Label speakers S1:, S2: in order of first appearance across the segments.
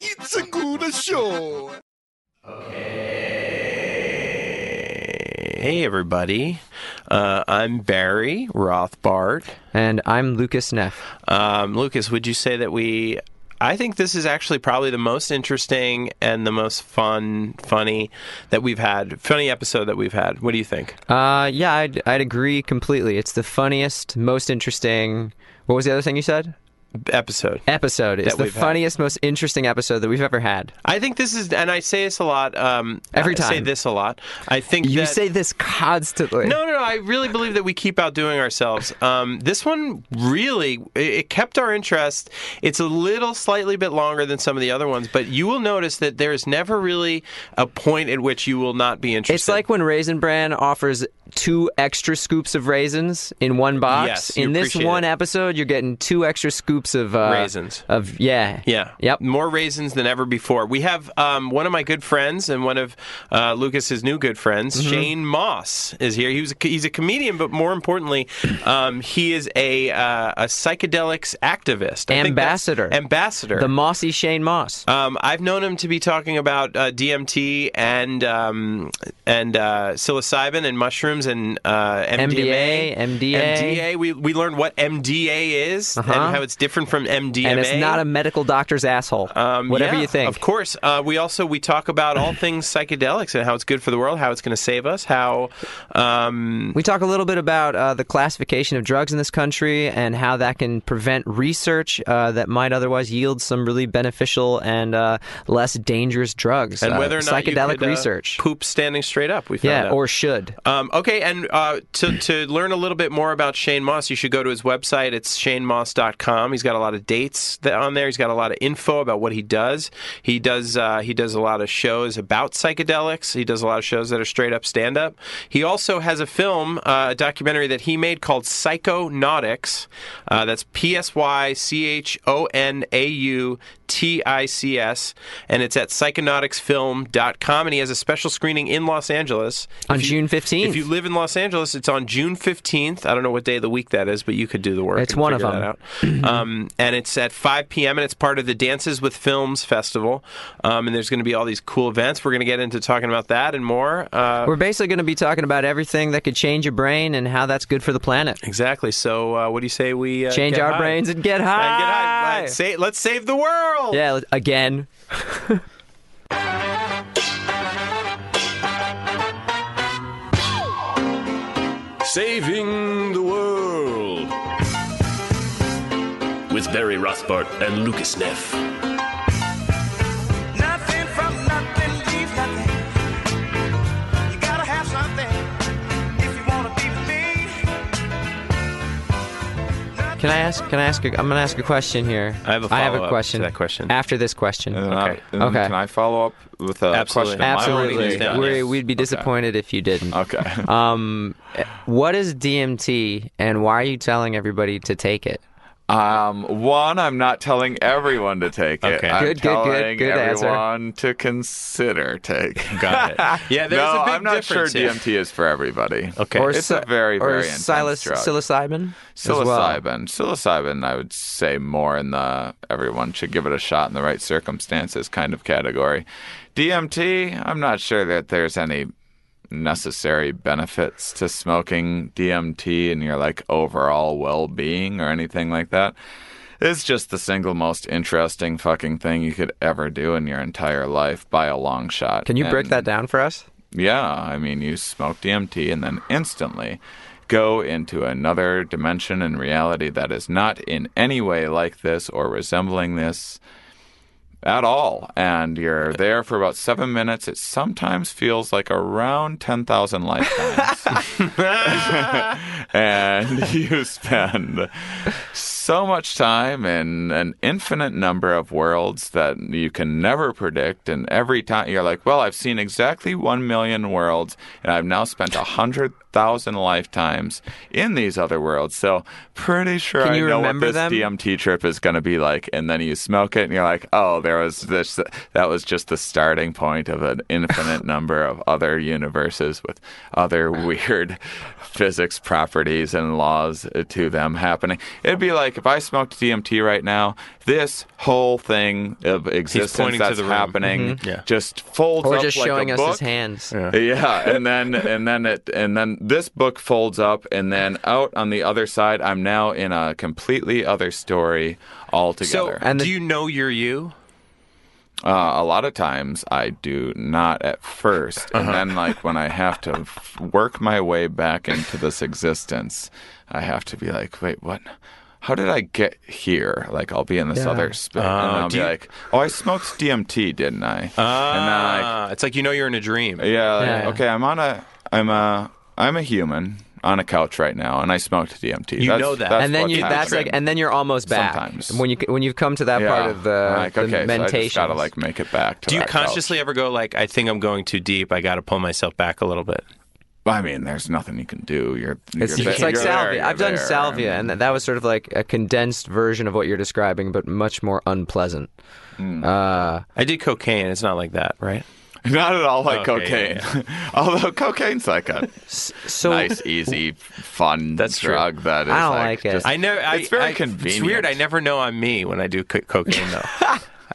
S1: It's a good show.
S2: Hey, everybody. Uh, I'm Barry Rothbard.
S3: And I'm Lucas Neff.
S2: Um, Lucas, would you say that we. I think this is actually probably the most interesting and the most fun, funny that we've had, funny episode that we've had. What do you think?
S3: Uh, yeah, I'd, I'd agree completely. It's the funniest, most interesting. What was the other thing you said?
S2: Episode.
S3: Episode. It's
S2: That
S3: the
S2: we've had.
S3: funniest, most interesting episode that we've ever had.
S2: I think this is, and I say this a lot. Um,
S3: Every
S2: I say
S3: time.
S2: this a lot. I think
S3: You
S2: that-
S3: say this constantly.
S2: No, no, no. I really believe that we keep outdoing ourselves. Um, this one really it, it kept our interest. It's a little, slightly bit longer than some of the other ones, but you will notice that there is never really a point at which you will not be interested.
S3: It's like when Raisin Bran offers two extra scoops of raisins in one box.
S2: Yes, you
S3: in this
S2: appreciate
S3: one
S2: it.
S3: episode, you're getting two extra scoops of uh,
S2: Raisins.
S3: Of yeah,
S2: Yeah.
S3: Yep.
S2: More raisins than ever before. We have um, one of my good friends and one of uh, Lucas's new good friends,
S3: Mm-hmm.
S2: Shane Moss, is here. He was a, he's a comedian, but more importantly, um, he is a uh, a psychedelics activist, I think that's-
S3: Ambassador.
S2: Ambassador.
S3: The mossy Shane Moss.
S2: Um, I've known him to be talking about uh, DMT and um, and uh, psilocybin and mushrooms and uh, MDMA.
S3: MDA, MDA.
S2: MDA. We we learned what MDA is
S3: Uh-huh.
S2: and how it's different from MDMA.
S3: and it's not a medical doctor's asshole.
S2: Um,
S3: Whatever
S2: yeah,
S3: you think.
S2: Of course, uh, we also we talk about all things psychedelics and how it's good for the world, how it's going to save us, how um,
S3: We talk a little bit about uh, the classification of drugs in this country and how that can prevent research uh, that might otherwise yield some really beneficial and uh, less dangerous drugs.
S2: and
S3: Uh,
S2: whether or not you
S3: psychedelic
S2: could, uh,
S3: research.
S2: poop standing straight up. We found
S3: yeah,
S2: out.
S3: or should.
S2: Um, okay, and uh, to, to learn a little bit more about Shane Moss, you should go to his website. It's shanemoss.com. He's got a lot of dates that, on there. He's got a lot of info about what he does. He does uh, he does a lot of shows about psychedelics. He does a lot of shows that are straight up stand up. He also has a film, uh, a documentary that he made called Psychonautics. Uh, that's P S Y C H O N A U T I C S, and it's at psychonauticsfilm.com. And he has a special screening in Los Angeles
S3: On
S2: If you-
S3: June 15th.
S2: If you live in Los Angeles, it's on June 15th. I don't know what day of the week that is, but you could do the work.
S3: It's
S2: and
S3: one of
S2: figure that out. um, and it's at 5 p.m. and it's part of the Dances with Films Festival. Um, and there's going to be all these cool events. We're going to get into talking about that and more. Uh,
S3: We're basically going to be talking about everything that could change your brain and how that's good for the planet.
S2: exactly. So, uh, what do you say we uh,
S3: Change
S2: get
S3: our
S2: high?
S3: brains and get
S2: And get
S3: high.
S2: high. Let's, sa- let's save the world.
S3: Yeah, let- again.
S4: Saving the World with Barry Rothbart and Lucas Neff.
S5: Nothing from nothing leaves nothing. You gotta have something if you wanna be with me.
S3: Can I ask? Can I ask? A, I'm going to ask a question here.
S2: I have a
S3: I have a
S2: follow-up
S3: question.
S2: to that question. Uh,
S3: After this question.
S6: And then
S2: Okay.
S6: I, and
S3: Okay.
S6: Can I follow up with a
S2: Absolutely.
S6: question?
S2: Absolutely.
S6: I
S2: Absolutely.
S6: don't
S2: down,
S6: need to-
S3: We,
S2: yes.
S3: we'd be disappointed if you didn't.
S6: Okay.
S2: Uh,
S3: Um, what is DMT, and why are you telling everybody to take it?
S6: Um, one, I'm not telling everyone to take it.
S2: Okay.
S6: I'm
S3: Good, good, good,
S6: telling
S3: good answer.
S6: everyone to consider take.
S2: Got it. Yeah, there's
S6: no,
S2: a big
S6: I'm not
S2: difference
S6: sure
S2: here.
S6: DMT is for everybody.
S2: Okay.
S3: Or
S6: it's
S3: psil-
S6: a very,
S3: or
S6: very intense
S3: silas-
S6: drug.
S3: psilocybin. as well.
S6: psilocybin. Psilocybin, I would say more in the everyone should give it a shot in the right circumstances kind of category. DMT, I'm not sure that there's any necessary benefits to smoking DMT and your like overall well-being or anything like that. It's just the single most interesting fucking thing you could ever do in your entire life by a long shot.
S3: Can you break
S6: And-
S3: that down for us?
S6: yeah, I mean, you smoke DMT and then instantly go into another dimension and reality that is not in any way like this or resembling this at all. And you're there for about seven minutes. It sometimes feels like around 10,000 lifetimes. and you spend so much time in an infinite number of worlds that you can never predict. And every time you're like, well, I've seen exactly 1 million worlds, and I've now spent 100,000 lifetimes in these other worlds. So, pretty sure
S3: Can
S6: I
S3: you
S6: know what
S3: remember
S6: this
S3: them?
S6: DMT trip is going to be like. And then you smoke it, and you're like, oh, there was this, that was just the starting point of an infinite number of other universes with other weird physics properties authorities and laws uh, to them happening. It'd be like if I smoked DMT right now, this whole thing of existence
S2: pointing to
S6: that's
S2: the room. Mm-hmm.
S6: happening just folds
S3: Or
S6: up
S3: just
S6: like
S3: showing
S6: a
S3: us
S6: book.
S3: his hands.
S6: Yeah, and then and then it and then this book folds up, and then out on the other side, I'm now in a completely other story
S2: So,
S6: altogether.
S3: And the-
S2: do you know you're you?
S6: uh, a lot of times, I do not at 1st
S2: Uh-huh.
S6: and then like when I have to f- work my way back into this existence, I have to be like, wait, what? How did I get here? Like I'll be in this
S3: Yeah.
S6: other space, and I'll
S2: Uh, do
S6: be
S2: you-
S6: like, "Oh, I smoked DMT, didn't I?" and then I
S2: Ah, it's like you know you're in a dream.
S6: Yeah. like,
S3: Yeah.
S6: Okay. I'm on a. I'm a. I'm a human on a couch right now, and I smoked DMT.
S2: You know that.
S6: that's
S3: and then
S6: what
S3: you
S6: time
S3: that's
S6: I'm
S3: like
S6: in.
S3: and then you're almost back
S6: Sometimes.
S3: when you when you've come to that
S6: Yeah.
S3: part of the,
S6: like,
S3: the
S6: okay, So I just
S3: mentation
S6: gotta like make it back. To
S2: Do you
S6: that couch.
S2: consciously ever go like, I think I'm going too deep. I got to pull myself back a little bit.
S6: I mean, there's nothing you can do. You're.
S3: it's,
S6: you're
S3: it's
S6: there,
S3: like salvia.
S6: you're there, you're
S3: I've done
S6: there,
S3: salvia, and that, that was sort of like a condensed version of what you're describing, but much more unpleasant. Uh,
S2: I did cocaine. It's not like that, right?
S6: not at all like
S2: Okay,
S6: cocaine. Although cocaine's like a
S3: so uh,
S6: nice, easy, fun
S2: That's true.
S6: drug. That is.
S3: I don't like it.
S6: just-
S2: I know. I,
S6: It's very
S2: I- It's
S6: convenient.
S2: weird. I never know I'm me when I do co- cocaine though.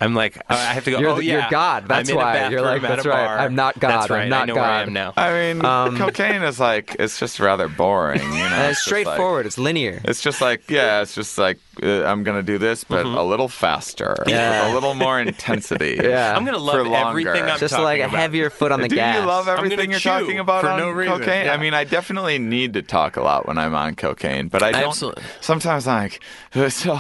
S2: I'm like, oh, I have to go.
S3: You're
S2: oh
S3: the-
S2: yeah,
S3: you're God. That's
S2: I'm in a
S3: why. You're
S2: bathroom
S3: like,
S2: at
S3: that's
S2: a
S3: right.
S2: bar.
S3: I'm not God.
S2: That's
S3: I'm
S2: right.
S3: not
S2: I know where I
S3: God.
S2: am now.
S6: I mean,
S3: Um,
S6: cocaine is like it's just rather boring. You know,
S3: and
S6: It's
S3: it's
S6: just like-
S3: straightforward. it's linear.
S6: It's just like, yeah, it's just like uh, I'm gonna do this, but
S2: Mm-hmm.
S6: a little faster,
S3: Yeah.
S6: with a little more intensity.
S3: Yeah.
S2: I'm gonna
S6: For
S2: love
S6: longer.
S2: everything I'm
S3: Just
S2: talking
S3: like a
S2: about.
S3: heavier foot on the
S6: Do
S3: gas.
S6: you love
S2: gonna
S6: everything you're
S2: chew
S6: talking about
S2: for
S6: on
S2: no reason.
S6: cocaine?
S2: Yeah.
S6: I mean, I definitely need to talk a lot when I'm on cocaine, but I don't.
S2: Absolutely.
S6: Sometimes I'm like, so,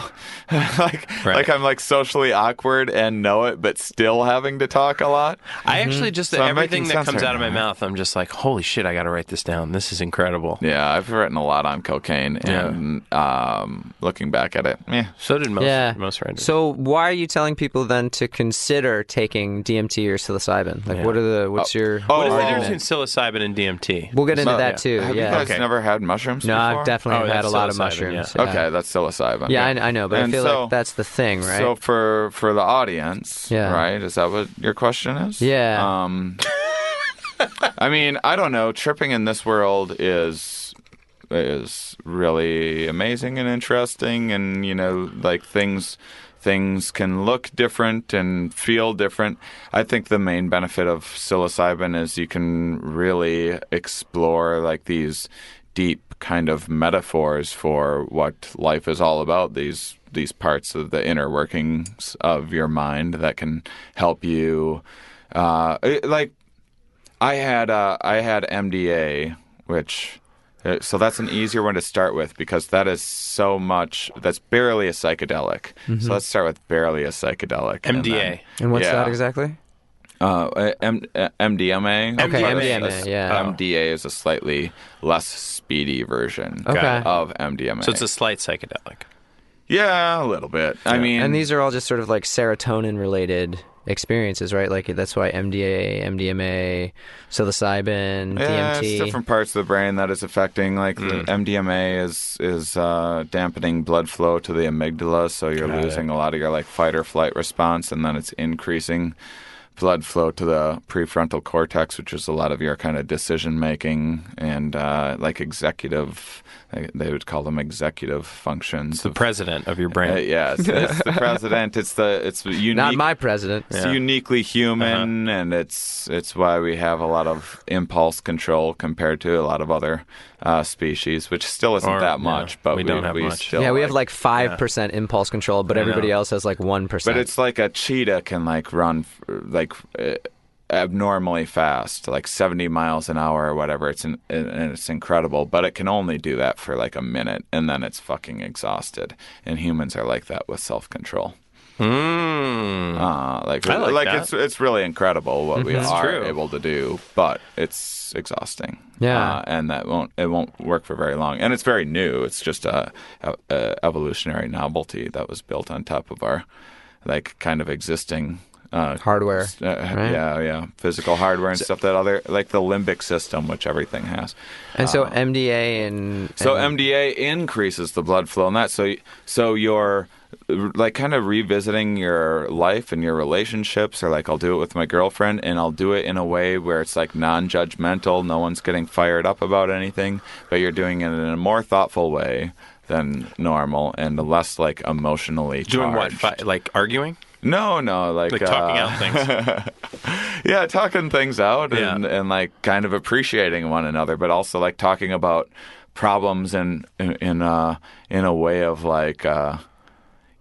S6: like,
S2: Right.
S6: like I'm like socially awkward and know it, but still having to talk a lot.
S2: I actually
S3: Mm-hmm.
S2: just
S6: So I'm
S2: everything
S6: making
S2: that
S6: sense
S2: comes
S6: right
S2: out of my
S6: now.
S2: mouth, I'm just like, holy shit! I got to write this down. This is incredible.
S6: Yeah, I've written a lot on cocaine, and um, looking back at it, yeah.
S2: So did most
S3: yeah.
S2: most writers.
S3: So why are you telling people then to consider taking DMT or psilocybin? Like, what are the? What's your?
S2: what is the
S6: Oh.
S2: difference between psilocybin and DMT?
S3: We'll get into
S6: So-
S3: that too.
S6: Have you
S3: yeah.
S6: guys never had mushrooms?
S3: No,
S6: before?
S3: I've definitely
S2: Oh,
S3: had
S2: that's
S3: a lot of
S2: psilocybin,
S3: mushrooms. yeah.
S6: Okay, that's psilocybin.
S3: Yeah, I, I know, but I
S6: And
S3: feel
S6: so-
S3: like that's the thing, right?
S6: So for for the audience,
S3: Yeah.
S6: right? Is that what your question is?
S3: Yeah.
S6: Um, I mean, I don't know. Tripping in this world is is really amazing and interesting, and you know, like things things can look different and feel different. I think the main benefit of psilocybin is you can really explore like these deep kind of metaphors for what life is all about. These these parts of the inner workings of your mind that can help you uh, it- like I had uh, I had MDA, which uh, so that's an easier one to start with because that is so much that's barely a psychedelic.
S3: Mm-hmm.
S6: So let's start with barely a psychedelic. and
S2: MDA.
S6: then-
S3: and what's
S6: yeah.
S3: that exactly?
S6: Uh, uh, M- uh, MDMA.
S3: Okay,
S6: But it's
S3: MDMA,
S6: a-
S3: yeah.
S6: MDA is a slightly less speedy version
S3: Okay.
S6: of MDMA.
S2: So it's a slight psychedelic.
S6: yeah, a little bit. I mean,
S3: And these are all just sort of like serotonin related experiences, right? Like that's why MDA, MDMA, psilocybin,
S6: Yeah,
S3: DMT.
S6: it's different parts of the brain that is affecting. Like the MDMA is is uh, dampening blood flow to the amygdala, so you're losing a lot of your like fight or flight response, and then it's increasing blood flow to the prefrontal cortex, which is a lot of your kind of decision making and uh, like executive. They they would call them executive functions.
S2: The president of your brain.
S6: Uh, yes, it's the president. It's the it's unique
S3: Not my president.
S6: it's uniquely human
S2: Uh-huh.
S6: and it's it's why we have a lot of impulse control compared to a lot of other uh, species which still isn't
S2: Or,
S6: that
S2: yeah,
S6: much but
S2: we
S6: we,
S2: don't have
S6: we
S2: much.
S6: still
S3: yeah, we have like five percent impulse control, but everybody else has like one percent.
S6: but it's like a cheetah can like run f- like uh, abnormally fast like 70 miles an hour or whatever it's an, and it's incredible but it can only do that for like a minute and then it's fucking exhausted and humans are like that with self-control
S2: Mm.
S6: Uh, like,
S2: Hmm. I like
S6: like,
S2: that. Mm-hmm.
S6: it's it's really incredible what we are
S2: true.
S6: able to do, but it's exhausting.
S3: Yeah.
S6: uh, and that won't it won't work for very long. And it's very new. It's just a, a, a evolutionary novelty that was built on top of our like kind of existing uh,
S3: hardware.
S6: uh, Yeah, yeah, physical hardware and stuff that other like the limbic system, which everything has.
S3: And so MDA and
S6: So
S3: and-
S6: MDA increases the blood flow, and that so so your like kind of revisiting your life and your relationships or like I'll do it with my girlfriend and I'll do it in a way where it's like non-judgmental, no one's getting fired up about anything, but you're doing it in a more thoughtful way than normal and less like emotionally
S2: Doing what?
S6: charged.
S2: Fi- like arguing?
S6: No, no, like,
S7: Like talking
S6: uh,
S7: out things.
S6: yeah, talking things out and,
S7: Yeah.
S6: and like kind of appreciating one another, but also like talking about problems in in, in uh in a way of like uh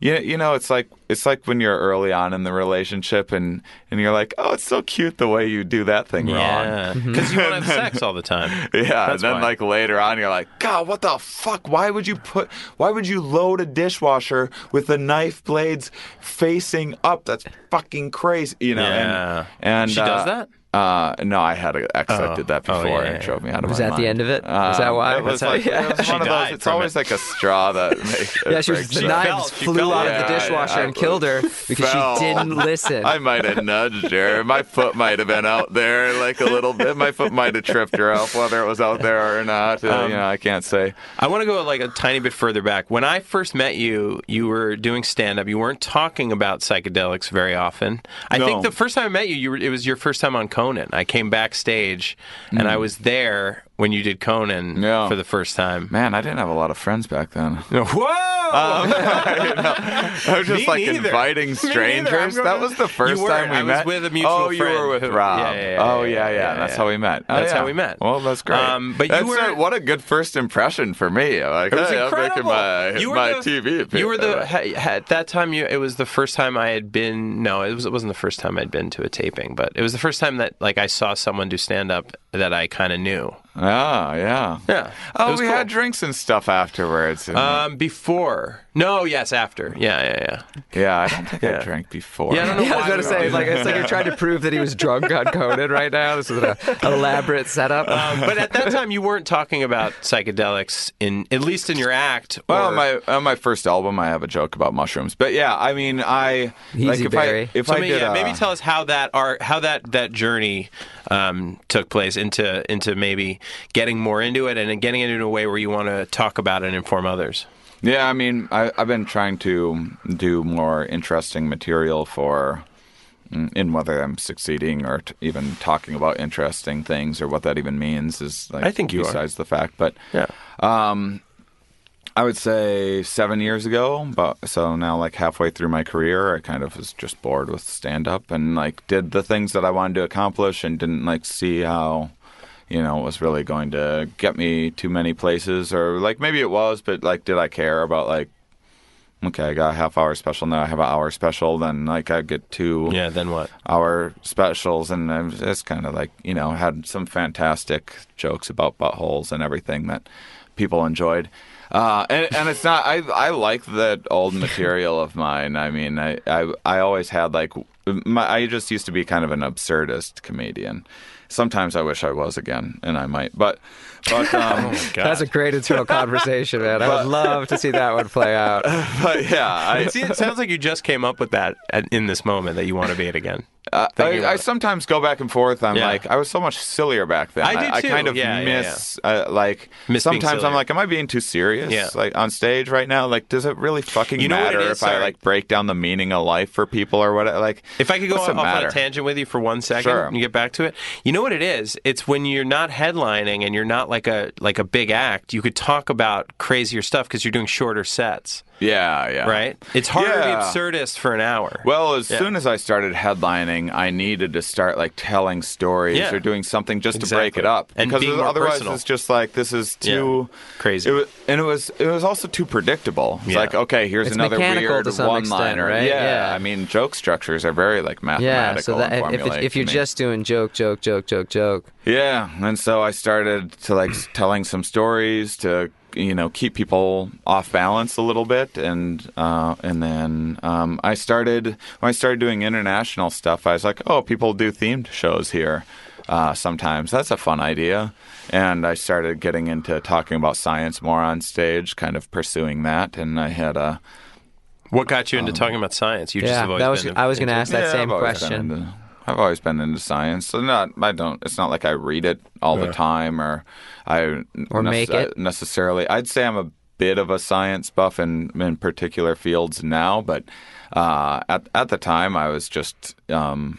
S6: you, you know it's like it's like when you're early on in the relationship and and you're like oh it's so cute the way you do that thing wrong
S2: Yeah. Because you want to have sex all the time.
S6: yeah and
S2: That's
S6: then
S2: why.
S6: like later on you're like god what the fuck why would you put why would you load a dishwasher with the knife blades facing up that's fucking crazy you know
S2: Yeah.
S6: and, and
S2: She does
S6: uh,
S2: that?
S6: uh, no, I had an ex that did that
S2: Oh,
S6: before
S2: yeah,
S6: and it drove me out of
S3: Was
S6: my
S3: that the
S6: mind.
S3: end
S6: Uh,
S3: of it? Is that why?
S6: It was
S3: That's how-
S6: like,
S3: yeah.
S6: it was
S3: She
S6: one of those.
S2: died
S6: It's
S2: from
S6: always
S2: it.
S6: like a straw that makes.
S3: Yeah, she was,
S6: breaks
S3: the
S6: it.
S3: knives
S2: she
S3: flew
S2: fell.
S3: out
S6: Yeah,
S3: of the
S6: yeah,
S3: dishwasher and
S6: actually.
S3: killed her because
S6: Fell.
S3: she didn't listen.
S6: I might have nudged her. My foot might have been out there like a little bit. My foot might have tripped her off, whether it was out there or not. uh, you know, I can't say.
S2: I want to go like a tiny bit further back. When I first met you, you were doing stand up. You weren't talking about psychedelics very often. I
S6: No.
S2: think the first time I met you, you were, it was your first time on Conan. I came backstage and I was there when you did Conan
S6: Yeah.
S2: for the first time. Uh,
S6: Man, I didn't have a lot of friends back then.
S2: Whoa!
S6: I was just
S2: Me
S6: like
S2: neither. Me
S6: inviting
S2: neither.
S6: strangers.
S2: I'm
S6: That
S2: gonna-
S6: was the first
S2: You weren't.
S6: time we
S2: I was
S6: met.
S2: with a mutual
S6: oh, you were
S2: friend
S6: with
S2: who-
S6: Rob.
S2: Yeah, yeah, yeah,
S6: oh, yeah, yeah.
S2: yeah, yeah,
S6: That's
S2: yeah.
S6: how we met. Oh,
S2: That's how
S6: yeah.
S2: we met.
S6: Well, that's great.
S2: Um, but you
S6: That's
S2: were-
S6: a- what a good first impression for me. Like,
S2: It was
S6: hey,
S2: incredible.
S6: I'm making
S2: you
S6: my
S2: were
S6: my
S2: the,
S6: TV.
S2: You were the
S6: appearance.
S2: ha, ha- at that time. You, it was the first time I had been. No, it was. It wasn't the first time I'd been to a taping, but it was the first time that like I saw someone do stand up that I kind of knew.
S6: Ah, yeah.
S2: Yeah. It
S6: Oh,
S2: was
S6: we
S2: cool.
S6: had drinks and stuff afterwards. and-
S2: Um, before. No. Yes. After. Yeah. Yeah. Yeah.
S6: yeah, I don't think I drank before.
S2: Yeah, I don't know
S3: Yeah, I was
S2: why we
S3: gonna say,
S2: were-
S3: like, it's like you're trying to prove that he was drunk on Conan right now. This was an elaborate setup.
S2: Um, but at that time, you weren't talking about psychedelics in at least in your act.
S6: Well,
S2: or-
S6: my on my first album, I have a joke about mushrooms, but yeah, I mean, I like
S3: Easy,
S6: if
S3: Barry.
S6: I if
S2: So
S6: I uh,
S2: maybe,
S6: did
S2: yeah,
S6: a-
S2: maybe tell us how that are how that that journey um, took place into into maybe getting more into it and then getting it in a way where you want to talk about it and inform others.
S6: Yeah, I mean, I, I've been trying to do more interesting material for, mm, in whether I'm succeeding or t- even talking about interesting things or what that even means is like
S2: I think you are.
S6: besides the fact. But
S2: Yeah.
S6: um, I would say seven years ago, but so now like halfway through my career, I kind of was just bored with stand up and like did the things that I wanted to accomplish and didn't like see how you know it was really going to get me too many places or like maybe it was, but like did I care about like okay, I got a half hour special now I have an hour special, then like I get two
S2: Yeah. Then what?
S6: our specials, and I was just kind of like you know had some fantastic jokes about buttholes and everything that people enjoyed. Uh, and, and it's not I I like that old material of mine. I mean I I, I always had like my, I just used to be kind of an absurdist comedian. Sometimes I wish I was again, and I might, but but um,
S3: That's a great internal conversation, man. I would love to see that one play out.
S6: but yeah, I,
S2: See, it sounds like you just came up with that at, in this moment that you want to be it again. Thinking
S6: I,
S2: about
S6: I
S2: it.
S6: sometimes go back and forth. I'm
S2: Yeah.
S6: like, I was so much sillier back then.
S2: I did too.
S6: I kind of
S2: Yeah, yeah,
S6: miss, Uh, like,
S2: Miss being
S6: sometimes I'm
S2: sillier.
S6: like, am I being too serious?
S2: Yeah.
S6: Like on stage right now, like, does it really fucking
S2: You know what it
S6: matter
S2: is,
S6: if I
S2: sorry.
S6: like break down the meaning of life for people or what? Like,
S2: If I could go
S6: what's
S2: off,
S6: the
S2: off on
S6: matter?
S2: a tangent with you for one second
S6: Sure.
S2: and get back to it, you know what it is? It's when you're not headlining and you're not like a like a big act. You could talk about crazier stuff because you're doing shorter sets,
S6: Yeah, yeah.
S2: right? It's harder
S6: Yeah.
S2: to be absurdist for an hour.
S6: Well, as soon as I started headlining, I needed to start like telling stories
S2: Yeah.
S6: or doing something just to break
S2: Exactly.
S6: it up
S2: And
S6: because
S2: being more
S6: otherwise
S2: personal.
S6: it's just like this is too
S2: Yeah. Crazy.
S6: It was, and it was it was also too predictable. It's
S2: Yeah.
S6: like okay, here's
S3: It's
S6: another
S3: mechanical
S6: weird
S3: to some
S6: one-liner.
S3: extent, right?
S6: yeah.
S3: Yeah.
S6: I mean, joke structures are very like mathematical.
S3: Yeah, so that
S6: and
S3: if, if,
S6: formulaic
S3: if
S6: to
S3: you're
S6: me.
S3: just doing joke, joke, joke, joke, joke,
S6: Yeah, and so I started to like s- telling some stories to you know keep people off balance a little bit, and uh, and then um, I started when I started doing international stuff. I was like, oh, people do themed shows here uh, sometimes. That's a fun idea, and I started getting into talking about science more on stage, kind of pursuing that, and I had a.
S2: What got you into talking about science? You just
S3: Um, yeah,
S2: have always
S3: that was
S2: been
S3: I was going to
S2: into-
S3: ask that
S6: Yeah,
S3: same
S6: I've always been
S3: question.
S6: into- I've always been into science. So not, I don't. It's not like I read it all the time, or I
S3: Or
S6: nece-
S3: make it.
S6: necessarily. I'd say I'm a bit of a science buff in, in particular fields now, but uh, at at the time I was just um,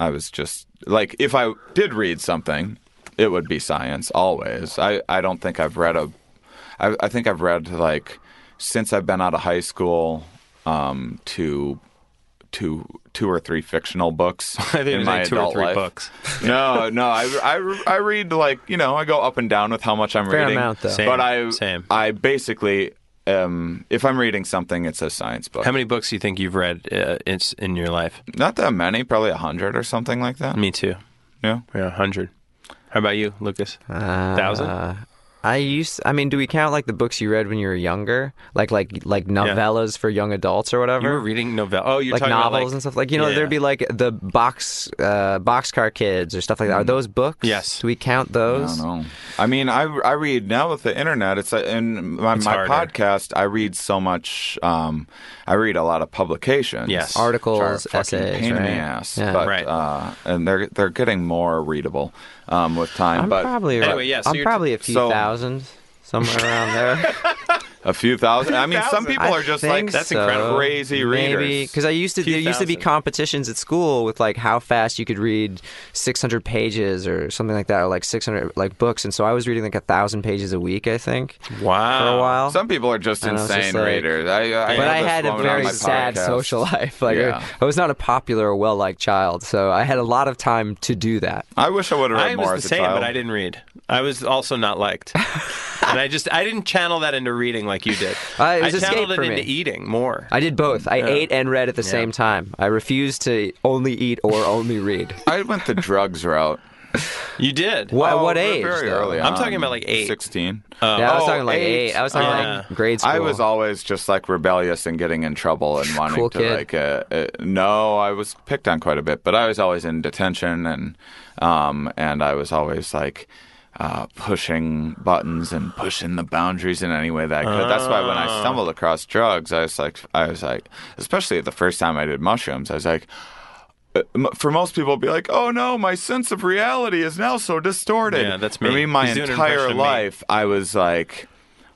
S6: I was just like if I did read something, it would be science always. I, I don't think I've read a I, I think I've read like since I've been out of high school um, to two two or three fictional books
S2: I think
S6: in
S2: it's
S6: my
S2: like two or
S6: adult
S2: three
S6: life.
S2: books.
S6: No, no, I, I, I read like you know I go up and down with how much I'm
S3: Fair
S6: reading.
S3: amount, though.
S2: Same,
S6: but I
S2: same.
S6: I basically um, if I'm reading something, it's a science book.
S2: How many books do you think you've read uh, in, in your life?
S6: Not that many, probably a hundred or something like that.
S2: Me too.
S6: Yeah.
S2: Yeah, 100. How about you, Lucas? Thousand?
S3: Uh, I used. I mean, do we count like the books you read when you were younger, like like like novellas for young adults or whatever?
S2: you were reading novella. Oh, you're
S3: like
S2: talking
S3: novels
S2: about like,
S3: and stuff like you know
S2: Yeah.
S3: there'd be like the box uh boxcar kids or stuff like that are those books
S2: Mm-hmm. Yes.
S3: do we count
S6: I
S3: those
S6: don't know. I mean, I, I read now with the internet. It's like in my, my
S2: harder.
S6: podcast. I read so much. Um, I read a lot of publications.
S2: Yes.
S3: articles
S6: which are a fucking
S3: essays
S6: pain
S3: right?
S6: in the ass.
S3: Yeah.
S6: But,
S2: Right.
S6: Uh, and they're they're getting more readable um, with time.
S3: i'm
S6: but
S3: probably
S2: Anyway,
S3: right-
S2: yeah, so
S3: i'm
S2: you're-
S3: probably a few
S6: so-
S3: thousand somewhere around there
S6: a few thousand. I mean, some
S2: thousand.
S6: people
S3: I
S6: are just
S3: think
S6: like
S2: That's
S3: so.
S2: incredible.
S6: Crazy
S3: maybe
S6: readers.
S3: because i used to
S2: Few
S3: there used to be
S2: thousand.
S3: competitions at school with like how fast you could read 600 pages or something like that or like 600 like books and so i was reading like a thousand pages a week i think
S2: wow.
S3: for a while
S6: Some people are just
S3: And I was just
S6: insane
S3: like-
S6: readers. I, I
S3: but
S6: know
S3: I
S6: this
S3: had a
S6: woman on
S3: very
S6: my
S3: sad
S6: podcast.
S3: social life. Like
S6: Yeah.
S3: I, I was not a popular or well liked child, so I had a lot of time to do that.
S6: I wish I would have read
S2: I
S6: more
S2: was
S6: as
S2: the
S6: a
S2: same,
S6: child.
S2: but I didn't read. I was also not liked, and I just I didn't channel that into reading like you did.
S3: Uh, it was escape
S2: channeled it
S3: for me.
S2: into eating more.
S3: I did both. I ate and read at the same time. I refused to only eat or only read.
S6: I went the drugs route.
S2: you did.
S3: What,
S6: Oh,
S3: what
S6: we're
S3: age?
S6: Very
S3: though?
S6: early.
S2: I'm
S6: on.
S2: talking about, like, eight.
S6: sixteen.
S3: Yeah, I was
S6: Oh,
S3: talking like
S6: eight.
S3: eight. I was talking
S2: Yeah.
S3: like grade school.
S6: I was always just like rebellious and getting in trouble and wanting
S3: Cool
S6: to
S3: kid.
S6: like. Uh, uh, no, I was picked on quite a bit, but I was always in detention and um and I was always like. Uh, pushing buttons and pushing the boundaries in any way that I could. That's why when
S2: Ah.
S6: I stumbled across drugs, I was like, I was like, especially the first time I did mushrooms, I was like, uh, m- for most people, it'd be like, oh no, my sense of reality is now so distorted.
S2: Yeah, that's me.
S6: For me, my
S2: He's doing an impression
S6: entire
S2: of me.
S6: life, I was like,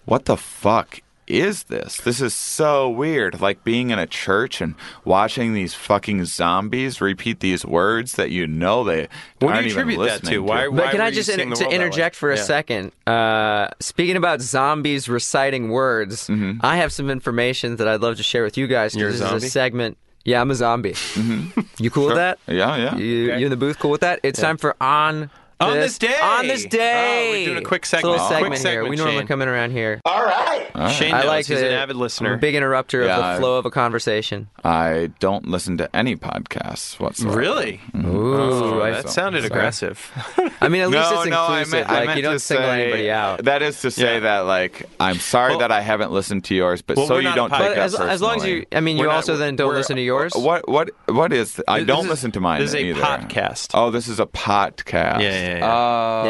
S6: what the fuck is this? This is so weird. Like being in a church and watching these fucking zombies repeat these words that you know they
S2: What do
S6: aren't
S2: you attribute
S6: even
S2: that
S6: listening
S2: to? Why?
S3: But
S2: why
S3: can
S2: were
S3: I
S2: you
S3: just
S2: seeing
S3: inter-
S2: the
S3: to
S2: world that way?
S3: interject for a
S2: Yeah.
S3: second? Uh, speaking about zombies reciting words, I have some information that I'd love to share with you guys.
S2: Mm-hmm.
S3: 'cause
S2: You're a
S3: this is
S2: zombie? Mm-hmm.
S3: a segment. Yeah, I'm a zombie. You cool with that?
S6: Yeah, yeah.
S3: You, you in the booth? Cool with that? It's time for on.
S2: On this day.
S3: On this day.
S2: Oh, we're doing a quick
S3: It's
S2: segment.
S3: little
S2: Quick
S3: segment here.
S2: segment,
S3: we normally
S2: Shane.
S3: come in around here.
S2: Shane
S3: I
S2: knows
S3: like
S2: he's
S3: to,
S2: an avid listener.
S3: I'm a big interrupter
S6: Yeah,
S3: of
S6: I-
S3: the flow of a conversation.
S6: I don't listen to any podcasts whatsoever.
S2: really?
S3: Ooh, I,
S2: that sounded aggressive.
S3: I mean, at least
S6: no,
S3: it's
S6: no, I
S3: inclusive.
S6: meant,
S3: like
S6: I meant
S3: you don't
S6: to
S3: single
S6: say,
S3: anybody out.
S6: That is to say
S2: Yeah.
S6: that, like, I'm sorry that I haven't listened to yours, but
S2: Well,
S6: so
S2: we're
S6: you
S2: not a
S6: don't
S2: pod-
S6: take
S3: but
S6: that
S3: as, as long as
S6: personally.
S3: you, I mean, you
S2: We're not-
S3: also then don't
S2: we're- uh,
S3: listen to yours.
S6: What what what is? I
S2: This
S6: don't
S2: is-
S6: listen to mine.
S2: this is a
S6: either.
S2: podcast.
S6: Oh, this is a podcast.
S2: Yeah, yeah, yeah.
S6: Oh,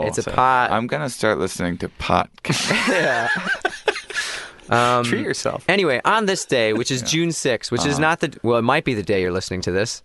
S3: Yeah, it's a pot.
S6: I'm gonna start listening to podcasts.
S3: Um,
S2: Treat yourself.
S3: Anyway, on this day, which is June 6th, which is not the well, it might be the day you're listening to this.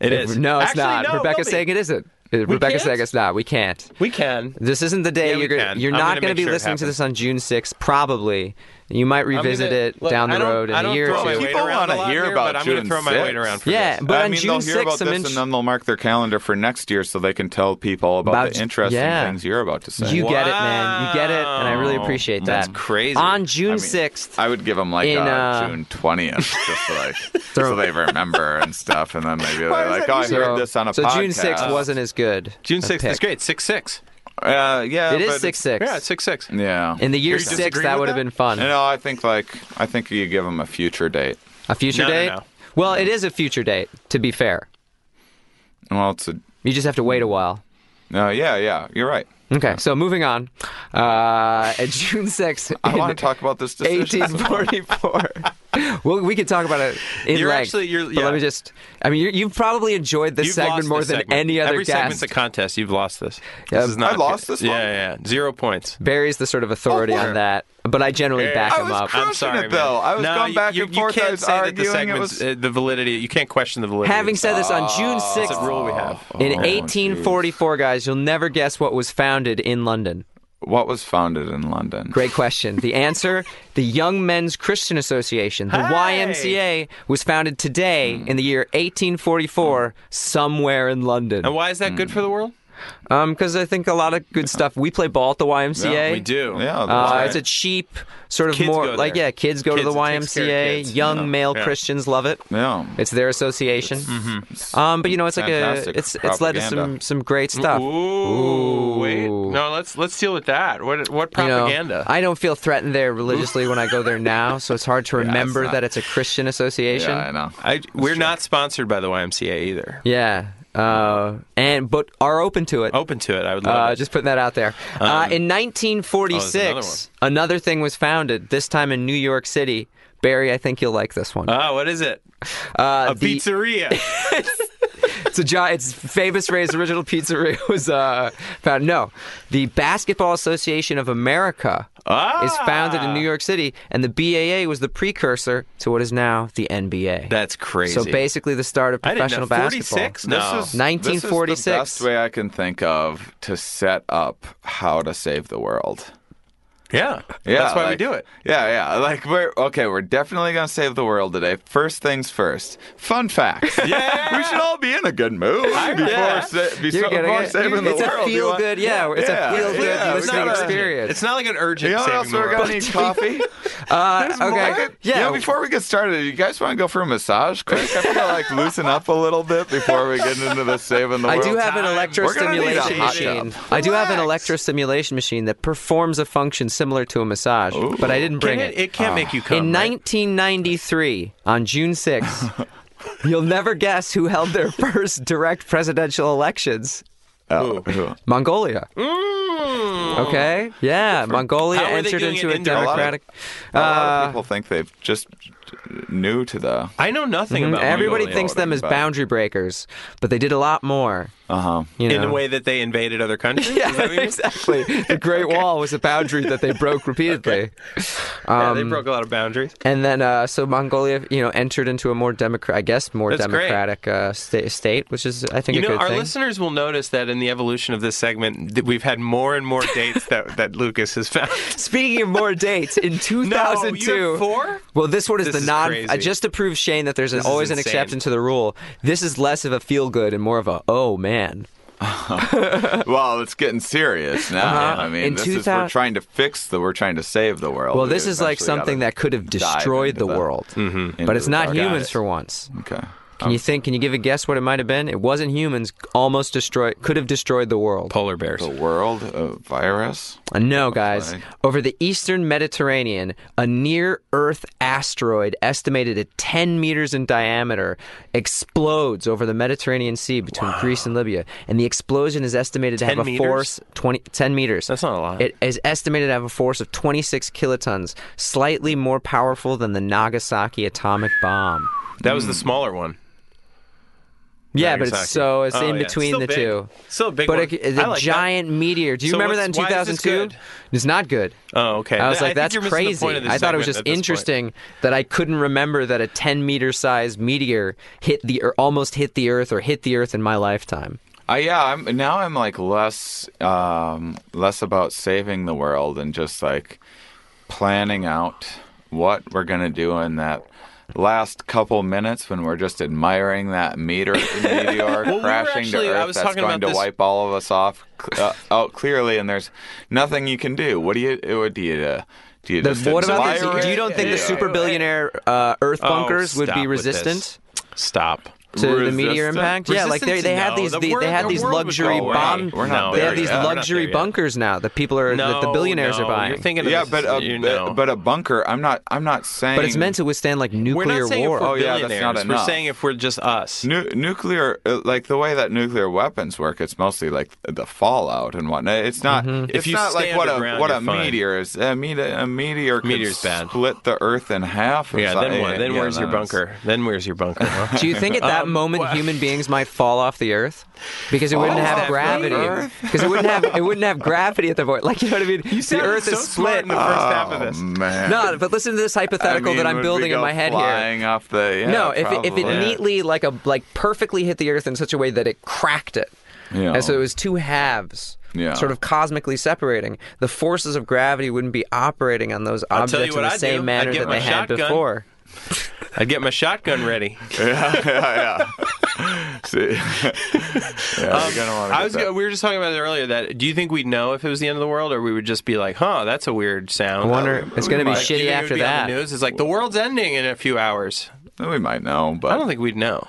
S2: Uh-huh. It is.
S3: No, it's
S2: Actually,
S3: not.
S2: No, it will
S3: Rebecca's
S2: be.
S3: saying it isn't. Rebecca's
S2: can't?
S3: saying it's not. We can't.
S2: we can.
S3: This isn't the day
S2: Yeah, we
S3: you're gonna,
S2: can.
S3: you're
S2: I'm
S3: not
S2: gonna
S3: going
S2: make
S3: to be
S2: sure it
S3: listening to
S2: happens.
S3: this on June 6th. Probably, you might
S2: I'm
S3: revisit
S2: gonna-
S3: it
S2: look,
S3: down
S2: I
S3: the
S2: don't-
S3: road in
S2: I
S3: a
S2: don't
S3: year
S2: throw
S3: or
S2: my
S3: two.
S2: weight
S6: People
S2: around
S6: wanna
S2: a lot
S6: hear
S2: here,
S6: about
S2: but I'm gonna
S6: June
S2: throw my weight
S6: 6th.
S2: around for
S3: Yeah,
S2: this.
S3: but
S6: I
S3: on
S6: mean,
S3: June
S6: they'll
S3: 6th,
S6: hear about
S3: some
S6: this,
S3: ins-
S6: and then they'll mark their calendar for next year, so they can tell people about,
S3: About
S6: the
S3: Ju-
S6: interesting
S3: yeah.
S6: things you're about to say.
S3: you get it, man. You get it, and I really
S2: Wow.
S3: appreciate that.
S2: That's crazy.
S3: On June
S6: I mean,
S3: 6th,
S6: I would give them like
S3: In,
S6: uh,
S3: uh,
S6: June twentieth, just to, like so they remember and stuff, and then maybe they're like, "Oh, I
S3: so,
S6: heard this on a
S3: so
S6: podcast."
S3: June 6th wasn't as good.
S2: June
S3: a
S2: 6th is
S3: pick.
S2: great. 6 6.
S6: Uh, yeah,
S3: It
S6: but
S3: is
S6: it's-
S3: 6 6.
S2: Yeah, it's 6 6.
S6: Yeah,
S3: In the year
S2: you
S3: six,
S2: disagreeing
S3: that
S2: with
S3: would have
S2: that?
S3: been fun.
S6: You know, I think like I think you give them a future date.
S3: A future
S2: No, no,
S3: date?
S2: no.
S3: Well, it is a future date, to be fair.
S6: Well, it's a
S3: You just have to wait a while.
S6: no, yeah, yeah. You're right.
S3: Okay, so moving on. Uh, at June 6th,
S6: I
S3: in
S6: want to talk about this decision.
S3: 1844. well, we could talk about it in
S2: You're
S3: length,
S2: actually- you're-
S3: but
S2: yeah.
S3: let me just. I mean, you're, you've probably enjoyed this
S2: You've
S3: segment
S2: lost
S3: more
S2: this
S3: than
S2: segment.
S3: any other
S2: Every segment's
S3: guest.
S2: a contest. You've lost this.
S3: Yeah,
S2: This is not.
S6: I lost this
S2: Yeah,
S6: one?
S2: yeah, yeah. Zero points.
S3: Barry's the sort of authority
S2: Oh.
S3: on that, but I generally back
S6: I
S3: him
S6: was
S3: up.
S6: cr-
S2: I'm
S6: Crushing
S2: sorry,
S6: it, though.
S2: man.
S6: I was
S2: no,
S6: going
S2: you-
S6: back
S2: you,
S6: and forth.
S2: You
S6: I
S2: can't
S6: was
S2: say that the
S6: arguing. It
S2: segment's
S6: was-
S2: uh, the validity. You can't question the validity.
S3: Having said this, on June
S2: it's Oh, a
S3: 6th,
S2: rule we have.
S3: in
S6: Oh,
S3: 1844, guys, you'll never guess what was founded in London.
S6: What was founded in London?
S3: Great question. The answer the Young Men's Christian Association, the YMCA, was founded
S2: Hmm.
S3: today in the year 1844, somewhere in London.
S2: And why is that good for the world?
S3: Because I think a lot of good stuff. We play ball at the YMCA.
S6: Yeah,
S2: We do.
S6: Yeah, that's
S3: Uh,
S6: right.
S3: It's a cheap, sort of
S2: Kids
S3: more
S2: go
S3: like,
S2: there.
S3: yeah, kids go
S2: Kids-
S3: to the
S2: it takes care of
S3: YMCA.
S2: kids.
S3: Young male
S2: Yeah. Mm-hmm.
S3: Christians love it.
S6: yeah.
S3: It's their association. Um, but you know, it's like a,
S6: Fantastic
S3: it's it's led to some
S6: propaganda.
S3: some great stuff.
S2: Ooh, wait.
S3: Oh. Ooh.
S2: No, let's let's deal with that. What what
S3: You know,
S2: propaganda?
S3: I don't feel threatened there religiously when I go there now, so it's hard to remember
S6: not-
S3: that it's a Christian association.
S6: yeah, I know.
S2: I, we're not sponsored by the YMCA either.
S3: Yeah. Uh, and but are open to it.
S2: Open to it. I would love
S3: Uh,
S2: it.
S3: just putting that out there. uh, in 1946, another, thing was founded. This time in New York City. Barry, I think you'll like this one.
S2: Oh, what is it?
S3: Uh,
S2: A
S3: the-
S2: pizzeria.
S3: It's a jo- it's famous Ray's original pizzeria was uh, found. No, the Basketball Association of America
S2: ah,
S3: is founded in New York City, and the BAA was the precursor to what is now the NBA.
S2: That's crazy.
S3: so basically, the start of
S2: I didn't
S3: professional
S2: know. 46?
S3: basketball.
S2: No.
S6: This is,
S3: 1946.
S6: This is the best way I can think of to set up how to save the world.
S2: yeah.
S6: Yeah,
S2: That's why we
S6: like-
S2: do it.
S6: Yeah, yeah. Like we're okay. We're definitely gonna save the world today. First things first. Fun facts.
S2: Yeah.
S6: we should all be in a good mood before,
S2: Yeah.
S6: sa- be-
S3: You're getting
S6: before
S3: it.
S6: saving the
S3: it's a
S6: world. You
S3: feel
S6: want-
S3: good, yeah. It's
S6: Yeah,
S3: a feel good
S6: yeah, we
S3: listening
S6: gotta-
S3: experience.
S2: It's not like an urgent
S6: You know what
S2: saving
S6: else
S2: the
S6: we're
S2: world.
S6: gonna need? Coffee.
S3: uh, okay.
S6: Yeah.
S3: Yeah.
S6: before we get started, you guys want to go for a massage quick? I feel like loosen up a little bit before we get into the saving the
S3: I
S6: world.
S3: do have an
S2: time.
S6: We're gonna need a
S3: electrostimulation
S6: hot tub.
S3: machine. I do have an
S6: Relax.
S3: electrostimulation machine that performs a function similar to a massage, but I didn't
S2: Can
S3: bring
S2: it, Oh. it can't make you come.
S3: In
S2: right?
S3: 1993, on June 6th, you'll never guess who held their first direct presidential elections.
S6: Oh.
S3: Mongolia. Okay. Yeah. Mongolia
S2: Mm. How are they
S3: entered
S2: doing
S3: into
S2: it
S3: a
S2: indirectly?
S3: democratic.
S6: A lot
S3: Uh,
S6: of people think they've just new to the.
S2: I know nothing about
S3: Mm-hmm. Mm, Everybody
S2: Mongolia.
S3: thinks them as
S6: But-
S3: boundary breakers, but they did a lot more.
S6: Uh huh.
S3: You know?
S2: in the way that they invaded other countries. Is that what you
S3: Yeah,
S2: mean?
S3: exactly. The Great Wall was a boundary that they broke repeatedly.
S2: Yeah, they broke a lot of boundaries.
S3: And then, uh, so Mongolia, you know, entered into a more democratic, I guess, more
S2: That's great.
S3: democratic uh, sta- state, which is, I think,
S2: You
S3: a
S2: know,
S3: good
S2: our
S3: thing.
S2: listeners will notice that in the evolution of this segment, that we've had more and more dates that, that Lucas has found.
S3: Speaking of more dates, in 2002.
S2: you have four?
S3: Well, this one is
S2: This
S3: the
S2: is
S3: non.
S2: crazy.
S3: Uh, just to prove Shane that there's an,
S2: This is
S3: always an
S2: insane.
S3: exception to the rule. This is less of a feel good and more of a oh man.
S6: Well, it's getting serious now. I mean,
S3: Uh-huh. In
S6: this is
S3: 2000
S6: we're trying to fix the. We're trying to save the world.
S3: Well,
S6: We
S3: this is like
S6: eventually
S3: something
S6: gotta
S3: that could have
S6: dive
S3: destroyed the
S6: into that.
S3: world,
S6: Into
S3: but it's
S6: the
S3: not
S6: dark
S3: humans
S6: ages.
S3: for once.
S6: Okay.
S3: Can you think? Can you give a guess what it might have been? It wasn't humans. Almost destroyed. Could have destroyed the world.
S2: Polar bears.
S6: The world of virus.
S3: Uh, No, guys.
S6: like-
S3: Over the eastern Mediterranean, a near Earth asteroid estimated at 10 meters in diameter explodes over the Mediterranean Sea between Greece and Libya. And the explosion is estimated to
S2: 10
S3: have a
S2: meters?
S3: force 20, 10 meters.
S2: That's not a lot.
S3: It is estimated to have a force of 26 kilotons, slightly more powerful than the Nagasaki atomic bomb.
S2: that was the smaller one.
S3: Yeah, but it's
S2: Nagasaki.
S3: so it's
S2: Oh,
S3: in
S2: yeah.
S3: between
S2: Still
S3: the
S2: big.
S3: two.
S2: Still a big
S3: But
S2: one.
S3: it- it's a
S2: I like that.
S3: giant meteor. Do you
S2: So
S3: remember that in
S2: what's- why is this
S3: 2002?
S2: good?
S3: It's not good.
S2: Oh, okay.
S3: I was
S2: I
S3: like,
S2: think
S3: that's
S2: you're missing the
S3: crazy.
S2: point of this
S3: I thought it
S2: segment
S3: was just
S2: at this point.
S3: interesting that I couldn't remember that a 10 meter size meteor hit the or almost hit the Earth or hit the Earth in my lifetime.
S6: Uh, yeah, I'm now I'm like less um, less about saving the world and just like planning out what we're gonna do in that last couple minutes when we're just admiring that meteor meteor
S2: were
S6: crashing
S2: actually-
S6: to
S2: I
S6: earth
S2: was
S6: that's
S2: talking
S6: going
S2: about
S6: to
S2: this-
S6: wipe all of us off cl- uh, out clearly and there's nothing you can do. What do you what do you uh, do you
S3: The,
S6: just
S3: what about
S6: admire
S3: this?
S6: it?
S3: Do you don't think the
S6: Yeah.
S3: super billionaire uh, Earth
S2: Oh,
S3: bunkers would
S2: stop
S3: be
S2: with this.
S3: resistant?
S2: Stop.
S3: To the meteor
S6: Resistant?
S3: impact, yeah, like they
S2: Resistance?
S3: they have
S2: No,
S3: these
S2: the
S3: the,
S2: word-
S3: they have
S2: the
S3: these
S2: word would
S3: luxury
S6: go away.
S3: bomb
S6: We're not
S3: they
S6: there
S3: have these
S6: yet. We're not
S3: luxury bunkers now that people are that the billionaires
S2: no,
S3: are buying.
S2: You're thinking of
S6: Yeah,
S2: this-
S6: but a,
S2: you know.
S6: but, but a bunker. I'm not. I'm not saying.
S3: but it's meant to withstand like
S2: we're
S3: nuclear
S2: not saying
S3: war.
S2: if we're
S6: Oh, yeah, that's
S2: billionaires.
S6: not
S2: we're
S6: enough.
S2: saying if we're just us.
S6: Nu- nuclear, uh, like the way that nuclear weapons work, it's mostly like the fallout and whatnot. It's not. It's
S2: If you
S6: not
S2: stay
S6: like what a
S2: underground,
S6: what a
S2: you're fine.
S6: meteor is. A, mete- a meteor could
S2: Meteor's bad.
S6: split the Earth in half. Or
S2: Yeah, then
S6: something.
S2: what? Then
S6: Yeah,
S2: where's your
S6: it's-
S2: bunker? Then where's your bunker? huh?
S3: Do you think at
S2: Um,
S3: that moment
S2: wha- Oh,
S3: human beings might fall off the earth because it wouldn't
S6: Fall
S3: have
S6: off the
S3: gravity?
S6: Earth?
S3: Because it wouldn't have it wouldn't have gravity at the point. Like you know what I mean? the
S2: sounded
S3: earth
S2: so
S3: is
S2: smart
S3: split.
S2: in the first half of
S6: Oh
S2: this.
S6: man.
S3: no, but listen to this hypothetical
S6: I mean,
S3: that I'm
S6: would
S3: building
S6: we
S3: in
S6: go
S3: my head here.
S6: flying Off the, yeah,
S3: no, if it, if it
S6: probably.
S3: neatly like a like perfectly hit the earth in such a way that it cracked it.
S6: Yeah.
S3: And so it was two halves.
S6: Yeah.
S3: Sort of cosmically separating. The forces of gravity wouldn't be operating on those
S2: tell you
S3: objects in
S2: what
S3: the
S2: I'd
S3: same
S2: do.
S3: manner
S2: I'd get
S3: that
S2: my
S3: they had
S2: shotgun.
S3: before.
S2: I'd get my shotgun ready.
S6: See, yeah, you're gonna want to.
S2: I was. Gonna, we were just talking about it earlier. That do you think we'd know if it was the end of the world, or we would just be like, "Huh, that's a weird sound."
S3: I wonder it's going to be
S2: Like, do you think
S3: shitty
S2: it would
S3: after
S2: be on the
S3: that.
S2: news? It's like the world's ending in a few hours.
S6: we might know, but
S2: I don't think we'd know.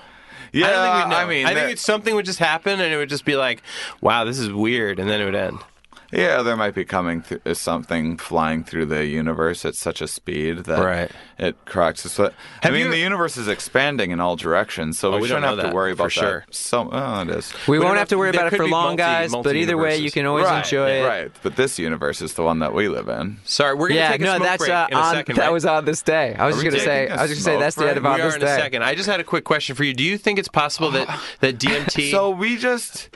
S6: Yeah,
S2: I don't think we'd know.
S6: I mean,
S2: I
S6: there-
S2: think it's something would just happen, and it would just be like, "Wow, this is weird," and then it would end.
S6: Yeah, there might be coming th- uh, something flying through the universe at such a speed that
S2: Right.
S6: it cracks us. But I
S2: Have
S6: mean,
S2: you-
S6: the universe is expanding in all directions, so we,
S2: we don't
S6: shouldn't have
S2: know
S6: to
S2: that,
S6: worry
S2: for
S6: about
S2: sure.
S6: that. So oh, it is.
S3: We,
S2: don't
S3: won't
S2: know
S3: have to worry
S2: if- there
S3: about it
S2: could
S3: for
S2: be
S3: long,
S2: multi-
S3: guys. But either way,
S2: multi-universes.
S3: you can always
S6: right,
S3: enjoy it.
S6: Right, but this universe is the one that we live in.
S2: Sorry, we're gonna
S3: Yeah,
S2: take a
S3: no,
S2: smoke
S3: that's
S2: break
S3: uh,
S2: in a
S3: on,
S2: second.
S3: that
S2: right?
S3: was on this day. I was
S6: we
S3: just gonna say,
S6: taking a
S3: I was just gonna say that's the
S6: smoke
S3: end of
S6: break?
S3: on
S2: we
S3: this
S2: are in
S3: day.
S2: a second. I just had a quick question for you. Do you think it's possible that that DMT?
S6: So we just.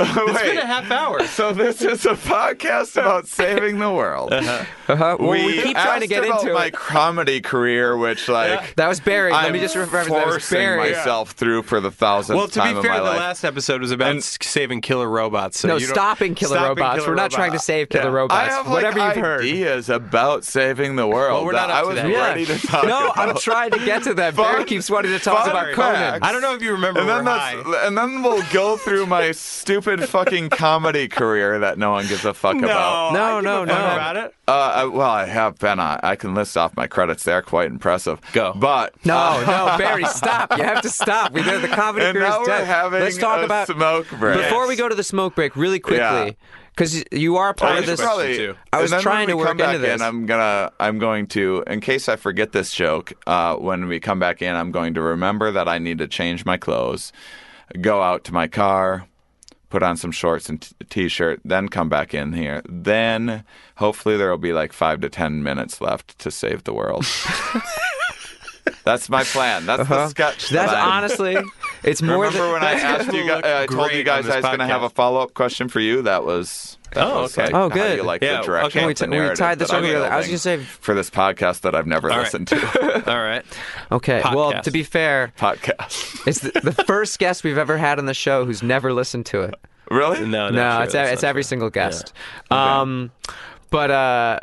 S2: it's been a
S6: Wait.
S2: half hour.
S6: So this is a podcast about saving the world.
S3: Uh-huh. Well, we, keep trying to
S6: asked
S3: get
S6: about
S3: into
S6: my
S3: it.
S6: comedy career, which like
S3: That was buried. Let
S6: I'm
S3: me just refer that was
S6: forcing
S3: buried.
S6: myself through for the thousandth
S2: Well, to
S6: time
S2: be fair,
S6: of
S2: the
S6: my life.
S2: last episode was about
S6: And-
S2: s- saving killer robots. So
S3: No,
S2: you don't-
S3: stopping killer
S2: stopping
S3: robots.
S2: killer
S3: We're not
S2: robots.
S3: trying to save killer
S6: I
S3: robots.
S6: have like
S3: Whatever you've heard.
S6: ideas about saving the world.
S2: Well, we're
S6: that
S2: not up
S6: I
S2: to
S6: was
S2: that yet.
S6: ready to talk
S3: no,
S6: about.
S3: I'm trying to get to that. Bear
S6: Fun-
S3: keeps wanting to talk
S6: fun
S3: about Conan.
S6: facts.
S2: I don't know if you remember.
S6: and then
S2: we're
S6: that's,
S2: high.
S6: and then we'll go through my stupid fucking comedy career that no one gives a fuck about.
S3: No,
S2: I give
S3: no,
S2: a fuck
S3: no.
S2: About it.
S6: Uh, I, well, I have been. on I can list off my credits. They're quite impressive.
S2: Go.
S6: but uh,
S3: No, no, Barry, stop. You have to stop. We the comedy
S6: and
S3: career is
S6: now we're
S3: dead.
S6: having
S3: Let's talk
S6: a
S3: about
S6: smoke break.
S3: before we go to the smoke break really
S6: Yeah.
S3: quickly because you are
S6: I
S3: part
S6: was
S3: of this.
S6: probably-
S2: too.
S3: I
S6: and
S3: was
S6: then
S3: trying
S6: when
S3: to
S6: we
S3: work
S6: come back
S3: into this.
S6: In, I'm gonna, I'm going to, in case I forget this joke, uh, when we come back in, I'm going to remember that I need to change my clothes, go out to my car, put on some shorts and t- t-shirt, then come back in here. Then hopefully there will be like five to ten minutes left to save the world. That's my plan. That's the sketch.
S3: Uh-huh. That's
S6: that I'm-
S3: honestly, it's more
S6: Remember
S3: than
S6: when I asked you guys,
S2: look
S6: I told
S2: great
S6: you guys
S2: on this
S6: I was going to
S2: podcast.
S6: have a follow up question for you? That was. That
S2: Oh,
S6: was
S2: okay.
S6: like,
S3: Oh,
S6: how do you
S3: good.
S6: like
S2: Yeah,
S6: the direction
S2: okay.
S6: of
S2: We
S3: t-
S6: the
S3: we
S6: narrative
S3: tied this
S6: that I'm
S3: all together. I was
S6: building
S3: gonna say-
S6: for this podcast that I've never
S2: right.
S6: listened to.
S2: All right.
S3: okay. Well,
S2: Podcast.
S3: to be fair,
S6: podcast.
S3: it's the, the first guest we've ever had on the show who's never listened to it.
S6: Really?
S2: No, sure,
S3: no, it's
S2: that's
S3: it's
S2: not
S3: every
S2: true.
S3: single guest. Um, but uh,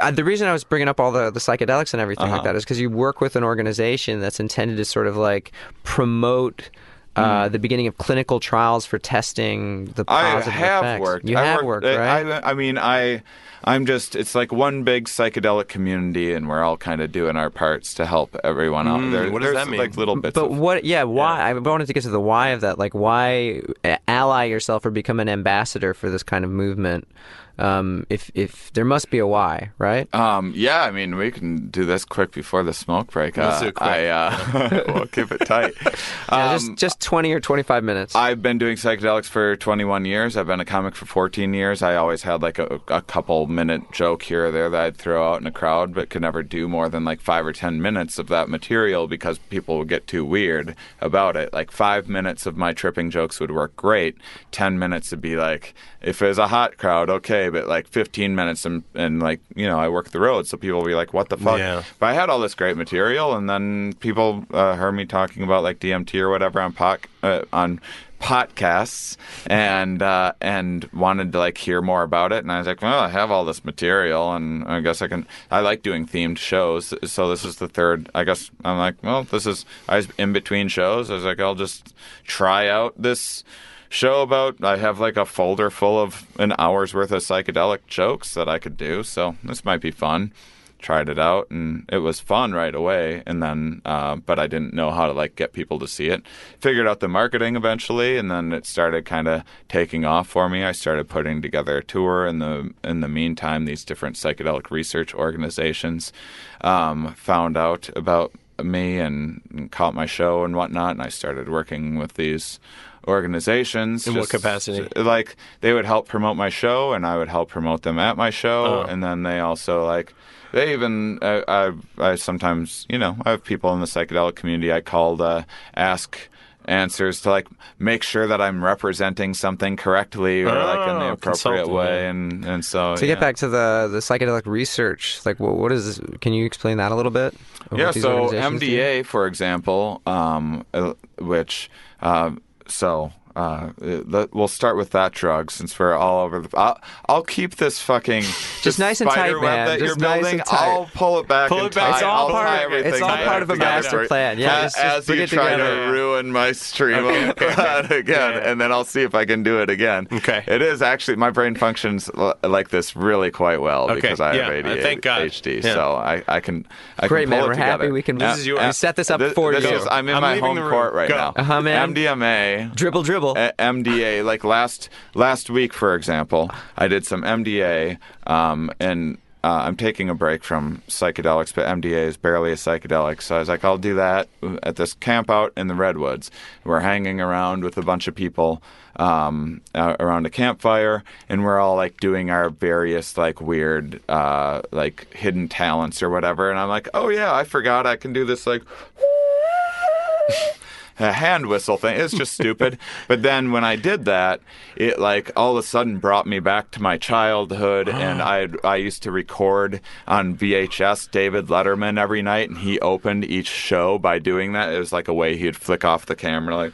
S3: uh, the reason I was bringing up all the, the psychedelics and everything
S6: Uh-huh.
S3: like that is because you work with an organization that's intended to sort of like promote. Uh, the beginning of clinical trials for testing the
S6: Hmm. I
S3: positive
S6: have
S3: effects.
S6: worked.
S3: You
S6: I
S3: have worked, right?
S6: I, I mean, I, I'm just. It's like one big psychedelic community, and we're all kind of doing our parts to help everyone
S3: Mm,
S6: out. there,
S2: what does
S6: there's
S2: that mean?
S6: Like little bits.
S3: But
S6: of-
S3: what? Yeah, why? I wanted to get to the why of that. Like, why uh, ally yourself or become an ambassador for this kind of movement? Um, if if there must be a why, right?
S6: Um, yeah, I mean, we can do this quick before the smoke break.
S2: Let's
S6: Uh,
S2: do it quick.
S6: I, uh, we'll keep it tight.
S3: Yeah,
S6: Um,
S3: just just twenty or twenty five minutes.
S6: I've been doing psychedelics for 21 years. I've been a comic for 14 years. I always had like a, a couple minute joke here or there that I'd throw out in a crowd, but could never do more than like five or 10 minutes of that material because people would get too weird about it. Like five minutes of my tripping jokes would work great. 10 minutes would be like, if it was a hot crowd, okay, but like 15 minutes and, and like, you know, I work the road. So people would be like, what the fuck?
S2: Yeah.
S6: But I had all this great material, and then people uh, heard me talking about like DMT or whatever on poc- uh, on podcasts, and uh, and wanted to like hear more about it. And I was like, well, I have all this material, and I guess I can. I like doing themed shows, so this is the third. I guess I'm like, well, this is. I was in between shows. I was like, I'll just try out this show about I have like a folder full of an hour's worth of psychedelic jokes that I could do. So this might be fun. Tried it out and it was fun right away. And then, uh, but I didn't know how to like get people to see it. Figured out the marketing eventually, and then it started kind of taking off for me. I started putting together a tour in the in the meantime. These different psychedelic research organizations um, found out about me and, and caught my show and whatnot. And I started working with these organizations. In
S2: what capacity?
S6: Like they would help promote my show, and I would help promote them at my show, and then they also like they even I, I I sometimes you know I have people in the psychedelic community I call to ask answers to like make sure that I'm representing something correctly or like in the
S2: Oh,
S6: appropriate
S2: consultant,
S6: way,
S2: yeah.
S6: and and so
S3: To
S6: yeah.
S3: get back to the the psychedelic research, like what, what is? Can you explain that a little bit? Of
S6: Yeah,
S3: what these
S6: so
S3: organizations do?
S6: MDA, for example, um, uh, which uh, so Uh, let- we'll start with that drug since we're all over the. I'll, I'll keep this fucking this
S3: nice and
S6: spider
S3: tight,
S6: web
S3: man.
S6: That
S3: Just
S6: you're
S3: nice
S6: building.
S3: and tight.
S6: I'll pull it back.
S2: Pull
S6: and
S2: it back.
S6: tie
S2: It's
S6: it.
S2: all
S6: I'll tie
S2: part-
S6: everything
S3: it's all
S6: back
S3: part of a
S6: together.
S3: master plan. Yeah,
S6: As-
S3: just- just
S6: as
S3: bring
S6: you
S3: it
S6: try
S3: together.
S6: to ruin my stream, I'll do that again, and then I'll see if I can do it again.
S2: Okay.
S6: It is actually my brain functions l- like this really quite well
S2: Okay,
S6: because I have
S2: yeah,
S3: Uh,
S6: ADHD.
S2: thank God. Yeah.
S6: So I, I can. I
S3: Great
S6: can pull
S3: man,
S6: it
S3: we're
S6: together.
S3: happy we can.
S6: Yeah.
S3: This is your- we set this up
S6: This-
S3: for
S6: this
S3: you.
S6: is- I'm in
S2: I'm
S6: my
S2: leaving
S6: home
S2: the room.
S6: court right
S2: Go.
S6: now.
S3: Uh-huh, man.
S6: MDMA.
S3: dribble, dribble.
S6: A- MDA. Like last last week, for example, I did some MDA, um, and uh, I'm taking a break from psychedelics, but MDA is barely a psychedelic. So I was like, I'll do that at this camp out in the redwoods. We're hanging around with a bunch of people um, uh, around a campfire, and we're all like doing our various like weird uh, like hidden talents or whatever. And I'm like, oh yeah, I forgot I can do this like a hand whistle thing. It's just stupid. but then when I did that, it like all of a sudden brought me back to my childhood, and I I used to record on VHS David Letterman every night, and he opened each show by doing that. It was like a way he'd flick off the camera like.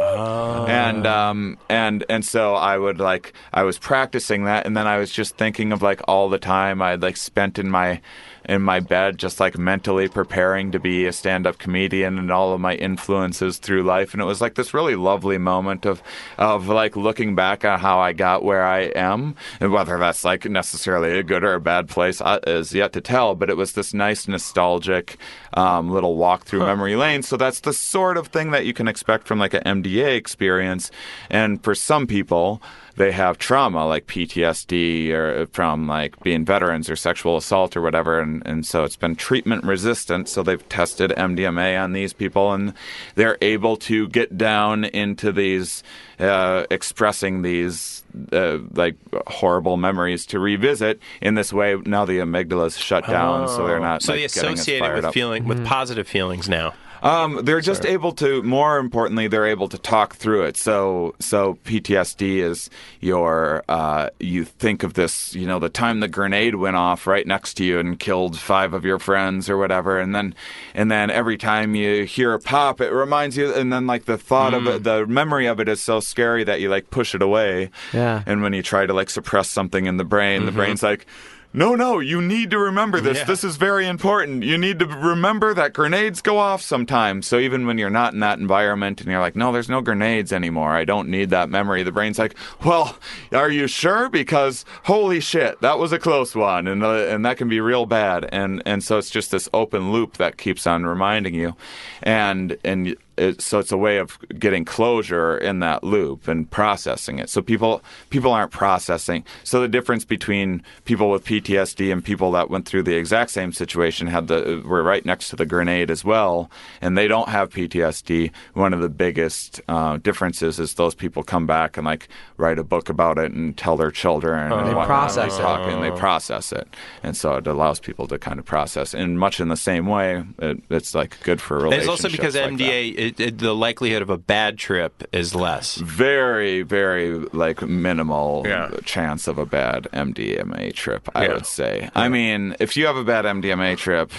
S6: And um and and so I would like I was practicing that and then I was just thinking of like all the time I'd like spent in my in my bed just like mentally preparing to be a stand-up comedian and all of my influences through life and it was like this really lovely moment of of like looking back on how I got where I am and whether that's like necessarily a good or a bad place uh, is yet to tell but it was this nice nostalgic um, little walk through memory lane so that's the sort of thing that you can expect from like an MDA experience and for some people they have trauma like PTSD or uh, from like being veterans or sexual assault or whatever and, and so it's been treatment resistant so they've tested MDMA on these people and they're able to get down into these uh, expressing these uh, like horrible memories to revisit in this way now the amygdala's shut down so they're not
S2: Oh. So
S6: like,
S2: they
S6: getting as
S2: associate it
S6: fired
S2: with
S6: up.
S2: feeling
S3: Mm-hmm.
S2: with positive feelings now.
S6: Um, they're just able to. More importantly, they're able to talk through it. So, so PTSD is your. Uh, you think of this. You know, the time the grenade went off right next to you and killed five of your friends or whatever, and then, and then every time you hear a pop, it reminds you. And then, like the thought of it, the memory of it is so scary that you like push it away.
S3: Yeah.
S6: And when you try to like suppress something in the brain, the brain's like. No, no, you need to remember this.
S2: Yeah.
S6: This is very important. You need to remember that grenades go off sometimes. So even when you're not in that environment and you're like, no, there's no grenades anymore. I don't need that memory. The brain's like, well, are you sure? Because holy shit, that was a close one, and uh, and that can be real bad. And and so it's just this open loop that keeps on reminding you, and and. It, so it's a way of getting closure in that loop and processing it. So people people aren't processing. So the difference between people with PTSD and people that went through the exact same situation had the were right next to the grenade as well, and they don't have PTSD. One of the biggest uh, differences is those people come back and like write a book about it and tell their children and whatnot.
S3: process
S6: They
S3: it. Oh.
S6: talk and they process it, and so it allows people to kind of process. And much in the same way, it, it's like good for
S2: And it's
S6: relationships.
S2: also because
S6: like that.
S2: MDA, it, it, the likelihood of a bad trip is less.
S6: very very like minimal
S2: Yeah.
S6: chance of a bad MDMA trip I
S2: Yeah.
S6: would say I mean if you have a bad MDMA trip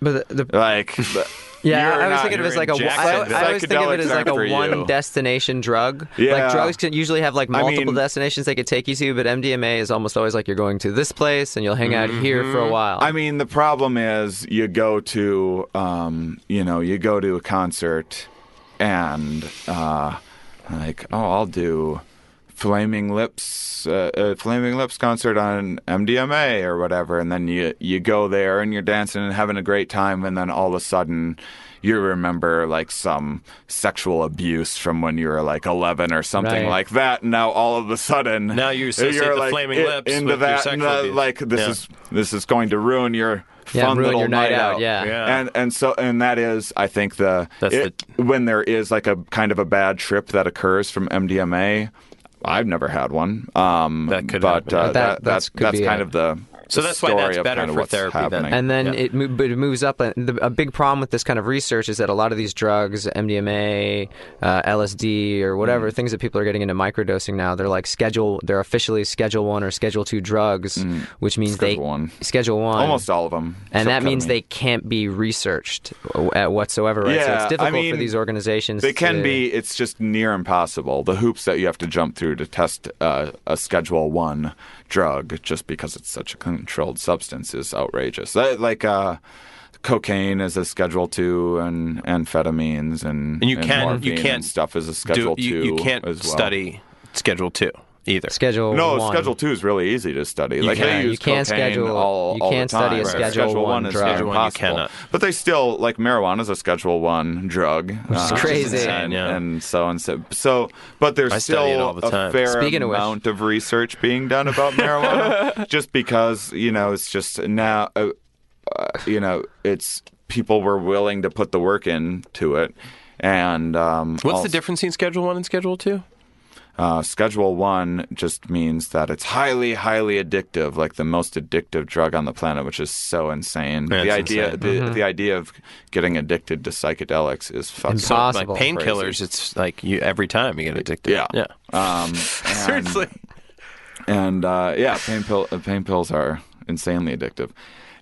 S3: But the, the,
S6: like
S3: yeah,
S6: you're
S3: I was
S6: not-
S3: thinking of it as
S6: you're
S3: like a.
S6: in
S3: I,
S6: Jacksonville.
S3: I always think of it as like
S6: Psychedelics aren't for
S3: a
S6: you.
S3: one destination drug.
S6: Yeah.
S3: Like drugs can usually have like
S6: I
S3: multiple
S6: mean-
S3: destinations they could take you to, but MDMA is almost always like you're going to this place and you'll hang out here
S6: Mm-hmm.
S3: for a while.
S6: I mean, the problem is you go to, um, you know, you go to a concert and uh, like, oh, I'll do Flaming Lips, uh, a Flaming Lips concert on MDMA or whatever, and then you you go there and you're dancing and having a great time, and then all of a sudden. You remember like some sexual abuse from when you were like 11 or something
S3: Right.
S6: like that. And now all of a sudden,
S2: Now you associate
S6: you're,
S2: the
S6: like,
S2: Flaming
S6: i-
S2: Lips
S6: into
S2: with your
S6: that, and,
S2: sexual
S6: uh,
S2: abuse.
S6: like this
S2: Yeah.
S6: is this is going to ruin your
S3: Yeah,
S6: fun
S3: ruin
S6: little
S3: your night out, yeah.
S2: Yeah.
S6: and and so and that is, I think the,
S2: That's
S6: it- when there is like a kind of a bad trip that occurs from MDMA. I've never had one. Um,
S2: That could
S6: but
S2: happen.
S6: uh,
S3: But that-
S6: that,
S3: that's-
S6: that's
S3: could
S6: that's
S3: be
S6: kind
S3: it.
S6: of the
S2: So
S6: the
S2: that's why that's
S6: story of
S2: better
S6: kind of
S2: for
S6: what's
S2: therapy then.
S6: happening.
S3: and then
S2: Yeah.
S3: it, mo- but it moves up. And the, a big problem with this kind of research is that a lot of these drugs, MDMA, uh, LSD, or whatever
S6: Mm.
S3: things that people are getting into microdosing now, they're like schedule. They're officially Schedule One or Schedule Two drugs, which means they
S6: Mm. Schedule I.
S3: Schedule One
S6: Almost all of them.
S3: And that
S6: except
S3: means
S6: ketamine.
S3: they can't be researched w- at whatsoever, right? so
S6: Yeah,
S3: it's
S6: I
S3: difficult for
S6: mean,
S3: these organizations.
S6: They can
S3: to-
S6: be. It's just near impossible. The hoops that you have to jump through to test uh, a Schedule One drug, just because it's such a controlled substance, is outrageous. That- like uh, cocaine is a Schedule Two, and amphetamines and
S2: And you can't- you
S6: morphine and
S2: can't
S6: stuff is a
S2: Do,
S6: Schedule
S2: you,
S6: Two.
S2: you can't
S6: as well.
S2: study Schedule Two either.
S3: Schedule
S6: No,
S3: one.
S6: Schedule Two is really easy to study. like
S2: can.
S6: they use
S3: You can't
S6: cocaine
S3: schedule-
S6: all,
S3: you
S6: all
S3: can't
S6: the time.
S3: study a Schedule one
S6: is
S3: drug.
S2: Schedule one you
S6: impossible.
S2: cannot.
S6: But they still like marijuana is a Schedule One drug, uh, which
S3: is crazy.
S2: insane,
S6: and,
S2: yeah.
S6: and so and so. So, but there's
S2: I study it
S6: still
S2: all the
S6: a
S2: time.
S6: fair
S3: Speaking of which-
S6: amount of, research being done about marijuana, just because you know it's just now. Uh, uh, you know, it's people were willing to put the work into it. And um,
S2: What's
S6: also-
S2: the difference between Schedule One and Schedule Two?
S6: uh, schedule one just means that it's highly, highly addictive, like the most addictive drug on the planet, which is so insane.
S2: Yeah,
S6: the
S2: it's
S6: idea,
S2: insane.
S6: The, the idea of getting addicted to psychedelics is fucking
S2: So like
S3: Possible.
S2: painkillers, it's like you every time you get addicted.
S6: Yeah,
S2: yeah.
S6: Um, and,
S2: Seriously,
S6: and uh, yeah, pain pill, uh, pain pills are insanely addictive,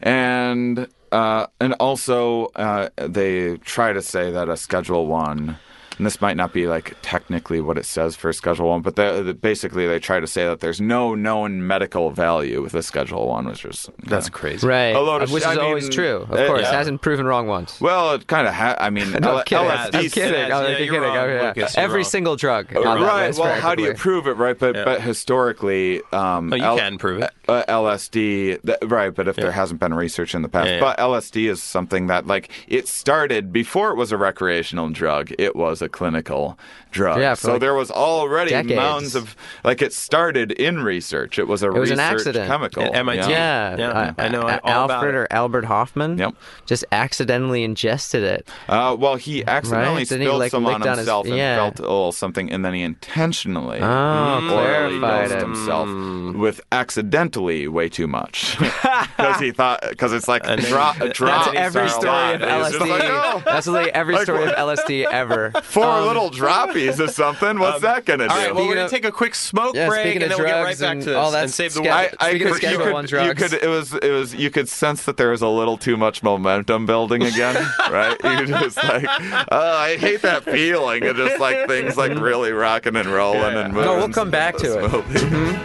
S6: and uh, and also uh, they try to say that a Schedule One. And this might not be like technically what it says for Schedule One, but they, they- basically they try to say that there's no known medical value with a Schedule One, which is
S2: that's crazy.
S3: Right.
S6: A load of
S3: which
S6: sh-
S3: is
S6: I
S3: always
S6: mean,
S3: true. Of
S6: uh,
S3: course.
S6: yeah.
S3: Hasn't proven wrong once.
S6: Well, it kind of ha- I mean,
S3: No, I'm
S6: L-
S3: kidding.
S6: LSD
S3: I'm kidding.
S2: says-
S3: I'm
S2: yeah,
S3: kidding.
S2: you're wrong,
S3: I'm kidding.
S2: Lucas, you're
S3: Every
S2: wrong.
S3: single drug. on that
S6: Right.
S3: list,
S6: Well, how do you
S3: practically.
S6: prove it, right? But but historically, um,
S2: Oh, you
S6: L-
S2: can prove it.
S6: uh, LSD, th- right? But if there hasn't been research in the past,
S2: yeah.
S6: but LSD is something that like it started before it was a recreational drug. It was a clinical drug.
S3: Yeah, for,
S6: so
S3: like,
S6: there was already
S3: decades.
S6: mounds of like it started in research. It was a
S3: It was an
S6: research
S3: accident.
S6: chemical.
S2: At MIT.
S3: Yeah,
S6: Yeah.
S2: Yeah, I know all about
S3: Alfred
S2: it.
S3: or Albert Hoffman.
S6: Yep.
S3: Just accidentally ingested it.
S6: Uh, well, he accidentally
S3: Right? Then he,
S6: spilled
S3: like,
S6: some on
S3: licked on his-
S6: himself and
S3: yeah.
S6: felt a little something, and then he intentionally Mm,
S3: Oh,
S6: orally
S3: clarified
S6: dosed
S3: it. Hmm.
S6: himself with accidentally way too much because he thought because it's like
S2: then-
S6: drop a drop.
S3: That's every
S6: is our
S3: story of
S6: lot. It's just
S3: LSD.
S6: Like, oh,
S3: That's like every
S6: Like,
S3: story of LSD ever. Um,
S6: four little droppies of something. What's that gonna do?
S2: All right, well, we're
S3: Speaking
S2: gonna
S3: of-
S2: take a quick smoke
S3: Yeah,
S2: break,
S3: speaking
S2: and
S3: of
S2: then we'll get right
S3: drugs
S2: back
S3: and
S2: to this
S3: all that
S2: and save the
S3: sketch-
S2: world.
S6: I, I
S3: Speaking of
S6: could, you
S3: Schedule
S6: could,
S3: One
S6: you
S3: drugs.
S6: could, it was, it was, you could sense that there was a little too much momentum building again, right? You just like, oh, I hate that feeling of just like things like really rocking and rolling and moving.
S3: No, we'll come back to it.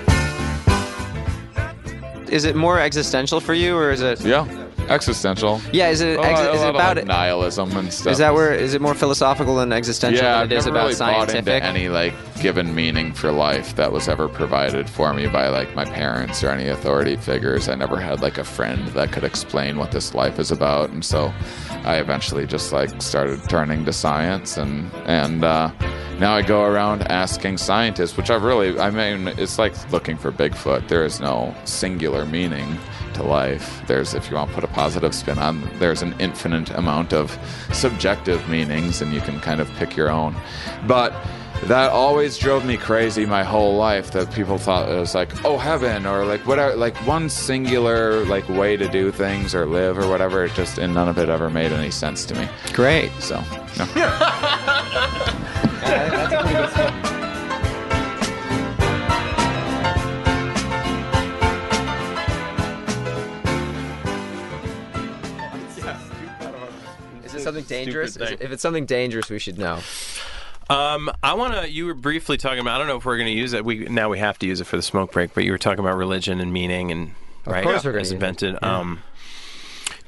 S3: Is it more existential for you, or is it?
S6: Yeah, existential. Oh,
S3: Yeah, is it? exi- is it about it?
S6: nihilism and stuff?
S3: Is that where? Is it more philosophical and existential
S6: Yeah,
S3: than
S6: I've
S3: it is
S6: never
S3: about
S6: really bought
S3: scientific?
S6: into any like given meaning for life that was ever provided for me by like my parents or any authority figures. I never had like a friend that could explain what this life is about, and so I eventually just like started turning to science and and uh, now I go around asking scientists, which I really, I mean, it's like looking for Bigfoot. There is no singular meaning to life. There's, if you want to put a positive spin on, there's an infinite amount of subjective meanings, and you can kind of pick your own. But that always drove me crazy my whole life. That people thought it was like, oh, heaven, or like whatever, like one singular like way to do things or live or whatever. It just, and none of it ever made any sense to me.
S3: Great.
S6: So, no.
S3: Is it something dangerous?
S2: Is it-
S3: if it's something dangerous, we should know.
S2: Um, I want to. You were briefly talking about. I don't know if we're going to use it. We now we have to use it for the smoke break. But you were talking about religion and meaning and right.
S3: course we're gonna
S2: It's
S3: use it.
S2: invented. Um,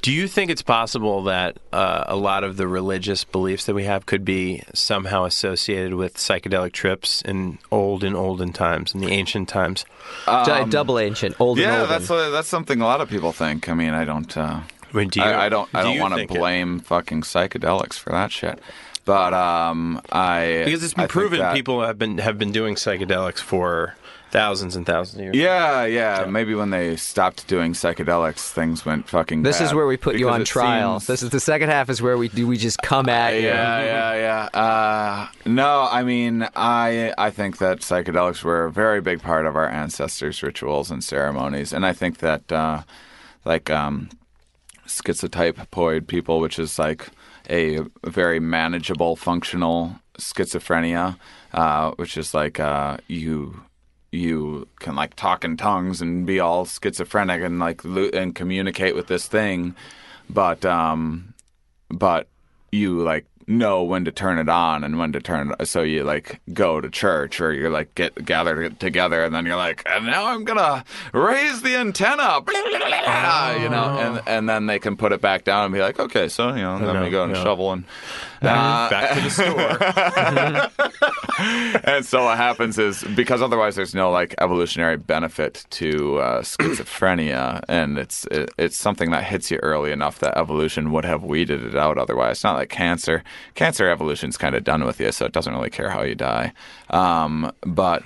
S2: do you think it's possible that uh, a lot of the religious beliefs that we have could be somehow associated with psychedelic trips in old and olden times, in the ancient times?
S3: Double ancient, old and
S6: Yeah,
S3: olden.
S6: that's what, that's something a lot of people think. I mean, I don't. Uh,
S2: I mean, do you?
S6: I, I don't. I
S2: do
S6: don't
S2: you
S6: want to
S2: think it-
S6: blame fucking psychedelics for that shit. But um, I
S2: because it's been
S6: I think
S2: proven
S6: that-
S2: people have been have been doing psychedelics for thousands and thousands of years.
S6: Yeah, yeah. Maybe when they stopped doing psychedelics, things went fucking.
S3: This is
S6: bad,
S3: where we put you
S6: because
S3: on
S6: it
S3: trial.
S6: seems-
S3: This is the second half. Is where we do we just come at you.
S6: yeah, yeah, yeah. Uh, no, I mean, I I think that psychedelics were a very big part of our ancestors' rituals and ceremonies, and I think that uh, like um, schizotypoid people, which is like a very manageable functional schizophrenia, uh, which is like uh, you you can like talk in tongues and be all schizophrenic and like lo- and communicate with this thing, but um, but you like know when to turn it on and when to turn it so you like go to church or you're like get gathered together and then you're like and now i'm gonna raise the antenna you
S2: Oh.
S6: know and and then they can put it back down and be like okay so you know then we go and shovel and uh,
S2: Back to the store.
S6: and so what happens is because otherwise there's no like evolutionary benefit to uh, schizophrenia, and it's it, it's something that hits you early enough that evolution would have weeded it out. Otherwise, it's not like cancer. Cancer evolution's kind of done with you, so it doesn't really care how you die. Um, but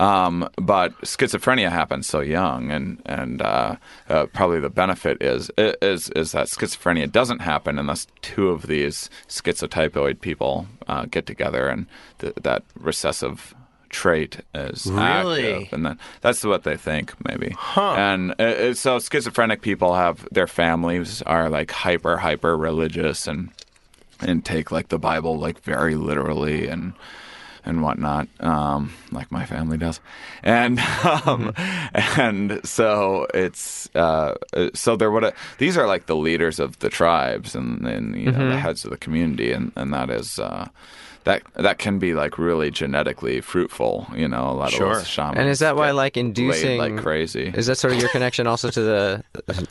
S6: um, but schizophrenia happens so young, and and uh, uh, probably the benefit is is is that schizophrenia doesn't happen unless two of these schizotypoid people uh, get together, and th- that recessive trait is
S2: Really?
S6: active, and then that's what they think maybe. And uh, uh, so schizophrenic people have their families are like hyper hyper religious and and take like the Bible like very literally and and whatnot, um, like my family does, and um,
S3: Mm-hmm.
S6: and so it's uh, uh, so they're what these are like the leaders of the tribes and and you know the
S3: Mm-hmm.
S6: heads of the community, and and that is. Uh, that, that can be like really genetically fruitful, you know. A lot
S2: Sure.
S6: of those shamans.
S3: And is that why
S6: get
S3: like inducing
S6: laid like crazy?
S3: Is that sort of your connection also to the?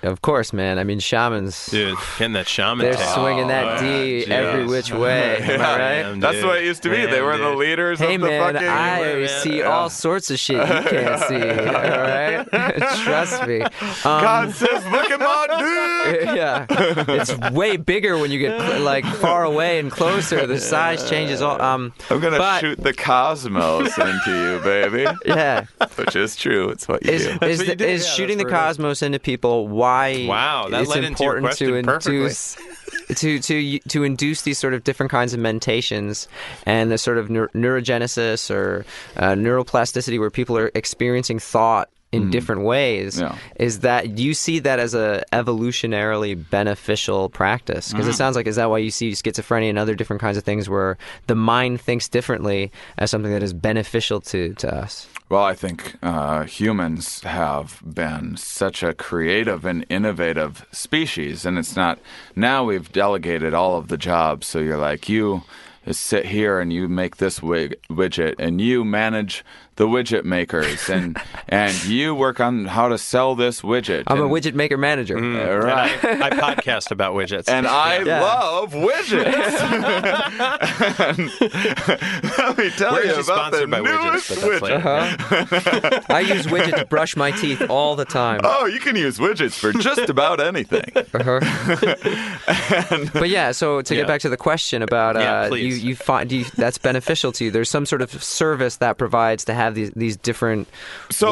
S3: Of course, man. I mean, shamans.
S2: Dude, getting that shaman
S3: They're
S2: tech.
S3: swinging
S6: Oh,
S3: that D
S2: geez.
S3: every which way. Am I right?
S2: Damn,
S6: That's
S2: dude.
S6: the way it used to be. they
S2: Damn,
S6: were the
S2: dude.
S6: leaders
S3: Hey
S6: of the
S3: man,
S6: fucking.
S3: I
S2: man.
S3: see all sorts of shit you can't see. All right, trust me. Um,
S6: God says, look at my dude.
S3: yeah, it's way bigger when you get like far away and closer. The size changes all. Um,
S6: I'm gonna
S3: but-
S6: shoot the cosmos into you, baby.
S3: Yeah,
S6: Which is true. It's what you
S3: is
S6: do.
S3: is,
S2: what you
S3: the,
S2: do.
S3: is
S2: Yeah,
S3: shooting the
S2: that's where it is.
S3: cosmos into people? Why?
S2: Wow, that
S3: it's
S2: led into your
S3: important to
S2: question
S3: induce. To, to to induce these sort of different kinds of mentations and the sort of neur- neurogenesis or uh, neuroplasticity where people are experiencing thought in
S2: Mm-hmm.
S3: different ways
S6: Yeah.
S3: is that you see that as a evolutionarily beneficial practice
S2: Mm.
S3: because it sounds like is that why you see schizophrenia and other different kinds of things where the mind thinks differently as something that is beneficial to to us
S6: Well, I think uh, humans have been such a creative and innovative species, and it's not now we've delegated all of the jobs. So you're like, you sit here and you make this wig- widget, and you manage the widget makers, and and you work on how to sell this widget.
S3: I'm a
S6: and-
S3: widget maker manager
S2: Mm.
S3: Uh,
S6: All right.
S2: I podcast about widgets.
S6: and I
S3: Yeah.
S6: love widgets. And let me tell
S2: We're
S6: you
S2: actually
S6: about the
S2: sponsored by widgets,
S6: newest
S2: but
S6: widget.
S2: that's like
S3: I use widget to brush my teeth all the time. Uh-huh.
S6: Oh, you can use widgets for just about anything.
S3: But yeah, so to get back to the question about uh,
S2: Yeah,
S3: you,
S2: please.
S3: you find do you, that's beneficial to you. There's some sort of service that provides to have these these different
S6: so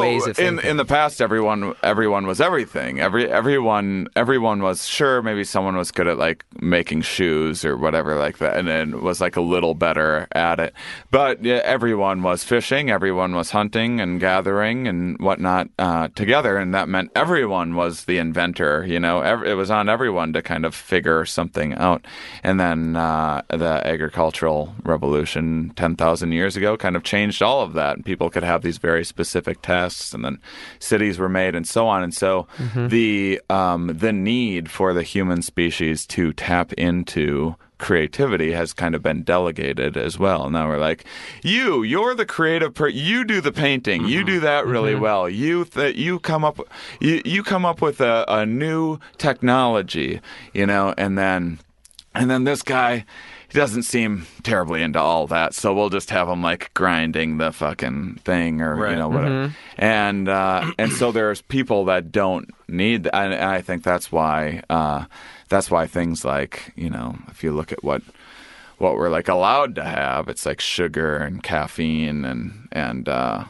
S3: ways of
S6: in
S3: thinking.
S6: in the past everyone everyone was everything every everyone everyone was sure maybe someone was good at like making shoes or whatever like that and then was like a little better at it but yeah, everyone was fishing everyone was hunting and gathering and whatnot uh, together and that meant everyone was the inventor you know Ev- it was on everyone to kind of figure something out and then uh, the agricultural revolution 10,000 years ago kind of changed all of that and people could have these very specific tasks and then cities were made and so on and so the um, the need for the human species to tap into creativity has kind of been delegated as well now we're like you you're the creative per- you do the painting you do that really well you th- you come up you, you come up with a, a new technology you know and then and then this guy doesn't seem terribly into all that, so we'll just have him like grinding the fucking thing or
S2: Right.
S6: you know whatever. And uh, and so there's people that don't need, th- and and I think that's why uh, that's why things like you know if you look at what what we're like allowed to have, it's like sugar and caffeine and and uh,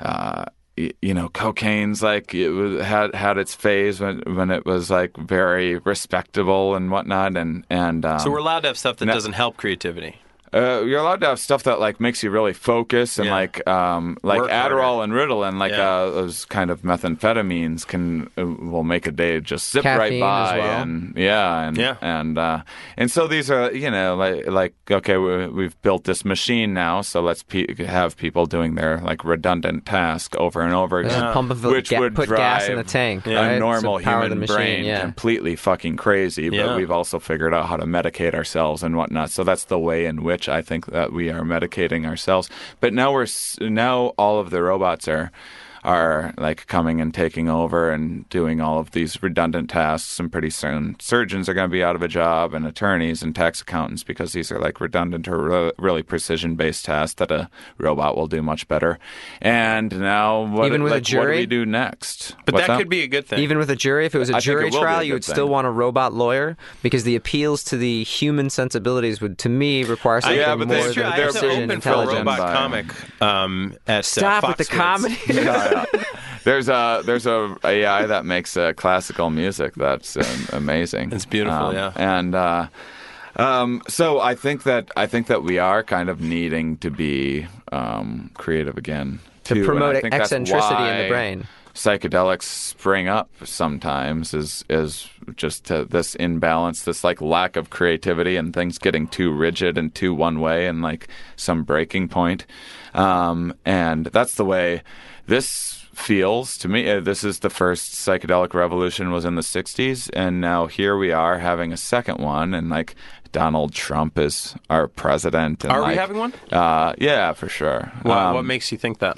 S6: uh, y- you know cocaine's like it was, had had its phase when when it was like very respectable and whatnot, and and um,
S2: So we're allowed to have stuff that
S6: No.
S2: doesn't help creativity.
S6: uh, you're allowed to have stuff that like makes you really focus and
S2: Yeah.
S6: like um, like
S2: Work harder.
S6: Adderall and Ritalin, like
S2: Yeah.
S6: uh, those kind of methamphetamines can uh, will make a day just zip
S3: Caffeine
S6: right
S3: as
S6: by
S3: well.
S6: and yeah and
S2: Yeah.
S6: and uh, and so these are you know like like okay we, we've built this machine now so let's pe- have people doing their like redundant task over and over
S3: Let's
S6: again
S3: just pump and fill-
S6: which
S3: ga-
S6: would
S3: put
S6: drive
S3: gas in the tank,
S6: a
S3: right?
S6: normal
S3: So power the
S6: human
S3: machine,
S6: brain
S3: yeah.
S6: completely fucking crazy but
S2: Yeah.
S6: we've also figured out how to medicate ourselves and whatnot so that's the way in which i think that we are medicating ourselves but now we're s- now all of the robots are are like coming and taking over and doing all of these redundant tasks and pretty soon surgeons are going to be out of a job and attorneys and tax accountants because these are like redundant or re- really precision based tasks that a robot will do much better and now what,
S3: Even with a
S6: like, what do
S3: jury?
S6: we do next
S2: But
S6: What's
S2: that, could be a good thing.
S3: Even with a jury, if it was a
S6: I think
S3: jury
S6: it will be a
S3: trial, you
S6: good
S3: would still
S6: thing.
S3: want a robot lawyer because the appeals to the human sensibilities would, to me, require something
S6: yeah, but
S3: more
S6: that's
S2: it's
S3: than
S2: true. I
S6: they're
S2: have to
S3: precision
S2: open for a
S3: intelligence.
S2: robot
S6: by-
S2: comic um, at
S3: Stop
S2: uh,
S3: with the
S2: Foxwoods.
S3: comedy.
S6: Yeah, yeah. There's a there's a AI that makes uh, classical music that's um, amazing.
S2: It's beautiful,
S6: Um,
S2: yeah.
S6: And uh, um, so I think that I think that we are kind of needing to be um, creative again
S3: To
S6: too, and I
S3: promote
S6: think that's
S3: eccentricity in the
S6: why
S3: brain.
S6: Psychedelics spring up sometimes is is just to this imbalance, this like lack of creativity and things getting too rigid and too one way and like some breaking point. Um, and that's the way this feels to me. Uh, This is the first psychedelic revolution was in the 60s, and now here we are having a second one, and like Donald Trump is our president. And,
S2: Are we
S6: like,
S2: having one?
S6: Uh, yeah, for sure.
S2: Wow,
S6: Um,
S2: what makes you think that?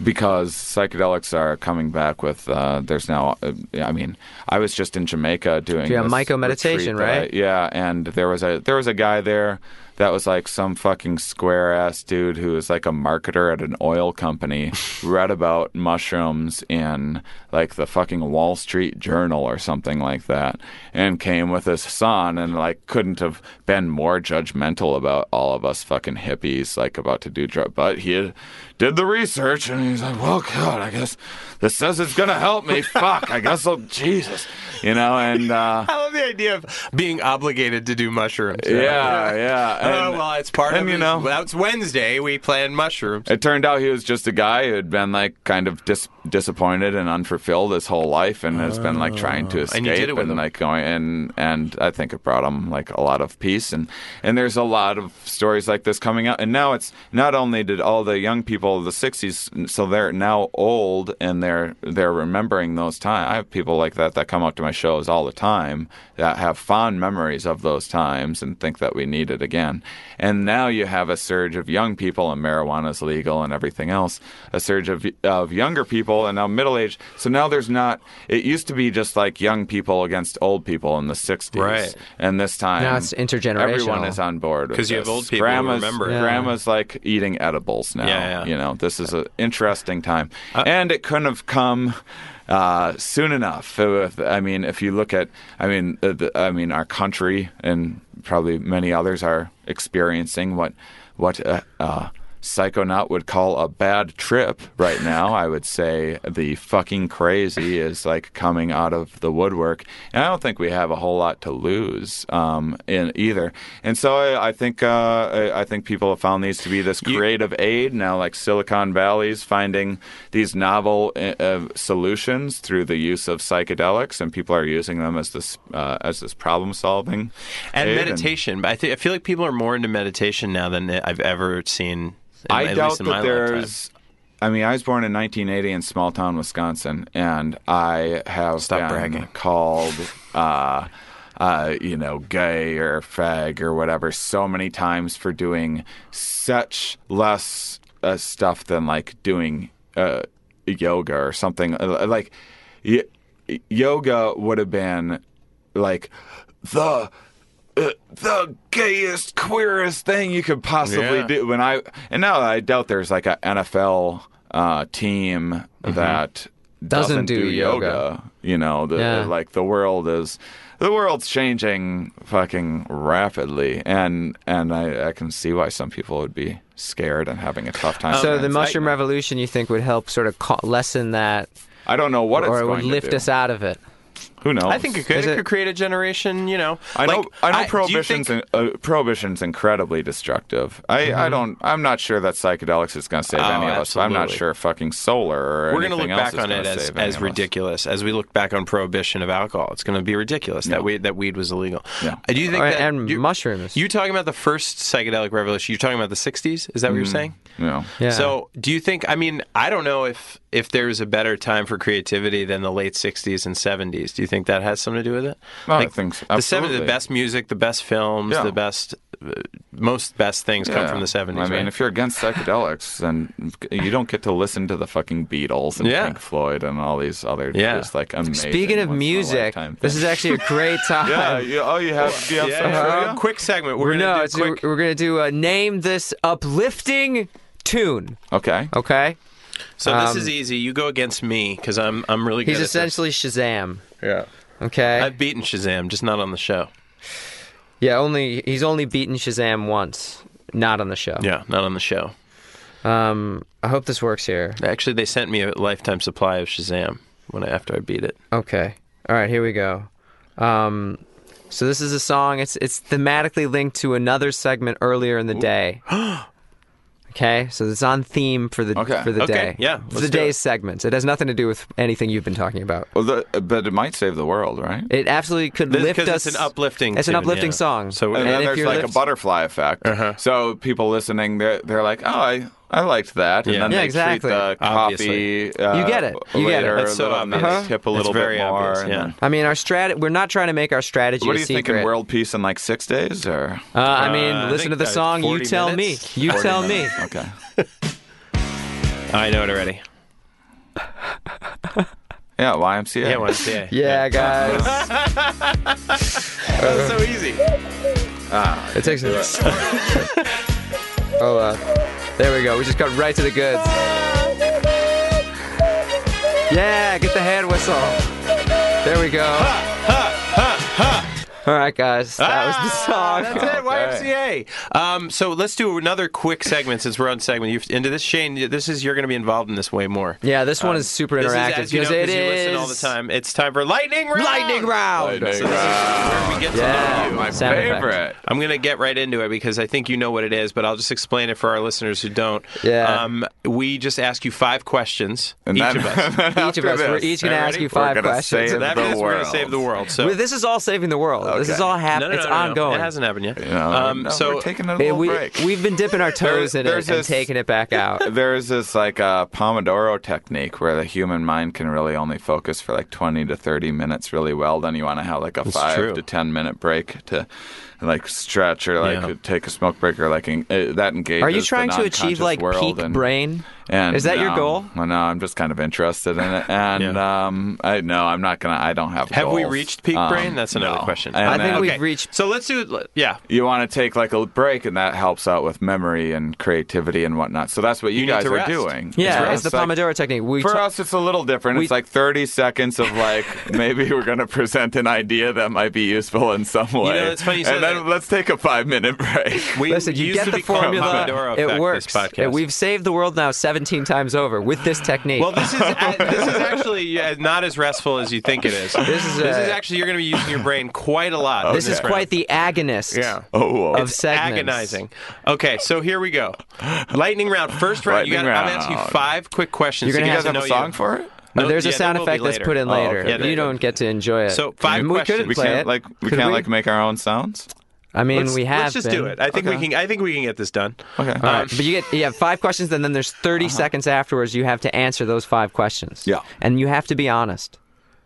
S6: because psychedelics are coming back with uh, there's now uh, i mean i was just in jamaica doing
S3: Yeah,
S6: this
S3: myco-meditation,
S6: retreat that I-
S3: right?
S6: yeah and there was a there was a guy there that was like some fucking square ass dude who was like a marketer at an oil company read about mushrooms in like the fucking wall street journal or something like that and came with his son and like couldn't have been more judgmental about all of us fucking hippies like about to do drugs but he had- did the research and he's like well god i guess this says it's gonna help me fuck i guess i'll jesus you know and uh
S2: I love the idea of being obligated to do mushrooms.
S6: yeah, yeah.
S2: Oh
S6: And
S2: well, it's part
S6: and
S2: of
S6: you
S2: it.
S6: know-
S2: Well, it's Wednesday. We plan mushrooms.
S6: It turned out he was just a guy who had been like kind of dis- disappointed and unfulfilled his whole life, and has been like trying to escape
S2: Oh. and you did it with him.
S6: like going and and I think it brought him like a lot of peace and and there's a lot of stories like this coming out, and now it's not only did all the young people of the '60s, so they're now old and they're they're remembering those times. I have people like that that come up to my shows all the time that have fond memories of those times and think that we need it again. And now you have a surge of young people, and marijuana is legal and everything else. A surge of of younger people, and now middle aged. So now there's not. It used to be just like young people against old people in the '60s,
S2: Right.
S6: And this time
S3: Now it's intergenerational.
S6: Everyone is on board
S2: 'Cause
S6: because
S2: you have old people who
S6: Grandma's,
S2: remember it.
S3: Yeah.
S6: Grandma's like eating edibles now.
S2: Yeah, Uh, yeah.
S6: You know, this is an interesting time, and it couldn't have come uh, soon enough. If- I mean, if you look at, I mean, uh, the, I mean, our country and probably many others are experiencing what what uh, uh, psychonaut would call a bad trip right now. I would say the fucking crazy is like coming out of the woodwork, and I don't think we have a whole lot to lose um, in either. And so I, I think uh, I, I think people have found these to be this creative aid now, like Silicon Valley's finding these novel uh, uh, solutions through the use of psychedelics, and people are using them as this uh, as this problem solving
S2: And meditation. But I, th- I feel like people are more into meditation now than I've ever seen. in-
S6: I
S2: at
S6: doubt
S2: least in
S6: that
S2: my lifetime.
S6: there's. I mean, I was born in 1980 in small town Wisconsin, and I have
S2: Stop
S6: been
S2: bragging.
S6: called, uh, uh, you know, gay or fag or whatever, so many times for doing such less uh, stuff than like doing uh, yoga or something. Uh, Like, y- yoga would have been like the uh, the gayest, queerest thing you could possibly
S2: Yeah.
S6: do. When I and now I doubt there's like a NFL uh, team that
S3: Mm-hmm. Doesn't do yoga.
S6: You know, the,
S3: Yeah.
S6: like the world is the world's changing fucking rapidly, and and I, I can see why some people would be scared and having a tough time.
S3: Um, So the
S6: It's-
S3: mushroom revolution, you think, would help sort of ca- lessen that,
S6: I don't know what
S3: or
S6: it's
S3: it would
S6: going to
S3: lift
S6: do.
S3: us out of it?
S6: Who knows?
S2: I think it could.
S3: Is
S2: It,
S3: it-
S2: could create a generation. You know,
S6: I know.
S2: Like,
S6: I know.
S2: do you
S6: prohibition's
S2: think- Mm-hmm.
S6: in- uh, prohibition's incredibly destructive. I, I don't. I'm not sure that psychedelics is going to save
S2: Oh,
S6: any of us. I'm not
S2: absolutely.
S6: sure fucking solar or
S2: we're
S6: going to
S2: look back on it as, as ridiculous as we look back on prohibition of alcohol. It's going to be ridiculous that weed that weed was illegal.
S6: Yeah.
S2: Uh, Do you think
S3: Or-
S2: that
S3: and
S2: you,
S3: mushrooms.
S2: You talking about the first psychedelic revolution? You're talking about the '60s? Is that what
S6: Mm.
S2: you're saying?
S6: Yeah.
S3: yeah.
S2: So, do you think? I mean, I don't know if if there was a better time for creativity than the late '60s and '70s. Do you think that has something to do with it?
S6: No, I think so.
S2: the seven, the
S6: Absolutely.
S2: best music, the best films,
S6: Yeah.
S2: the best, uh, most best things come
S6: Yeah.
S2: from the '70s.
S6: I mean,
S2: right?
S6: if you're against psychedelics, then you don't get to listen to the fucking Beatles and
S2: Yeah.
S6: Pink Floyd and all these other
S2: Yeah.
S6: just like amazing.
S3: Speaking of
S6: once in a
S3: music,
S6: lifetime
S3: this is
S6: things.
S3: actually a great time.
S6: yeah. You, oh, you have. Do you have
S2: yeah, Uh-huh.
S6: some
S2: yeah.
S6: trivia?
S2: quick segment. We're gonna do
S3: no, Uh-huh. it's,
S2: quick.
S3: we're gonna do a name this uplifting tune.
S6: Okay.
S3: Okay,
S2: So this
S3: um,
S2: is easy. You go against me because I'm I'm really good.
S3: he's
S2: at this.
S3: essentially Shazam.
S2: yeah.
S3: Okay,
S2: I've beaten Shazam, just not on the show.
S3: yeah, only he's only beaten Shazam once, not on the show.
S2: Yeah, not on the show.
S3: Um, I hope this works here.
S2: Actually, they sent me a lifetime supply of Shazam when I, after I beat it.
S3: Okay. All right, here we go. Um, so this is a song. It's it's thematically linked to another segment earlier in the day. okay, so it's on theme for the
S6: Okay.
S3: for the
S2: Okay,
S3: day.
S2: yeah,
S3: It's
S2: let's
S3: the
S2: do
S3: day's
S2: it.
S3: segments. It has nothing to do with anything you've been talking about.
S6: Well, the, but it might save the world, right?
S3: It absolutely could
S2: This-
S3: lift
S2: 'cause
S3: us.
S2: it's an uplifting
S3: It's an
S2: tune,
S3: uplifting
S2: yeah.
S3: song.
S2: So-
S6: and,
S2: And
S6: then
S3: if
S6: there's
S3: you're Uh-huh.
S6: like
S3: lift-
S6: a butterfly effect. So people listening, they're, they're like, oh, I, I liked that, and
S2: Yeah.
S6: then
S2: Yeah,
S6: they
S3: exactly.
S6: treat the
S2: Obviously.
S6: coffee. Uh,
S3: You get it. You get it.
S6: later,
S2: That's so
S6: a little- and then
S2: obvious.
S3: Uh-huh.
S6: they tip a little
S2: It's very
S6: bit more.
S2: obvious,
S6: and
S2: yeah.
S6: then-
S3: I mean, our strat. We're not trying to make our strategy
S6: What
S3: a
S6: are you
S3: secret.
S6: thinking? World peace in like six days, or
S3: Uh, I mean,
S2: Uh, I
S3: listen
S2: think
S3: to the
S2: that's
S3: song. You
S2: 40
S3: tell
S2: minutes.
S3: me. You tell me.
S6: okay.
S2: I know it already.
S6: Yeah, YMCA.
S2: Yeah, YMCA.
S3: Yeah, guys.
S2: That's so easy.
S3: It takes a Oh, uh, there we go. We just got right to the goods. Yeah, get the hand whistle. There we go. All right, guys. That was the song.
S2: Ah, That's it, YMCA. Um, so let's do another quick segment since we're on segment. You've, into this, Shane, this is you're going to be involved in this way more.
S3: Yeah, this one is super
S2: Uh, This is,
S3: interactive
S2: as you know,
S3: because it
S2: 'cause you listen all the
S3: is
S2: time. It's time for lightning round.
S3: lightning round.
S6: Lightning
S2: So this
S6: round.
S2: is where we get to know
S3: Yeah,
S2: you.
S6: My
S3: sound effects.
S6: uh, favorite.
S2: I'm going to get right into it because I think you know what it is, but I'll just explain it for our listeners who don't.
S3: Yeah.
S2: Um, we just ask you five questions, each
S6: then-
S2: of us.
S3: Each of
S6: After
S3: us, we're
S6: this,
S3: each going to
S2: Alrighty.
S3: ask you
S2: We're
S3: five
S6: gonna
S3: questions.
S6: save
S2: that
S6: the
S2: means we're going to
S6: world.
S2: save the world. So
S3: Well, This is all saving the world. This is
S6: Okay.
S3: all
S2: no,
S3: happening.
S2: no, no,
S3: it's
S2: no, no.
S3: ongoing.
S2: It hasn't happened yet.
S6: You know,
S2: um,
S6: no,
S2: so
S6: we're taking a
S3: Hey,
S6: little
S3: we,
S6: break.
S3: We've been dipping our toes
S6: There-
S3: in it and
S6: there's this-
S3: taking it back out.
S6: There's this like uh, Pomodoro technique where the human mind can really only focus for like 20 to 30 minutes really well. Then you want to have like a five
S2: true.
S6: to 10 minute break to like stretch or like
S2: Yeah.
S6: take a smoke break or like en- uh, that engages.
S3: Are you
S6: the
S3: trying to achieve
S6: non-conscious
S3: like
S6: world
S3: peak
S6: and-
S3: brain?
S6: And
S3: Is that your
S6: no,
S3: goal?
S6: Well, no, I'm just kind of interested in it, and um, I no, I'm not gonna. I don't have.
S2: Have we
S6: goals.
S2: reached peak
S6: Um,
S2: brain? That's another
S6: no.
S2: question.
S6: And
S3: I think
S6: then-
S3: we've reached.
S2: So let's do. Yeah,
S6: you want to take like a break, and that helps out with memory and creativity and whatnat. So that's what you,
S2: You need
S6: guys
S2: to
S6: are
S2: rest.
S6: doing.
S3: Yeah,
S6: For
S3: it's the
S6: us, like-
S3: Pomodoro technique. We
S6: For
S3: ta-
S6: us, it's a little different.
S3: we-
S6: it's like 30 seconds of like maybe we're going to present an idea that might be useful in some way,
S2: that's funny you said
S6: and then
S2: that.
S6: let's take a five minute break.
S2: we
S3: listen. You
S2: used
S3: get
S2: to
S3: the
S2: be called
S3: formula.
S2: Pomodoro effect,
S3: It
S2: this
S3: works.
S2: podcast.
S3: Yeah, We've saved the world now 17 times over with this technique.
S2: Well, this is this is actually uh, not as restful as you think it is. This
S3: is, Oh,
S2: this
S3: uh,
S2: is actually you're going to be using your brain quite a lot.
S3: this is
S2: round.
S3: quite the agonist.
S2: Yeah.
S6: oh, whoa.
S3: Of segments.
S2: agonizing. Okay, so here we go. Lightning round. First round. you got.
S6: Lightning
S2: I'm gonna ask you
S6: round.
S2: five quick questions.
S3: You're
S2: to
S3: gonna
S6: you
S2: get
S6: guys
S2: to
S6: have a
S2: know
S6: song
S2: you.
S6: for it?
S3: Uh,
S2: No,
S3: there's a
S2: yeah,
S3: sound
S2: there will be
S3: effect that's
S2: later.
S3: put in
S6: Oh,
S3: later.
S6: okay. Yeah,
S3: you
S2: there-
S3: don't get to enjoy it.
S2: So, five
S3: I mean, we
S2: questions.
S3: couldn't
S6: We
S3: play
S6: can't
S3: it.
S6: like we
S3: Could
S6: can't
S3: we?
S6: like make our own sounds.
S3: I mean,
S2: Let's-
S3: we have.
S2: Let's just
S3: been.
S2: do it. Um, I think we can. I think we can get this done.
S6: Okay.
S3: All right, but you get you have five questions, and then there's 30
S2: Uh-huh.
S3: seconds afterwards. You have to answer those five questions.
S6: Yeah.
S3: and you have to be honest.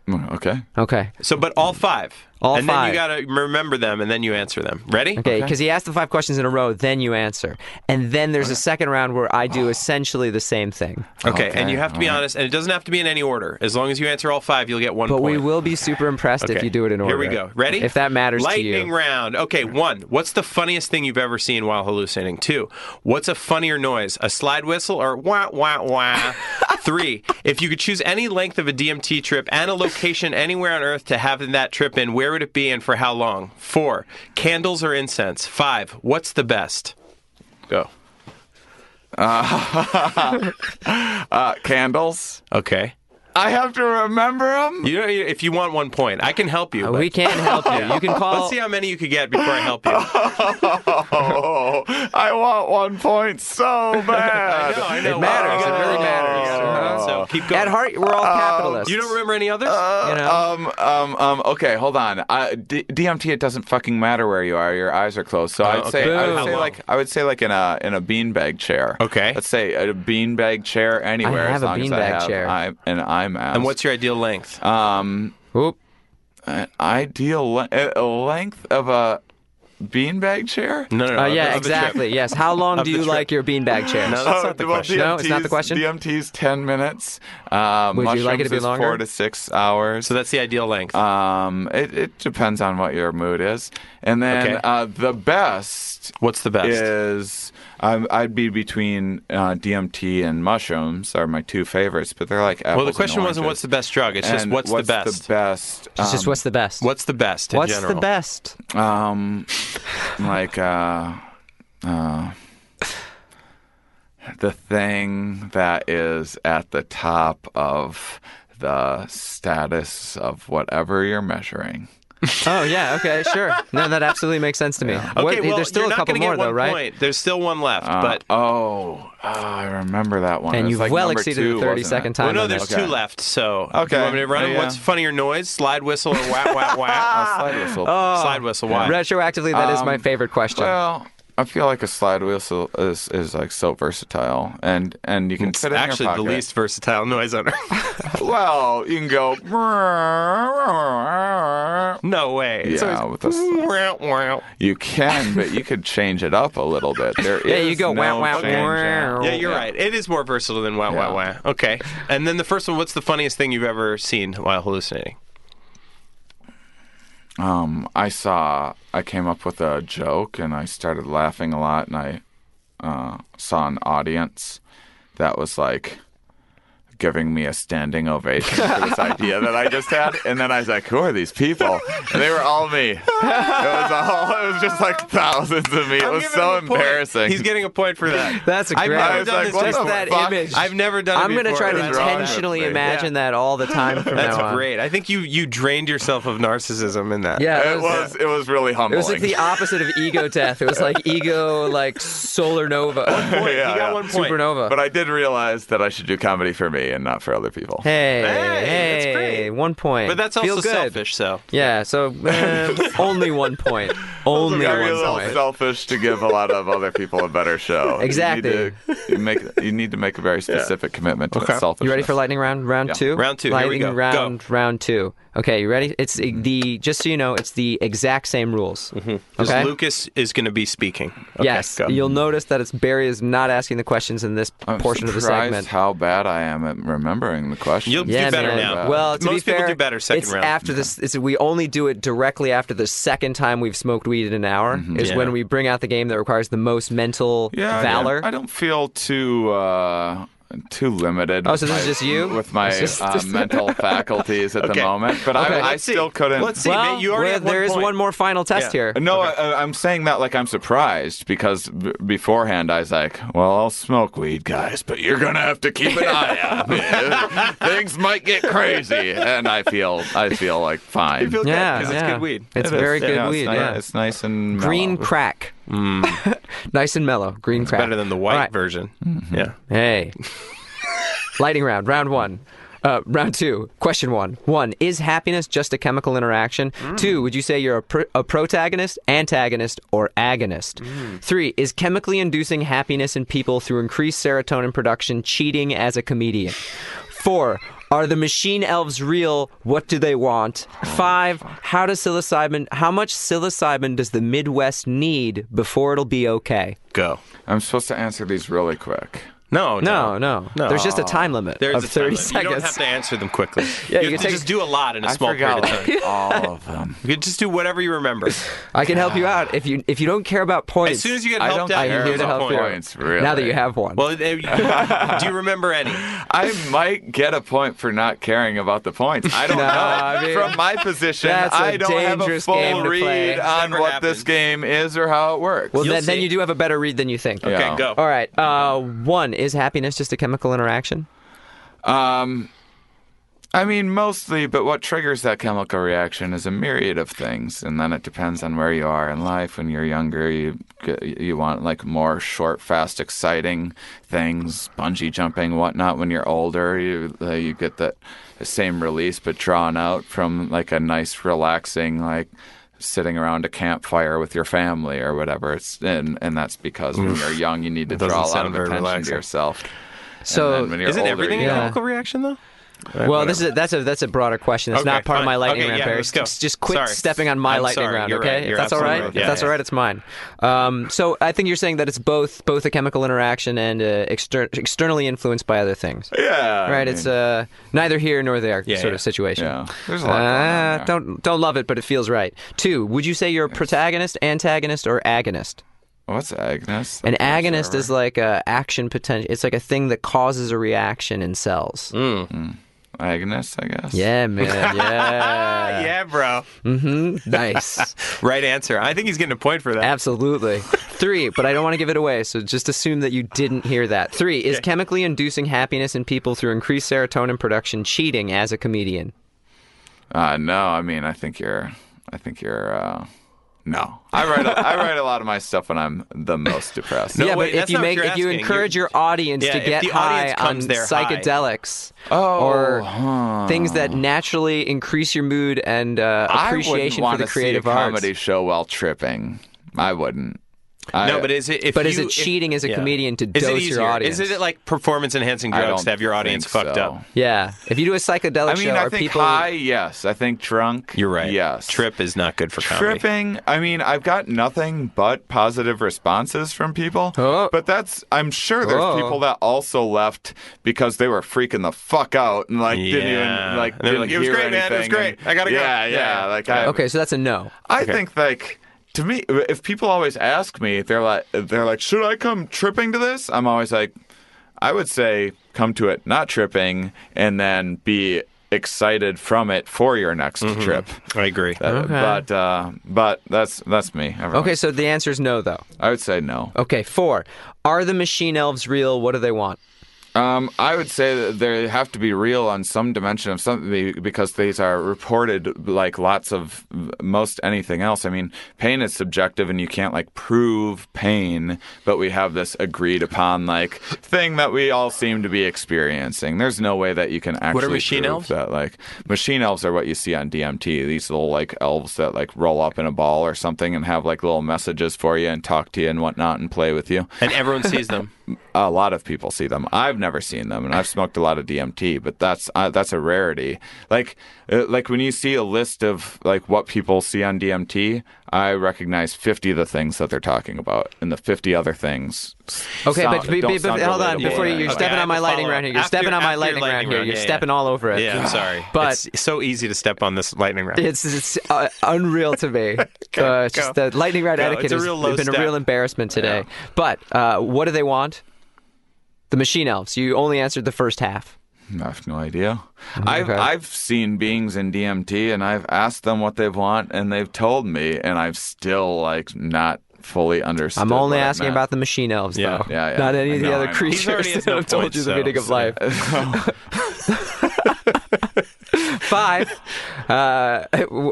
S6: Mm, Okay.
S3: Okay,
S2: So, but all five.
S3: All
S2: and
S3: five.
S2: then you got to remember them, and then you answer them. Ready?
S3: Okay, because he asked the five questions in a row, then you answer. And then there's a second round where I do essentially the same thing.
S2: Okay,
S6: Okay,
S2: and you have to be
S6: all right.
S2: honest, and it doesn't have to be in any order. As long as you answer all five, you'll get one
S3: But
S2: point.
S3: we will be super impressed if
S2: Okay,
S3: you do it in order.
S2: Here we go. Ready?
S3: If that matters
S2: Lightning
S3: to you.
S2: round. Okay, one. What's the funniest thing you've ever seen while hallucinating? Two. What's a funnier noise? A slide whistle or wah wah wah? Three. If you could choose any length of a DMT trip and a location anywhere on Earth to have that trip in, where would it be and for how long? Four. Candles or incense? Five. What's the best? Go.
S6: Uh, candles.
S2: Okay.
S6: I have to remember them.
S2: You know, if you want one point, I can help you. but-
S3: Uh, we can't help you. You can call.
S2: Let's see how many you could get before I help you.
S6: Oh, I want one point so bad.
S2: I know.
S3: It matters. It
S2: Oh.
S3: really matters.
S2: Yeah. Uh-huh, So keep going.
S3: At heart, we're all
S2: Um,
S3: capitalists.
S2: you don't remember any others?
S3: You know?
S6: Um, um, um, okay, hold on. I, D- DMT, it doesn't fucking matter where you are. Your eyes are closed. So I'd
S2: Oh, okay.
S6: say, I
S2: Boom.
S6: would say like, I would say like in a in a beanbag chair.
S2: Okay.
S6: Let's say a beanbag chair anywhere.
S3: have
S6: as
S3: a
S6: long as I
S3: beanbag
S6: have
S3: chair.
S6: eye- an eye mask.
S2: and what's your ideal length? Uh,
S6: um
S3: Oop.
S6: an ideal le- a length of a beanbag chair?
S2: no, no, no. of the-
S3: Uh,
S2: of
S3: yeah,
S2: the
S3: exactly.
S2: trip.
S3: Yes. How long do
S2: the
S3: you
S2: trip.
S3: like your beanbag chairs?
S2: No,
S6: Oh,
S2: that's not the
S6: well,
S2: question.
S3: No, it's not the
S6: DMT's
S3: question?
S6: DMT's ten minutes. Um,
S3: Would you like it to
S6: mushrooms
S3: be
S6: is
S3: longer?
S6: Four to six hours.
S2: So that's the ideal length. Uh,
S6: Um, it, it depends on what your mood is, and then
S2: Okay.
S6: uh, the best
S2: what's the best?
S6: is um, I'd be between uh, DMT and mushrooms are my two favorites, but they're like apples
S2: well, the question wasn't what's the best drug. It's just what's, the best.
S6: The best.
S3: It's just
S6: um,
S3: what's the best?
S2: what's the best in
S3: What's
S2: general?
S3: the best?
S6: Um, like uh, uh, the thing that is at the top of the status of whatever you're measuring.
S3: Oh yeah. Okay. Sure. No, that absolutely makes sense to me.
S2: Okay,
S3: What-
S2: well,
S3: there's still
S2: you're
S3: a
S2: not
S3: couple
S2: gonna get
S3: more
S2: one
S3: though, right?
S2: Point. There's still one left,
S6: Uh,
S2: but
S6: oh, oh, I remember that one.
S3: And
S6: It was
S3: you've
S6: like
S3: well
S6: number
S3: exceeded
S6: two,
S3: the 30
S6: wasn't
S3: second
S6: it?
S3: time.
S2: well, no,
S3: on
S2: there's
S3: that.
S6: Okay.
S2: two left. So do
S6: Okay.
S2: you want me to run?
S6: Yeah, yeah.
S2: What's funnier noise? Slide whistle or wah wah
S6: A
S2: wah?
S6: slide whistle.
S2: Slide whistle. Why?
S3: Retroactively, that is my
S6: Um,
S3: favorite question.
S6: well, I feel like a slide whistle is, is like so versatile, and and you can
S2: it's
S6: fit it in your
S2: actually the
S6: pocket.
S2: least versatile noise on earth.
S6: Well, you can go.
S2: no way. It's
S6: Yeah,
S2: always-
S6: with a slide.
S2: Wow, wow.
S6: you can, but you could change it up a little bit. There is
S3: Yeah, you go,
S6: no
S3: wah, wah,
S6: change
S3: wah.
S6: up.
S2: Yeah, you're right. It is more versatile than wow, wow,
S6: Yeah.
S2: wow. Okay. And then the first one, what's the funniest thing you've ever seen while hallucinating?
S6: Um, I saw. I came up with a joke, and I started laughing a lot, and I uh, saw an audience that was like giving me a standing ovation for this idea that I just had, and then I was like, "Who are these people?" And they were all me. It was all. It was just like thousands of me. It was so embarrassing.
S2: He's getting a point for that.
S3: That's a
S2: I've
S3: great.
S2: never
S6: I was
S2: done
S6: like,
S2: this
S6: what
S3: just
S2: before.
S6: the
S3: that
S6: fuck?
S3: image.
S2: I've never done it
S3: I'm gonna
S2: before.
S3: try to
S2: That's wrong.
S3: intentionally
S6: Yeah.
S3: imagine that all the time from
S2: That's
S3: now on.
S2: great. I think you you drained yourself of narcissism in that.
S3: Yeah, that
S6: It was. It was really
S3: It
S6: humbling.
S3: was like the opposite of ego death. It was like ego, like solar nova,
S2: Point.
S6: Yeah,
S2: you got
S6: yeah.
S2: one point.
S3: supernova.
S6: But I did realize that I should do comedy for me and not for other people.
S3: Hey,
S2: Hey, that's
S3: hey,
S2: great.
S3: one point.
S2: But that's also
S3: Feel good.
S2: selfish, so.
S3: Yeah, so uh, only one point. Only
S6: Very
S3: one
S6: little
S3: point.
S6: selfish to give a lot of other people a better show. You
S3: Exactly.
S6: need to, you make, you need to make a very specific commitment to okay. selfishness.
S3: You ready for lightning round? Round two.
S2: Round two, here we
S3: Lightning
S2: go. Mm-hmm.
S3: round. Round two. Okay, you ready? It's the- the just so you know, it's the exact same rules. Mm-hmm.
S2: Because
S3: Okay.
S2: Lucas is going to be speaking. Okay,
S3: yes,
S2: go.
S3: you'll notice that it's Barry is not asking the questions in this
S6: I'm
S3: portion of the
S6: surprised
S3: segment.
S6: how bad I am at remembering the question.
S2: You'll-
S3: yeah,
S2: do better
S3: man.
S2: now.
S3: Well, to be
S2: Most people
S3: fair,
S2: do better second
S3: it's
S2: round.
S3: after this. It's, we only do it directly after the second time we've smoked weed in an hour. Is
S2: Yeah.
S3: when we bring out the game that requires the most mental
S6: yeah, I
S3: valor.
S6: don't- I don't feel too uh, too limited.
S3: Oh,
S6: with
S3: so this is
S6: my-
S3: just you?
S6: with my
S3: It's just-
S6: uh, mental faculties at
S2: Okay.
S6: the moment. But
S2: Okay.
S6: I, I
S2: Let's see.
S6: still couldn't.
S2: Let's see.
S3: well,
S2: mate, you already
S3: we're-
S2: have one
S3: there is
S2: point.
S3: one more final test
S2: Yeah.
S3: here.
S6: No, I, I'm saying that like I'm surprised because b- beforehand I was like, "Well, I'll smoke weed, guys, but you're gonna have to keep an eye out. man. Things might get crazy." And I feel, I feel like fine.
S2: You feel good,
S3: Yeah,
S2: 'cause it's
S3: yeah.
S2: good weed.
S3: It's
S6: It is.
S3: very good
S6: it's
S3: weed,
S6: ni-
S3: yeah.
S6: it's nice and
S3: Green
S6: mellow.
S3: crack. nice and mellow. Green crack.
S2: Mm. Better than the white
S3: All right.
S2: version.
S6: Mm-hmm.
S2: Yeah.
S3: Hey. Lightning round, round one. Uh, round two, question one. One, is happiness just a chemical interaction? Two, would you say you're a, pr- a protagonist, antagonist, or agonist? Three, is chemically inducing happiness in people through increased serotonin production cheating as a comedian? Four, Are the machine elves real? What do they want? Five. How does psilocybin? How much psilocybin does the Midwest need before it'll be okay?
S2: Go.
S6: I'm supposed to answer these really quick.
S2: No,
S3: No,
S2: no,
S3: no. There's just a time limit
S2: There's
S3: of
S2: a
S3: 30
S2: time limit. You
S3: seconds.
S2: don't have to answer them quickly.
S3: Yeah, you
S2: you,
S3: can
S2: can
S3: take-
S2: just do a lot in a
S6: I
S2: small
S6: forgot
S2: period of time.
S6: like, all of them.
S2: You can just do whatever you remember.
S3: I can help you out if you if you don't care about points.
S2: As soon as you get
S6: I
S2: helped
S6: don't
S2: out,
S6: care
S2: you're
S3: I'm here to
S2: a
S6: about
S3: help you. out.
S2: point.
S6: points, really.
S3: Now that you have one.
S2: Well, they- do you remember any?
S6: I might get a point for not caring about the points. I don't
S3: No,
S6: know.
S3: I mean,
S6: From my position,
S3: that's a
S6: I don't have a
S3: dangerous
S6: full
S3: game to play.
S6: read
S3: It's
S6: on
S2: never
S6: what
S2: happened.
S6: this game is or how it works.
S3: well
S2: you'll
S3: then, then
S2: see.
S3: you do have a better read than you think.
S6: Yeah.
S2: Okay, go.
S3: All right. Uh, one is happiness just a chemical interaction?
S6: Um, I mean, mostly, but what triggers that chemical reaction is a myriad of things, and then it depends on where you are in life. When you're younger, you get, you want like more short, fast, exciting things, bungee jumping, whatnot. When you're older, you uh, you get that same release, but drawn out from like a nice, relaxing, like sitting around a campfire with your family or whatever. It's and and that's because when you're young, you need to
S2: Doesn't
S6: draw a lot
S2: sound
S6: of
S2: very
S6: attention
S2: relaxing.
S6: to yourself.
S3: So-
S6: and then when you're
S2: Isn't
S6: older,
S2: everything
S6: you
S2: a
S6: know,
S2: chemical reaction though?
S3: well, this is a, that's a that's a broader question. That's
S2: Uh, Okay,
S3: not part of
S2: fine.
S3: my lightning
S2: Okay,
S3: round.
S2: yeah,
S3: Barry.
S2: let's go.
S3: Just, just quit
S2: Sorry.
S3: stepping on my
S2: I'm
S3: lightning
S2: sorry,
S3: round,
S2: you're
S3: okay?
S2: right.
S3: If
S2: You're
S3: that's all right,
S2: absolutely right.
S3: if
S2: Yeah,
S3: that's all
S2: yeah.
S3: right, it's mine. Um, so I think you're saying that it's both both a chemical interaction and uh, exter- externally influenced by other things.
S6: Yeah.
S3: Right, it's uh, neither here nor there
S2: Yeah,
S3: sort
S2: yeah.
S3: of situation.
S6: Yeah. There's a lot going on
S3: Ah,
S6: there.
S3: don't don't love it, but it feels right. Two, would you say you're a protagonist, antagonist, or agonist?
S6: What's agonist?
S3: An agonist is like a action potential. It's like a thing that causes a reaction in cells.
S6: agonist, I guess.
S3: Yeah, man. Yeah,
S2: Uh, Yeah, bro.
S3: nice.
S2: Right answer. I think he's getting a point for that.
S3: Absolutely. Three, but I don't want to give it away, so just assume that you didn't hear that. Three, is chemically inducing happiness in people through increased serotonin production cheating as a comedian?
S6: Uh, no, I mean, I think you're. I think you're. Uh, no, I write. A, I write a lot of my stuff when I'm the most depressed.
S2: No,
S3: yeah,
S2: wait,
S3: but if
S2: that's
S3: you
S2: not what
S3: make
S2: you're
S3: if you
S2: asking.
S3: encourage
S2: You're-
S3: your audience
S2: Yeah,
S3: to
S2: if
S3: get
S2: the
S3: high
S2: audience
S3: on
S2: comes there high.
S3: psychedelics
S6: Oh,
S3: or
S6: huh.
S3: things that naturally increase your mood and uh, appreciation for
S6: I wouldn't
S3: the
S6: wanna see a
S3: creative arts.
S6: comedy show while tripping. I wouldn't. I,
S2: No, but is it? If
S3: But is
S2: you-
S3: it cheating
S2: if,
S3: as a
S2: yeah.
S3: comedian to
S2: Is it
S3: dose your
S2: easier?
S3: audience?
S2: Is it like performance enhancing
S6: I
S2: drugs
S6: don't
S2: to have your audience
S6: think
S2: fucked
S6: so.
S2: up?
S3: Yeah, if you do a psychedelic
S6: I mean,
S3: show,
S6: I
S3: are
S6: think
S3: people
S6: high. Yes, I think drunk.
S2: You're right.
S6: Yes,
S2: Trip is not good for comedy.
S6: Tripping. I mean, I've got nothing but positive responses from people.
S3: Oh.
S6: But that's, I'm sure there's
S3: Oh.
S6: people that also left because they were freaking the fuck out and like didn't
S2: Yeah.
S6: even like.
S2: And they were
S6: didn't
S2: like, "It was
S6: hear
S2: great, man. It was
S6: anything,"
S2: great.
S6: and-
S2: I gotta go. Yeah,
S6: Yeah, yeah.
S2: yeah.
S6: Like, I,
S3: Okay, so that's a no.
S6: I think like. To me, if people always ask me, they're like, they're like, should I come tripping to this? I'm always like, I would say come to it not tripping, and then be excited from it for your next
S2: Mm-hmm.
S6: trip.
S2: I agree.
S6: Uh, But uh, but that's that's me. Everyone-
S3: Okay, so the answer is no, though.
S6: I would say no.
S3: Okay, four. Are the machine elves real? What do they want?
S6: Um, I would say that they have to be real on some dimension of something be- because these are reported like lots of most anything else. I mean, pain is subjective and you can't like prove pain, but we have this agreed upon like thing that we all seem to be experiencing. There's no way that you can actually
S2: machine
S6: prove
S2: elves?
S6: that. Like machine elves are what you see on DMT. These little like elves that like roll up in a ball or something and have like little messages for you and talk to you and whatnot and play with you
S2: and everyone sees them.
S6: a lot of people see them. I've never seen them, and I've smoked a lot of DMT, but that's uh, that's a rarity. Like uh, like when you see a list of like what people see on DMT, I recognize fifty of the things that they're talking about, and the fifty other things. s-
S3: Okay,
S6: sound-
S3: but, but,
S6: don't
S3: but-
S6: sound
S3: hold on.
S6: relatable
S3: Before
S6: in
S3: you,
S6: any
S3: you're
S6: way.
S2: Okay,
S3: stepping
S2: I
S3: on my
S2: have a
S3: lightning
S2: follow-up.
S3: round here. You're
S2: After-
S3: stepping on my
S2: after your
S3: lightning,
S2: lightning
S3: round here.
S2: round,
S3: You're
S2: yeah, yeah.
S3: stepping all over it.
S2: Yeah, I'm sorry.
S3: But-
S2: it's so easy to step on this lightning round.
S3: It's, it's uh, unreal to me. uh, it's just
S2: go.
S3: the lightning round
S2: Go.
S3: etiquette
S2: It's a
S3: has
S2: real low
S3: been a
S2: step.
S3: real embarrassment today. But uh, what do they want? The machine elves. You only answered the first half.
S6: I have no idea. I've
S3: Mm-hmm, Okay.
S6: I've seen beings in DMT, and I've asked them what they want, and they've told me, and I've still like not fully understood.
S3: I'm only
S6: what it
S3: asking
S6: meant.
S3: about the machine elves,
S2: Yeah.
S3: though.
S6: Yeah, yeah.
S3: Not any
S6: I
S3: of the
S6: know,
S3: other
S6: I know.
S2: He's already
S3: creatures
S2: has
S3: that
S2: no
S3: have told
S2: points,
S3: you the
S2: so-
S3: meaning of
S2: so-
S3: life.
S2: oh.
S3: Five. Uh,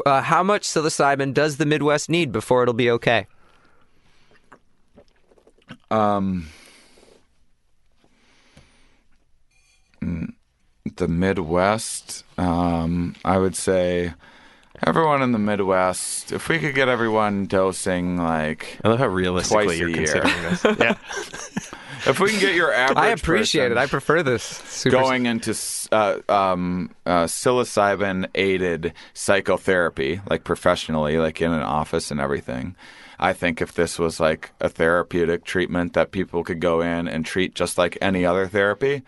S3: uh, how much psilocybin does the Midwest need before it'll be okay?
S6: the Midwest. Um, I would say everyone in the Midwest. If we could get everyone dosing like
S2: I love how
S6: twice
S2: realistically
S6: a
S2: you're
S6: year,
S2: considering this. Yeah.
S6: If we can get your average,
S3: I appreciate
S6: person
S3: it. I prefer this. Super
S6: going into uh, um, uh, psilocybin aided psychotherapy, like professionally, like in an office and everything. I think if this was like a therapeutic treatment that people could go in and treat just like any other therapy,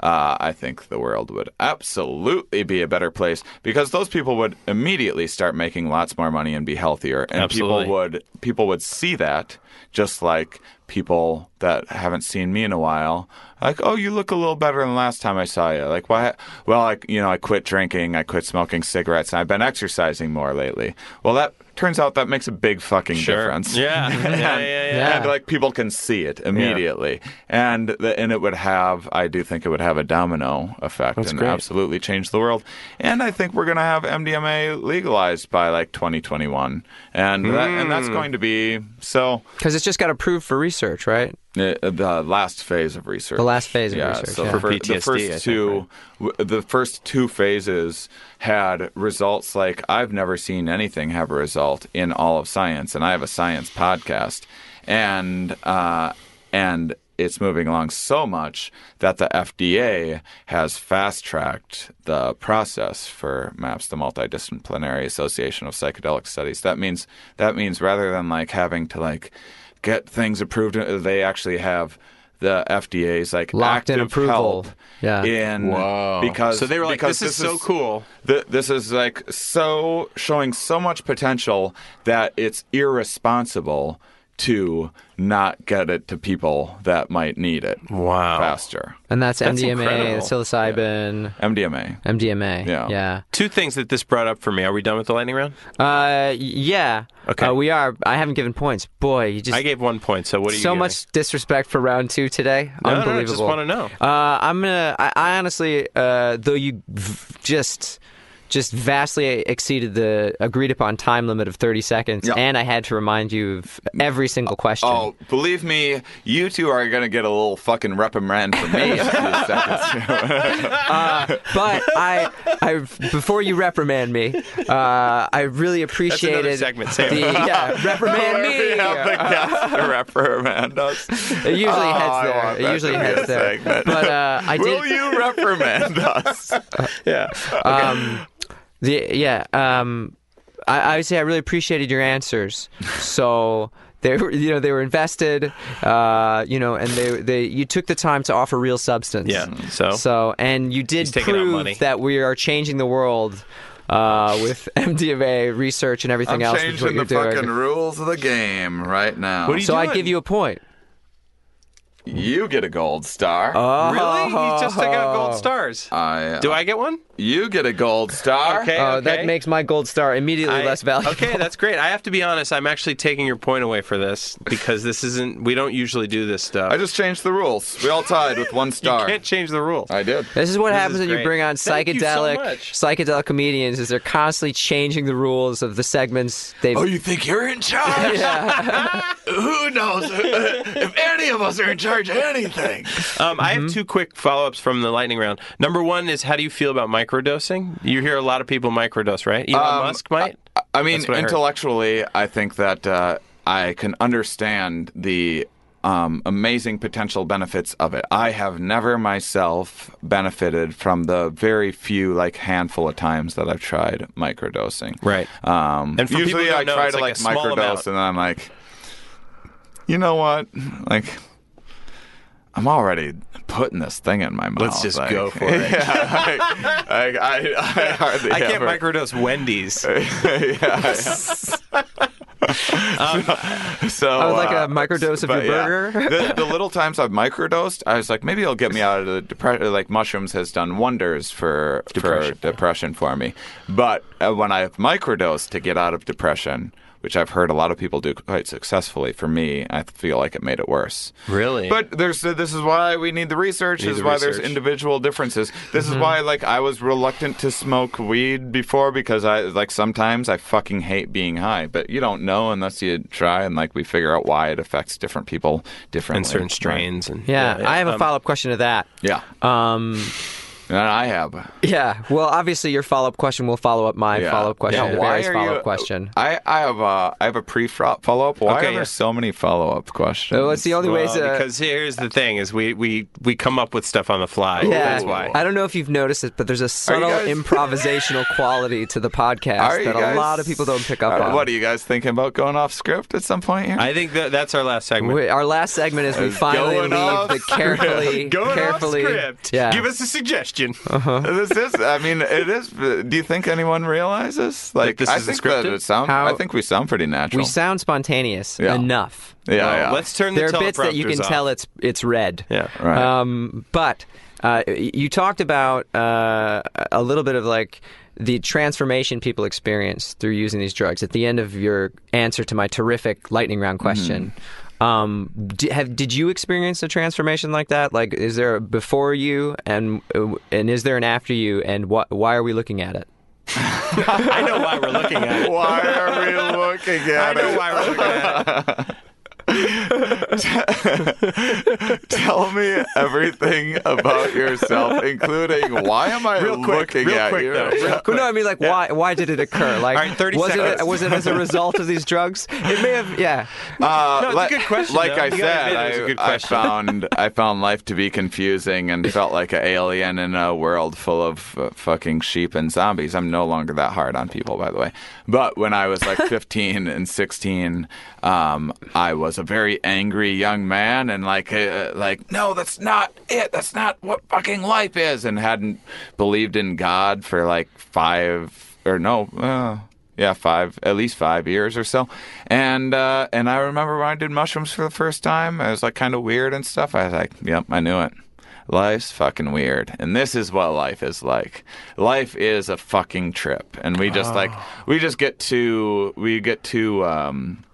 S6: uh, I think the world would absolutely be a better place because those people would immediately start making lots more money and be healthier, and
S2: Absolutely.
S6: people would people would see that just like people that haven't seen me in a while like oh you look a little better than last time i saw you like why well i you know i quit drinking i quit smoking cigarettes and i've been exercising more lately well that turns out that makes a big fucking difference
S2: Yeah. yeah, yeah, yeah.
S3: Yeah.
S6: and like people can see it immediately and the, and it would have i do think it would have a domino effect and
S2: great.
S6: absolutely change the world and i think we're going to have mdma legalized by like 2021 and that, and
S3: Hmm.
S6: that's going to be so
S3: because it's just got approved for research, right?
S6: uh, the last phase of research.
S3: The last phase of
S6: yeah,
S3: research,
S6: So
S3: yeah.
S6: for
S2: For
S6: the
S2: PTSD, I think,
S6: first two, w- the first two phases had results like I've never seen anything have a result in all of science, and I have a science podcast, and uh, and it's moving along so much that the FDA has fast tracked the process for MAPS, the Multidisciplinary Association of Psychedelic Studies. That means that means rather than like having to like get things approved. uh, They actually have the FDA's like
S3: Locked in
S6: active
S3: approval.
S6: help
S3: Yeah.
S6: in
S1: Wow.
S6: because
S2: So they were like,
S6: because
S2: this, is, so cool.
S6: th- this is like so showing so much potential that it's irresponsible to not get it to people that might need it
S2: Wow.
S6: faster.
S3: And that's,
S2: That's
S3: MDMA,
S2: incredible.
S3: psilocybin,
S6: MDMA.
S3: MDMA.
S6: Yeah.
S3: Yeah.
S2: Two things that this brought up for me. Are we done with the lightning round?
S3: Uh, yeah.
S2: Okay.
S3: Uh, we are. I haven't given points. Boy, you just
S2: I gave one point. So what are you?
S3: so
S2: giving?
S3: much disrespect for round two today.
S2: No, no, no, I
S3: Unbelievable.
S2: just wanna know.
S3: Uh, I'm gonna. I, I honestly, uh, though you v- just just vastly exceeded the agreed upon time limit of 30 seconds,
S6: Yeah.
S3: and I had to remind you of every
S2: Uh,
S3: single question.
S6: Oh, believe me, you two are gonna get a little fucking reprimand from me. in a few seconds.
S3: But I, I before you reprimand me, uh, I really appreciated
S2: segment, Sam.
S3: the yeah, reprimand me.
S6: We have the guest to reprimand us.
S3: It usually
S6: Oh, I
S3: heads
S6: want
S3: there.
S6: that
S3: It usually
S6: to be a
S3: heads there.
S6: segment.
S3: But uh, I
S6: Will
S3: did.
S6: you reprimand us?
S2: Yeah.
S3: Um, the yeah. Um, I, I would say I really appreciated your answers. So they were, you know, they were invested. Uh, you know, and they they you took the time to offer real substance.
S2: Yeah. So.
S3: So and you
S2: Oh.
S3: did
S2: He's taking out
S3: prove
S2: money.
S3: that we are changing the world. Uh, with MDMA research and everything
S6: I'm
S3: else, which is what
S6: changing
S3: you're
S6: the
S3: doing.
S6: fucking rules of the game right now.
S2: What do
S3: so I
S2: doing?
S3: give you a point.
S6: You get a gold star.
S2: really? You just took out
S3: uh,
S2: gold stars.
S6: I, uh,
S2: Oh. Do I get one?
S6: You get a gold star.
S2: Okay.
S3: Oh,
S2: okay.
S3: that makes my gold star immediately
S2: I-
S3: less valuable.
S2: Okay, that's great. I have to be honest. I'm actually taking your point away for this because this isn't. We don't usually do this stuff.
S6: I just changed the rules. We all tied with one star.
S2: can't change the rules.
S6: I did.
S3: This is what
S2: This
S3: happens
S2: is
S3: when you
S2: great.
S3: bring on
S2: Thank you so
S3: psychedelic
S2: much.
S3: psychedelic comedians is they're constantly changing the rules of the segments they've
S6: Oh, you think you're in charge? Who knows if any of us are in charge of anything?
S2: Um, I
S3: Mm-hmm.
S2: have two quick follow-ups from the lightning round. Number one is how do you feel about microdosing? You hear a lot of people microdose, right? Elon
S6: Um,
S2: Musk might.
S6: I mean,
S2: That's what I heard.
S6: intellectually, I think that uh, I can understand the um, amazing potential benefits of it. I have never myself benefited from the very few, like handful of times that I've tried microdosing.
S2: Right.
S6: Um,
S2: And for people
S6: usually,
S2: who don't
S6: I
S2: know,
S6: try
S2: it's
S6: to
S2: like a
S6: like,
S2: small
S6: microdose,
S2: amount.
S6: and then I'm like, you know what, like. I'm already putting this thing in my mouth.
S2: Let's just
S6: like-
S2: go for it.
S6: Yeah, like, like, I, I, hardly
S2: I can't
S6: ever-
S2: microdose Wendy's.
S6: yeah.
S2: Um,
S6: so
S3: I would Oh, like
S6: uh,
S3: a microdose of
S6: but
S3: your
S6: yeah.
S3: burger.
S6: the, the little times I've microdosed, I was like, maybe it'll get me out of the depression. Like mushrooms has done wonders for depression for, depression for me. But uh, when I've microdosed to get out of depression, which I've heard a lot of people do quite successfully, for me, I feel like it made it worse.
S2: Really?
S6: But there's this is why we need the research. this is
S2: the
S6: why there's
S2: research.
S6: individual differences. This
S3: Mm-hmm.
S6: is why like I was reluctant to smoke weed before because I like sometimes I fucking hate being high, but you don't know unless you try and like we figure out why it affects different people differently.
S2: and certain
S6: Right.
S2: strains and
S3: yeah, I have a
S2: um,
S3: follow up question to that.
S6: Yeah.
S3: Um,
S6: And I have.
S3: Yeah. Well, obviously, your follow up question will follow up my
S6: Yeah.
S3: follow up question.
S6: Yeah,
S3: and
S6: why
S3: Barry's
S6: are
S3: follow
S6: you-
S3: up question.
S6: I, I have a I have a pre follow up. Why
S2: Okay,
S6: are there
S2: yeah.
S6: so many follow up questions?
S3: Well, it's the only way.
S2: Oh, Well,
S3: to,
S2: because here's the thing: is we, we we come up with stuff on the fly.
S3: yeah,
S2: that's why.
S3: I don't know if you've noticed it, but there's a subtle
S6: guys-
S3: improvisational quality to the
S6: Are
S3: podcast
S6: you
S3: that
S6: guys-
S3: a lot of people don't pick up
S6: Uh,
S3: on.
S6: What are you guys thinking about going off script at some point here?
S2: I think that that's our last segment.
S3: Wait, our last segment is we finally
S6: Uh, going
S3: leave
S6: off
S3: the carefully,
S2: Going
S3: carefully.
S2: off script.
S3: Yeah. Oh,
S2: Give us a suggestion.
S6: this is. I mean, it is. Do you think anyone realizes? Like,
S2: this
S6: I
S2: isn't
S6: think that
S2: scripted?
S6: it sound,
S3: How-
S6: I think we sound pretty natural.
S3: we sound spontaneous
S6: Yeah.
S3: enough.
S6: yeah,
S2: Well,
S6: yeah.
S2: Oh, Let's turn the
S3: There are bits that you
S2: teleprompters
S3: can
S2: off.
S3: tell it's it's red.
S2: Yeah.
S6: Right.
S3: Um, but uh, you talked about uh, a little bit of like the transformation people experience through using these drugs. At the end of your answer to my terrific lightning round question,
S2: Mm.
S3: um, d have did you experience a transformation like that? Like, is there a before you and uh, and is there an after you? And what? Why are we looking at it?
S2: I know why we're looking at it.
S6: why are we looking
S2: I
S6: at
S2: know
S6: it?
S2: why we're looking at it.
S6: Tell me everything about yourself, including why am I
S2: Real quick,
S6: looking
S2: real
S6: at
S2: quick,
S6: you?
S2: though, real
S3: Well, no, I mean like why? Why did it occur? Like,
S2: Uh, All right, 30
S3: was it
S2: seconds.
S3: was it as a result of these drugs? It may have, yeah.
S6: Uh,
S2: No, it's a good question,
S6: Like
S2: though.
S6: I
S2: You gotta admit
S6: said,
S2: it
S6: I,
S2: was a good
S6: I
S2: question.
S6: found I found life to be confusing and felt like an alien in a world full of uh, fucking sheep and zombies. I'm no longer that hard on people, by the way. But when I was like 15 and 16, um, I was a very angry young man and like uh, like no, that's not it. That's not what fucking life is. And hadn't believed in God for like five or no. Uh, yeah, five, at least five years or so. And uh, and I remember when I did mushrooms for the first time, I was like kind of weird and stuff. I was like, yep, I knew it. Life's fucking weird. And this is what life is like. Life is a fucking trip. And we just like, we just get to, we get to, um,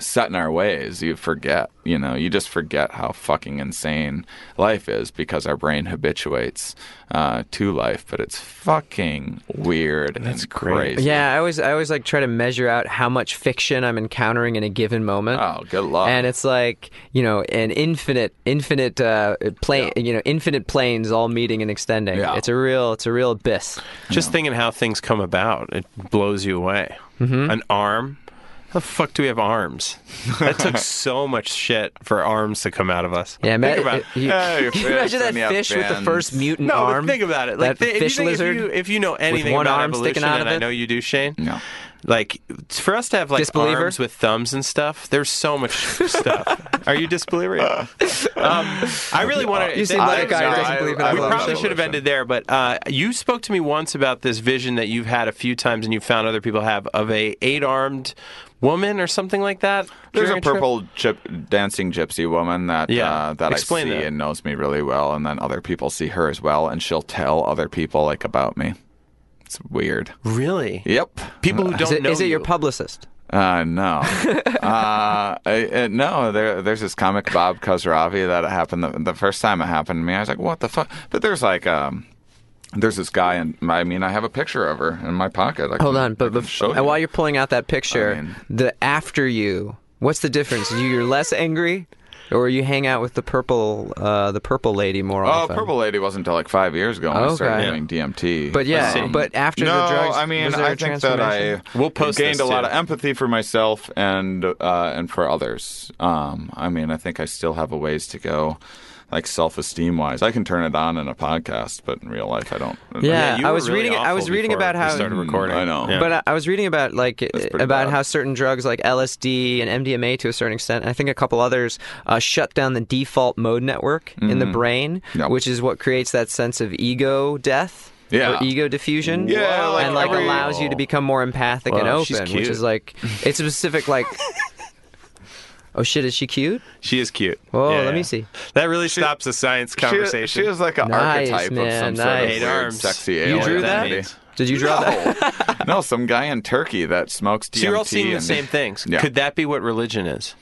S6: set in our ways you forget you know you just forget how fucking insane life is because our brain habituates uh, to life but it's fucking weird and
S2: great.
S6: crazy
S3: Yeah, I always I always like try to measure out how much fiction I'm encountering in a given moment.
S6: Oh, good luck.
S3: And it's like you know an infinite infinite uh, plane you know infinite planes all meeting and extending.
S6: Yeah.
S3: It's a real it's a real abyss.
S2: Just thinking how things come about, it blows you away.
S3: Mm-hmm.
S2: An arm. How the fuck do we have arms? That took so much shit for arms to come out of us.
S3: Yeah,
S2: think
S3: ma-
S2: about it.
S3: you,
S6: Yeah, your
S3: can you
S6: fish
S3: imagine that
S6: and you have
S3: fish with the
S6: fins.
S3: first mutant
S2: No,
S3: arm.
S2: but think about it. Like
S3: that
S2: th- if
S3: fish
S2: you think-
S3: lizard.
S2: If you, if you know anything
S3: one
S2: about
S3: arm sticking
S2: evolution,
S3: out
S2: and
S3: of
S2: I
S3: it?
S2: know you do, Shane.
S6: No.
S2: Like for us to have like
S3: Disbeliever?
S2: arms with thumbs and stuff, there's so much stuff. Are you disbeliever?
S6: Uh,
S2: um, I really want to.
S3: You seem like a guy who doesn't believe in
S2: We
S3: evolution.
S2: probably should have ended there, but uh, you spoke to me once about this vision that you've had a few times, and you found other people have of a eight-armed woman or something like that.
S6: There's
S2: during
S6: a
S2: trip?
S6: purple gyp- dancing gypsy woman that
S2: Yeah.
S6: uh, that
S2: Explain
S6: I see
S2: that.
S6: and knows me really well, and then other people see her as well, and she'll tell other people like about me. It's weird.
S2: Really?
S6: Yep.
S2: People who don't
S3: is it,
S2: know
S3: is it your
S2: you.
S3: publicist?
S6: Uh, no. uh, I, uh, no, there, there's this comic, Bob Khosravi, that it happened the, the first time it happened to me. I was like, what the fuck? But there's like, um, there's this guy, and I mean, I have a picture of her in my pocket. I
S3: Hold
S6: can-
S3: on,
S6: I
S3: but
S6: can
S3: bef-
S6: show
S3: and
S6: you.
S3: while you're pulling out that picture,
S6: I mean-
S3: the after you, what's the difference? You, you're less angry, or you hang out with the purple, uh, the purple lady more
S6: Oh,
S3: often.
S6: Purple Lady wasn't until like five years ago when I
S3: Okay.
S6: started doing DMT.
S3: But yeah, but after
S6: no,
S3: the drugs,
S6: I mean,
S3: was there a
S6: I think that I
S3: transformation?
S2: We'll post
S6: gained
S2: this,
S6: a lot
S2: too.
S6: of empathy for myself and uh, and for others. Um, I mean, I think I still have a ways to go, like self esteem wise. I can turn it on in a podcast, but in real life, I don't.
S3: Yeah,
S2: you
S3: I
S2: were
S3: was
S2: really
S3: reading. I
S2: awful
S3: was reading
S2: before
S3: about
S2: we
S3: how
S2: started recording.
S6: I know.
S2: Yeah.
S3: But I, I was reading about like
S6: pretty
S3: about
S6: bad.
S3: how certain drugs like LSD and MDMA to a certain extent, and I think a couple others, uh, shut down the default mode network in
S2: Mm-hmm.
S3: the brain,
S6: Yeah.
S3: which is what creates that sense of ego death.
S6: Yeah.
S3: Or ego diffusion,
S6: Yeah, like
S3: and like
S6: every-
S3: allows you to become more empathic and
S2: Wow,
S3: open,
S2: she's
S3: which
S2: cute.
S3: is like it's a specific like. oh shit! Is she cute?
S2: She is cute.
S3: Whoa,
S2: Yeah,
S3: let
S2: yeah.
S3: me see.
S2: That really stops the science
S6: She,
S2: conversation.
S6: she is like an
S3: Nice,
S6: archetype
S3: man,
S6: of some
S3: nice.
S6: sort of
S2: Eight
S6: weird,
S2: arms.
S6: sexy
S2: You
S6: alien.
S3: drew that?
S6: entity.
S3: Did you draw that?
S6: No. no, some guy in Turkey that smokes DMT.
S2: So you're all seeing the
S6: and-
S2: same things.
S6: Yeah.
S2: Could that be what religion is?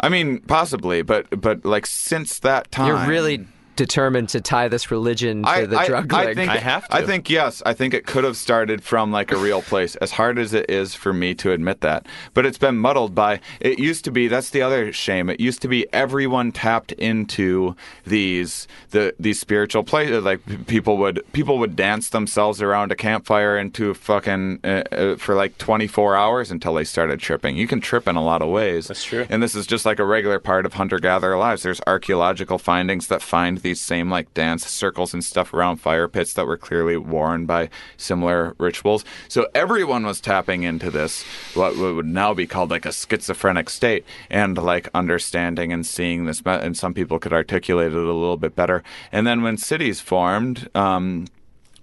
S6: I mean, possibly, but but like since that time,
S3: You're really determined to tie this religion to
S6: I,
S3: the
S6: I-
S3: drug
S6: I
S3: leg.
S6: think,
S2: I have to.
S6: I think yes. I think it could have started from like a real place. As hard as it is for me to admit that, but it's been muddled by. It used to be. That's the other shame. It used to be everyone tapped into these the these spiritual places. Like p- people would people would dance themselves around a campfire into fucking uh, uh, for like twenty four hours until they started tripping. You can trip in a lot of ways. That's
S2: true.
S6: and this is just like a regular part of hunter gatherer lives. There's archaeological findings that find these same like dance circles and stuff around fire pits that were clearly worn by similar rituals. So everyone was tapping into this, what would now be called like a schizophrenic state, and like understanding and seeing this. me- And some people could articulate it a little bit better. And then when cities formed, um,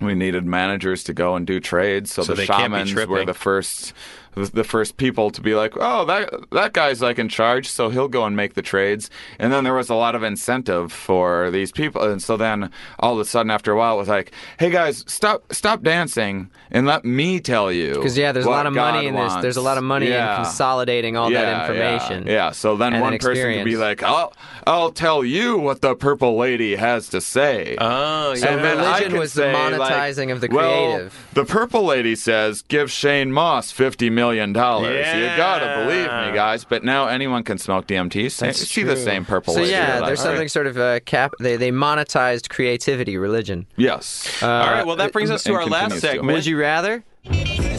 S6: we needed managers to go and do trades, so,
S2: So
S6: the
S2: they can't be
S6: shamans were
S2: tripping.
S6: the first, the first people to be like, "Oh, that that guy's like in charge, so he'll go and make the trades." And then there was a lot of incentive for these people, and so then all of a sudden, after a while, it was like, "Hey guys, stop stop dancing and let me tell you."
S3: because yeah, there's a
S6: what
S3: lot of
S6: God
S3: money and there's there's a lot of
S6: wants."
S3: money
S6: Yeah.
S3: in consolidating all that information.
S6: Yeah, so then
S3: and
S6: one
S3: then
S6: person could be
S3: experience.
S6: like, "I'll I'll tell you what the purple lady has to say."
S2: Oh, yeah.
S3: So
S6: And then I
S3: religion
S6: could
S3: was the
S6: say,
S3: monetizing
S6: like,
S3: of the
S6: well,
S3: creative.
S6: the purple lady says, "Give Shane Moss fifty million dollars." You gotta
S2: Yeah.
S6: believe me, guys. But now anyone can smoke DMT. Sa- see the same purple
S3: So
S6: lady.
S3: yeah,
S6: that I
S3: there's
S6: see.
S3: something sort of uh, cap. They they monetized creativity, religion.
S6: Yes.
S3: Uh,
S2: All right, well, that brings us to
S6: Uh, and
S2: our last
S6: continues to.
S2: segment.
S3: Would you rather?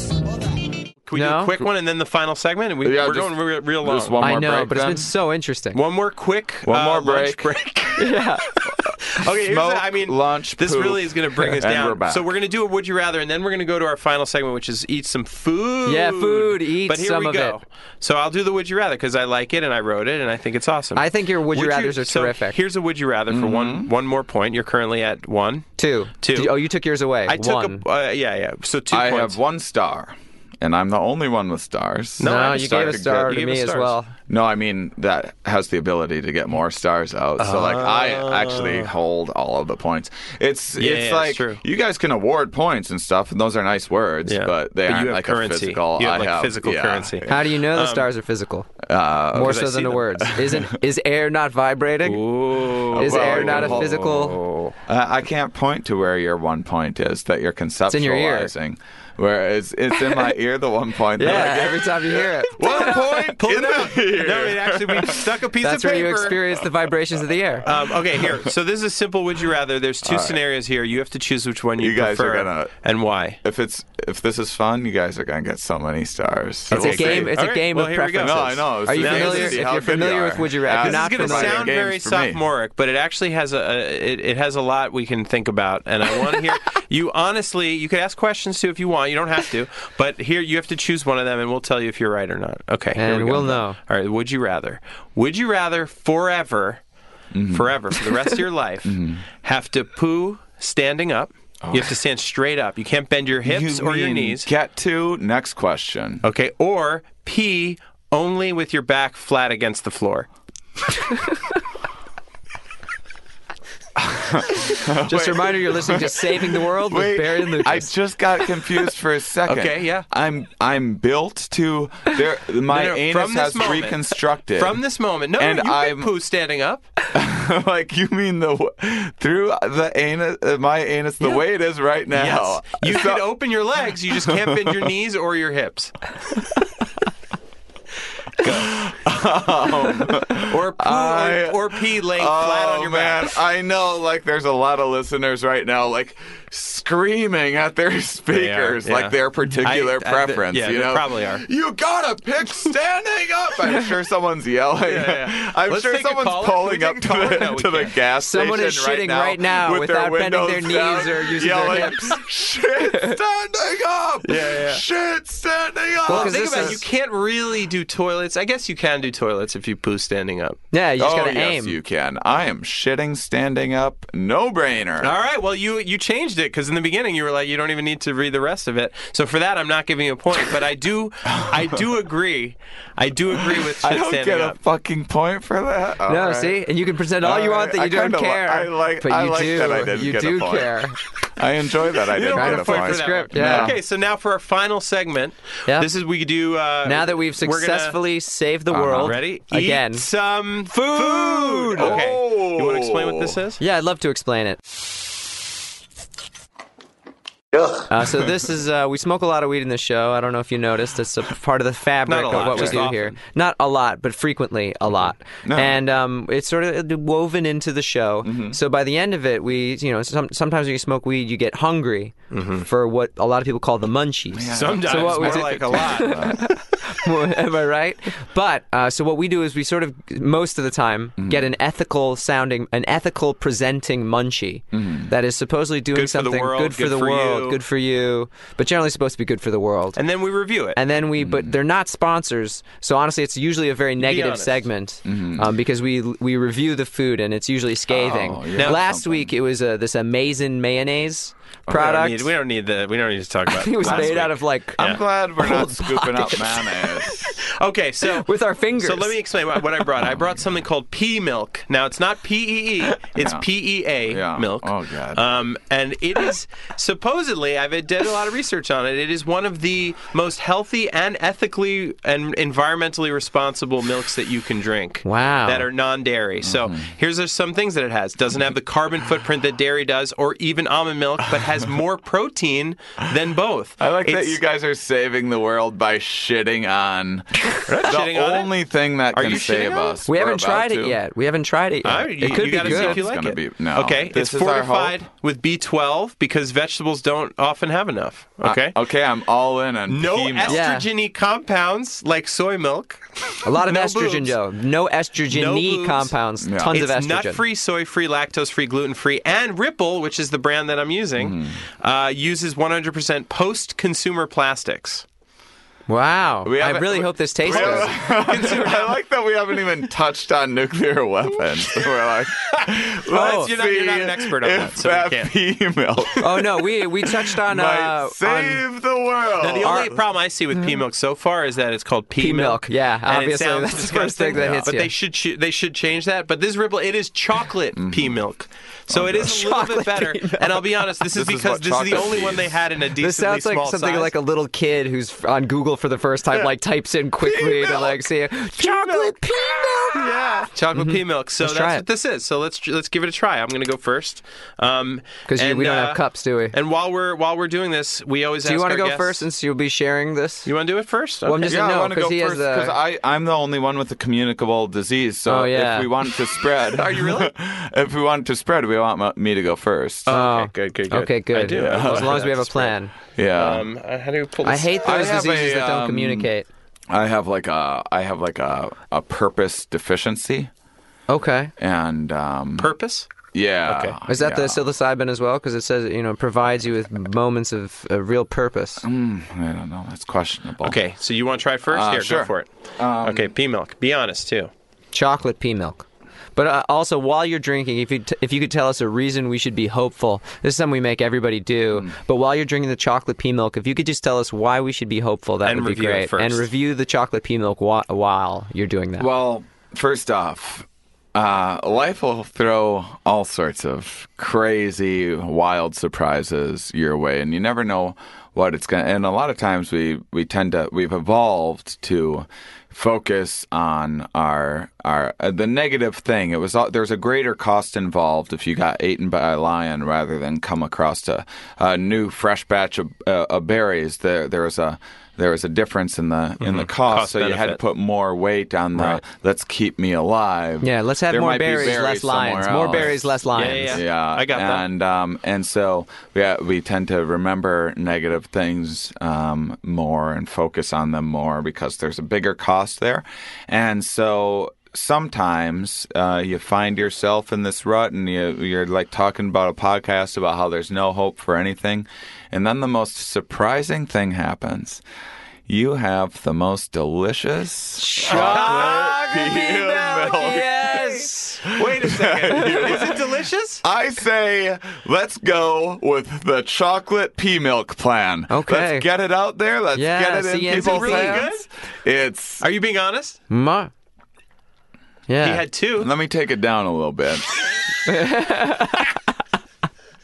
S2: Can we do
S3: No?
S2: a quick one and then the final segment? We,
S6: Yeah,
S2: we're
S6: just-
S2: going real, real long.
S6: just one more
S3: I know,
S6: break,
S3: but it's
S6: then.
S3: been so interesting.
S2: One more quick.
S6: One more
S2: uh, lunch
S6: break.
S2: break. yeah. Okay. here's
S6: Smoke,
S2: the- I mean,
S6: lunch,
S2: This
S6: poop,
S2: really is going to bring us
S6: and
S2: down.
S6: we're back.
S2: So we're going to do a would you rather, and then we're going to go to our final segment, which is eat some food.
S3: Yeah, food. Eat
S2: But here
S3: some
S2: we
S3: of
S2: go.
S3: it.
S2: So I'll do the would you rather because I like it and I wrote it and I think it's awesome.
S3: I think your would you rathers are
S2: so
S3: terrific.
S2: Here's a would you rather for
S6: Mm-hmm.
S2: one one more point. You're currently at one.
S3: two.
S2: Two.
S3: Did- oh, you took yours away.
S2: I took
S3: One.
S2: a uh, yeah yeah. So two
S6: I
S2: points.
S6: have one star, and I'm the only one with stars.
S2: No,
S3: no,
S2: I
S3: you
S2: started
S3: gave a
S2: to
S3: star
S2: get-
S3: to
S2: you gave
S3: me
S2: us
S3: as
S2: stars.
S3: well.
S6: No, I mean that has the ability to get more stars out. So like I
S3: Ah.
S6: actually hold all of the points. It's
S2: it's
S6: it's like
S2: true.
S6: you guys can award points and stuff, and those are nice words,
S2: Yeah.
S6: but
S2: But
S6: they
S2: you
S6: aren't
S2: have
S6: like
S2: currency.
S6: a physical.
S2: You have,
S6: I
S2: like,
S6: have
S2: physical
S6: yeah.
S2: currency.
S3: How do you know the stars are physical? More
S2: 'cause I
S3: so
S2: see
S3: than the
S2: them.
S3: words. Isn't is air not vibrating?
S2: Ooh.
S3: Is
S6: Well,
S3: air
S6: you
S3: not
S6: can
S3: a
S6: hold-
S3: physical?
S6: Uh, I can't point to where your one point is that you're conceptualizing.
S3: in your ear.
S6: Where it's it's in my ear the one point.
S3: Yeah,
S6: That I get.
S3: every time you hear it.
S6: One point
S2: Pull it
S6: in
S2: out.
S6: the ear.
S2: No, it actually we stuck a piece
S3: That's
S2: of
S3: where
S2: paper.
S3: you experience the vibrations of the air.
S6: Oh,
S2: Um, okay, here. So this is a simple would you rather. There's two scenarios here. You have to choose which one you,
S6: You guys are
S2: prefer
S6: gonna-
S2: and why.
S6: if it's if this is fun, you guys are gonna get so many stars.
S3: It's
S6: We'll
S3: a game.
S6: see.
S3: It's
S2: All
S3: a
S2: right,
S3: game
S2: well,
S3: of
S2: here we go.
S3: preferences.
S6: No, I know.
S3: Are
S6: It's
S3: you
S6: amazing to
S3: familiar? If
S6: see how
S3: you're
S6: good you
S3: familiar
S6: are.
S3: with Would You Rather, if
S6: Yeah,
S3: you're
S6: this
S3: not
S6: is
S2: It's going to
S3: familiar,
S6: Provider
S2: sound
S6: games
S2: very
S6: for me.
S2: sophomoric, but it actually has a, a it, it has a lot we can think about, and I want to hear you honestly. You could ask questions too if you want. You don't have to, but here you have to choose one of them, and we'll tell you if you're right or not. Okay, here
S3: And
S2: we go.
S3: we'll know.
S2: All right, would you rather? Would you rather forever,
S6: Mm-hmm.
S2: forever for the rest of your life, have to poo standing up? You have to stand straight up. You can't bend your hips
S6: You
S2: or your
S6: mean
S2: knees.
S6: Get to next question.
S2: Okay, or pee only with your back flat against the floor.
S3: Just a reminder, you're listening to Saving the World with Barry and
S6: Oh, I
S3: Lucas.
S6: just got confused for a second.
S2: Okay, yeah.
S6: I'm I'm built to there. My
S2: No, no,
S6: anus
S2: from this
S6: has
S2: moment-
S6: reconstructed
S2: From this moment, no,
S6: And
S2: no you
S6: I'm-
S2: can poo standing up.
S6: like you mean the through the anus, uh, my anus, the way it is right now.
S2: You
S6: So-
S2: can open your legs. You just can't bend your knees or your hips. Go. Um, or, poo,
S6: I-
S2: or, or pee laying flat on
S6: Oh,
S2: your
S6: man,
S2: back.
S6: I know like there's a lot of listeners right now like screaming at their speakers
S2: yeah.
S6: like their
S2: I-
S6: particular
S2: I-
S6: preference.
S2: yeah,
S6: you
S2: they
S6: know?
S2: probably are.
S6: You gotta pick standing up. I'm sure someone's yelling.
S2: yeah.
S6: I'm
S2: Let's
S6: sure
S2: take a
S6: someone's
S2: caller. Can we
S6: pulling
S2: take
S6: up
S2: a
S6: to
S2: caller?
S6: the
S2: No, we
S6: to the
S2: can't.
S6: gas
S3: Someone is
S6: station right
S3: shitting right now
S6: with
S3: without
S6: their
S3: bending their
S6: windows
S3: knees
S6: down,
S3: or using their
S6: yelling,
S3: hips.
S6: Shit standing up. Yeah,
S2: yeah.
S6: Shit standing up.
S3: Well, 'cause
S2: Think
S3: this
S2: about it.
S3: is-
S2: You can't really do toilets. I guess you can do toilets if you poo standing up.
S3: Yeah, you just
S6: oh,
S3: gotta
S6: yes,
S3: aim.
S6: you can. I am shitting standing up. No brainer.
S2: All right. Well, you you changed it because in the beginning you were like you don't even need to read the rest of it. So for that, I'm not giving you a point. But I do, I do agree. I do agree with.
S6: I
S2: shit
S6: don't
S2: standing
S6: get
S2: up.
S6: a fucking point for that. All
S3: No,
S6: right.
S3: see, and you can pretend all, you
S6: All
S3: want
S6: right.
S3: that
S6: I
S3: you don't
S6: kinda li-
S3: care.
S6: I like-
S3: but you
S6: I like
S3: do.
S6: that I didn't
S3: you
S6: get a
S3: do
S6: point.
S3: care.
S6: I enjoy that. I
S2: You
S6: didn't
S2: don't
S3: Kind
S2: have
S6: get a
S2: a point
S3: of point for
S2: for
S6: point.
S3: that.
S2: that
S3: script,
S2: one.
S3: yeah.
S2: Okay, so now for our final segment,
S3: Yeah.
S2: this is we could do. Uh,
S3: Now that we've
S2: we're gonna- Uh-huh.
S3: successfully
S6: Uh-huh.
S3: saved the world,
S2: ready
S3: again.
S2: Eat some food.
S3: Food! Oh.
S2: Okay, you want to explain what this is?
S3: Yeah, I'd love to explain it. Uh, so this is uh, we smoke a lot of weed in this show. I don't know if you noticed. It's a part of the fabric
S2: Not a
S3: of
S2: lot,
S3: what we
S2: just
S3: do
S2: often.
S3: here. Not a lot, but frequently a lot. And um, it's sort of woven into the show.
S2: Mm-hmm.
S3: So by the end of it, we you know some, sometimes when you smoke weed, you get hungry
S2: Mm-hmm.
S3: for what a lot of people call the munchies.
S2: Sometimes
S3: So what we
S2: more
S3: did-
S2: like a lot.
S3: Am I right? But uh, so what we do is we sort of most of the time
S2: Mm-hmm.
S3: get an ethical sounding, an ethical presenting munchie that is supposedly doing
S2: Mm-hmm. Good for the
S3: something
S2: world,
S3: good for
S2: good
S3: the
S2: for
S3: world,
S2: you.
S3: good for you, but generally supposed to be good for the world.
S2: and then we review it.
S3: And then we, but they're not sponsors, so honestly, it's usually a very negative
S2: honest. Mm-hmm.
S3: segment um, because we we review the food and it's usually scathing.
S6: Oh, yeah.
S3: now,
S6: Now-
S3: last
S6: Something.
S3: week it was uh, this amazing mayonnaise
S2: we don't
S3: product.
S2: need, we don't need the. We don't need to talk about.
S3: it was
S2: last
S3: made
S2: week.
S3: out of like um,
S6: I'm glad we're not
S3: Old
S6: scooping up mayonnaise.
S2: Okay, so
S3: with our fingers.
S2: So let me explain what what I brought. I brought something called pea milk. Now it's not P E E, it's
S6: Yeah.
S2: P E A
S6: Yeah.
S2: milk.
S6: Oh, God.
S2: Um, and it is supposedly I've did a lot of research on it. It is one of the most healthy and ethically and environmentally responsible milks that you can drink.
S3: Wow.
S2: That are non-dairy. So
S6: Mm-hmm.
S2: here's are some things that it has. Doesn't have the carbon footprint that dairy does, or even almond milk, but has more protein than both.
S6: I like that
S2: It's-
S6: you guys are saving the world by shitting on the
S2: shitting on it.
S6: only thing that
S2: Are
S6: can
S2: you
S6: save
S2: shitting on it?
S6: us.
S3: We
S6: We're
S3: haven't
S6: about
S3: tried
S6: to.
S3: it yet. We haven't tried it yet.
S2: All right, you,
S3: it could
S2: you
S3: be
S2: gotta see
S3: good.
S2: if you
S6: It's
S2: like
S6: gonna
S2: it.
S6: be- no,
S2: okay, it's
S6: this is our hope.
S2: fortified with B12 because vegetables don't often have enough. Okay,
S6: Uh, Ah, Okay, I'm all in on
S2: no
S6: pea milk.
S3: Yeah.
S2: estrogeny compounds like soy milk.
S3: A lot of
S2: No
S3: estrogen,
S2: boobs.
S3: Joe. No estrogen
S2: No
S3: knee
S2: boobs.
S3: compounds.
S6: Yeah.
S3: Tons
S2: it's
S3: of estrogen.
S2: nut-free, soy-free, lactose-free, gluten-free, and Ripple, which is the brand that I'm using,
S3: Mm-hmm.
S2: uh, uses 100% post-consumer plastics.
S3: Wow.
S6: We
S3: I
S6: haven't-
S3: really hope this tastes good.
S6: I like that we haven't even touched on nuclear weapons. We're like,
S2: Well,
S6: let's
S2: you're not- you're not an
S6: Oh, see
S2: expert on
S6: if
S2: that, so we
S6: that
S2: can't.
S6: pea milk
S3: Oh no, we we touched on
S6: might
S3: uh, on
S6: save the world.
S2: Now, the only problem I see with pea milk so far is that it's called pea,
S3: Oh, Pea milk, yeah,
S2: and it
S3: obviously,
S2: sounds
S3: that's the
S2: disgusting,
S3: first thing that hits
S2: But
S3: you.
S2: they should ch- they should change that. But this Ripple, it is chocolate pea milk, so it is a little bit
S3: Mm-hmm. Chocolate
S2: better.
S3: pea milk.
S2: And I'll be honest, this is
S6: This is
S2: because
S6: what
S2: this is the
S6: chocolate
S2: only one they
S6: is.
S2: had in a decently
S3: this sounds like
S2: small
S3: something
S2: size.
S3: like a little kid who's f- on Google for the first time, like types in quickly to like see chocolate pea milk.
S2: yeah, chocolate pea milk. So
S3: Mm-hmm. Let's try
S2: that's
S3: it.
S2: what this is. So let's let's give it a try. I'm going to go first. Um,
S3: Because
S2: and,
S3: we don't
S2: uh,
S3: have cups, do we?
S2: And while we're while we're doing this, we always
S3: Do you
S2: want to
S3: go first since you'll be sharing this?
S2: you want to do it first?
S3: I'm
S2: Okay.
S3: just-
S6: yeah,
S3: No,
S6: I want to
S3: 'cause
S6: go
S3: he has
S6: first
S3: the-
S6: because I I'm the only one with a communicable disease. So
S3: Oh, yeah.
S6: if we want to spread, are you really? if we want to spread, we want m- me to go first.
S2: Oh, okay, good, good, good.
S3: Okay, good.
S2: I do. I love
S3: As long as
S2: that
S3: we have a
S2: spread.
S3: plan.
S6: yeah,
S2: Um, uh, how do you pull?
S3: I
S2: this-
S3: hate
S6: I
S3: those
S6: have a,
S3: diseases that don't
S6: um,
S3: communicate.
S6: I have like a I have like a a purpose deficiency,
S3: Okay.
S6: and um,
S2: purpose.
S6: yeah,
S2: Okay.
S3: Is that the
S6: yeah.
S3: psilocybin as well? Because it says you know it provides you with moments of uh, real purpose.
S6: Mm, I don't know. That's questionable.
S2: Okay, so you want to try first?
S6: Uh,
S2: Here,
S6: sure.
S2: go for it. okay, pea milk. Be honest too.
S3: Chocolate pea milk. But uh, also, while you're drinking, if you t- if you could tell us a reason we should be hopeful, this is something we make everybody do.
S6: Mm.
S3: But while you're drinking the chocolate pea milk, if you could just tell us why we should be hopeful, that
S2: And
S3: would be
S2: review it
S3: great.
S2: first.
S3: And review the chocolate pea milk whi- while you're doing that.
S6: Well, first off, uh, life will throw all sorts of crazy, wild surprises your way, and you never know what it's going to. And a lot of times, we we tend to we've evolved to focus on our our uh, the negative thing. It was all- there's a greater cost involved if you got eaten by a lion rather than come across a, a new fresh batch of, uh, of berries. There there was a there was a difference in the in the cost,
S2: Cost
S6: so you had to
S2: benefit.
S6: put put more weight on the let's keep me alive.
S3: yeah, let's have
S6: There
S3: more
S6: might be
S3: berries, less lions.
S6: somewhere
S3: More
S6: else.
S3: berries, less lions.
S2: yeah,
S6: Yeah,
S2: I got that.
S6: and, um, and so yeah, we tend to remember negative things um, more and focus on them more because there's a bigger cost there, and so sometimes uh, you find yourself in this rut and you, you're like talking about a podcast about how there's no hope for anything, and then the most surprising thing happens. You have the most delicious chocolate pea milk.
S3: Yes.
S2: Wait a second. is it delicious?
S6: I say, let's go with the chocolate pea milk plan.
S3: Okay.
S6: Let's get it out there. Let's
S3: Yeah,
S6: get it in
S3: see, is it
S6: people's
S3: really
S6: hands. It's.
S2: Are you being honest?
S3: Ma. Yeah.
S2: He had two.
S6: Let me take it down a little bit.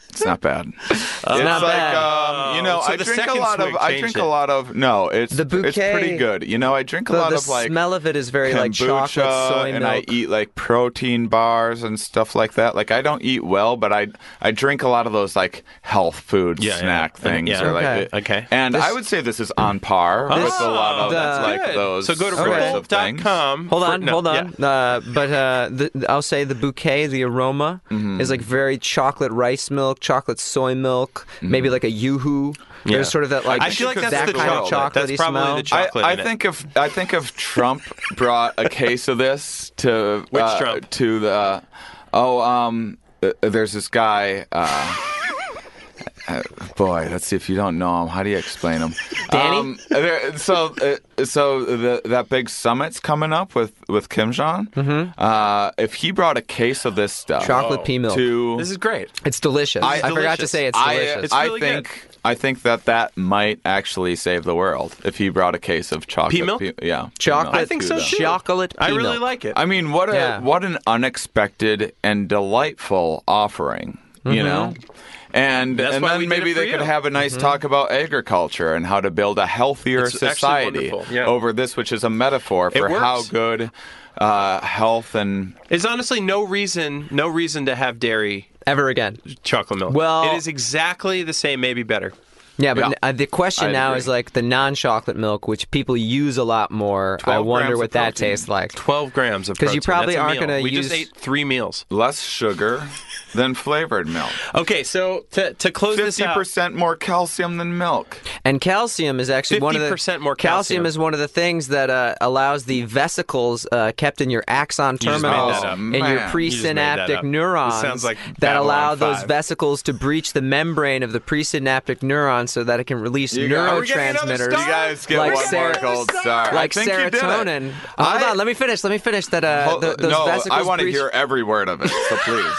S6: It's not bad. it's
S3: not
S6: like,
S3: bad.
S6: Um, you know,
S2: so
S6: I
S2: the
S6: drink a
S2: second
S6: lot of.
S2: swig
S6: I
S2: changed
S6: drink
S2: it.
S6: a lot of. No, it's
S3: The
S6: It's pretty
S3: bouquet-
S6: good. You know, I drink a
S3: The,
S6: lot
S3: the
S6: of like
S3: smell of it is very like chocolate,
S6: kombucha,
S3: soy
S6: and
S3: milk.
S6: I eat like protein bars and stuff like that. Like I don't eat well, but I I drink a lot of those like health food
S2: Yeah, yeah.
S6: snack
S2: And-
S6: things
S2: yeah.
S6: or like
S3: Okay.
S6: the-
S2: Okay.
S6: And I
S3: This- Oh,
S6: would say this is on par with a lot of
S3: that's
S6: like those.
S2: Oh, So go to
S6: sorts
S3: Okay.
S6: of things.
S2: revolve.com.
S3: Hold on,
S2: for- no,
S3: hold
S2: yeah.
S3: on. Uh, but uh, the, the- I'll say the bouquet, the aroma
S2: Mm-hmm.
S3: is like very chocolate rice milk, chocolate soy milk, maybe like a yoo-hoo. There's sort of that like
S2: Mm-hmm. I feel like
S6: Because
S2: that's
S3: that
S2: the
S3: kind
S2: chocolate.
S3: of chocolatey
S2: That's probably
S3: smell.
S2: the chocolate.
S6: I, I
S2: in it.
S6: think if I think if Trump brought a case of this to
S2: Which
S6: uh,
S2: Trump?
S6: to the oh um uh, there's this guy uh, uh, boy let's see if you don't know him how do you explain him
S3: Danny?
S6: um, there- so uh, so the, that big summit's coming up with with Kim Jong mm-hmm. uh, if he brought a case of this stuff
S3: Chocolate pea milk.
S6: to
S2: this is great.
S3: It's delicious. I, forgot to
S2: Oh, delicious. uh,
S3: say it's delicious.
S6: I,
S2: It's
S6: I
S2: really good.
S6: think I think that that might actually save the world if he brought a case of chocolate.
S2: Pea milk?
S6: yeah, pea
S3: Chocolate.
S6: milk
S2: I think
S6: to
S2: so
S6: them.
S2: too.
S3: Chocolate
S2: I
S3: pea
S2: really
S3: milk.
S2: like it.
S6: I mean, what a
S3: Yeah.
S6: what an unexpected and delightful offering, you
S3: Mm-hmm.
S6: know. And
S2: That's
S6: and
S2: why
S6: then
S2: we did
S6: maybe
S2: it for
S6: they could
S2: you.
S6: have a nice talk about agriculture and how to build a healthier
S2: It's actually
S6: society
S2: wonderful, yeah.
S6: over this, which is a metaphor for
S2: works.
S6: how good uh, health and
S2: There's honestly no reason, no reason to have dairy
S3: Ever again.
S2: chocolate milk.
S3: Well-
S2: it is exactly the same, maybe better.
S3: Yeah, but
S6: Yeah.
S3: n- uh, the question
S6: I'd
S3: now
S6: agree.
S3: is like the non-chocolate milk, which people use a lot more. I
S6: 12
S3: wonder
S6: grams
S3: what
S6: of
S3: that
S6: protein.
S3: tastes like.
S2: 12 grams of
S3: 'Cause
S2: protein.
S3: you probably
S2: That's a
S3: aren't
S2: meal.
S3: gonna
S2: We just
S3: use-
S2: ate three meals.
S6: less sugar than flavored milk.
S2: Okay, so to, to close this uh,
S6: Fifty
S2: out.
S6: percent more calcium than milk.
S3: And calcium is actually one of the
S2: 50% more calcium.
S3: is one of the things that uh, allows the vesicles uh, kept in your axon
S2: just made
S3: terminals
S2: that up.
S3: and
S6: Man.
S3: your
S6: You
S2: just made that
S3: presynaptic
S2: up.
S3: neurons
S2: This sounds like
S3: that
S2: Babylon
S3: allow those
S2: 5.
S3: vesicles to breach the membrane of the presynaptic neurons so that it can release
S6: got- Are we
S2: getting another
S3: neurotransmitters.
S2: star?
S6: You guys get
S3: Like
S6: one more
S3: Sarah-
S6: gold star.
S3: Like
S6: I think you did it.
S3: serotonin. Uh, Hold
S6: I-
S3: on, let me finish. Let me finish that. Uh,
S6: Hold-
S3: th- those
S6: no,
S3: vesicles
S6: I want to
S3: breach-
S6: hear every word of it. So please.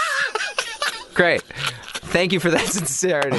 S3: Great. Thank you for that sincerity.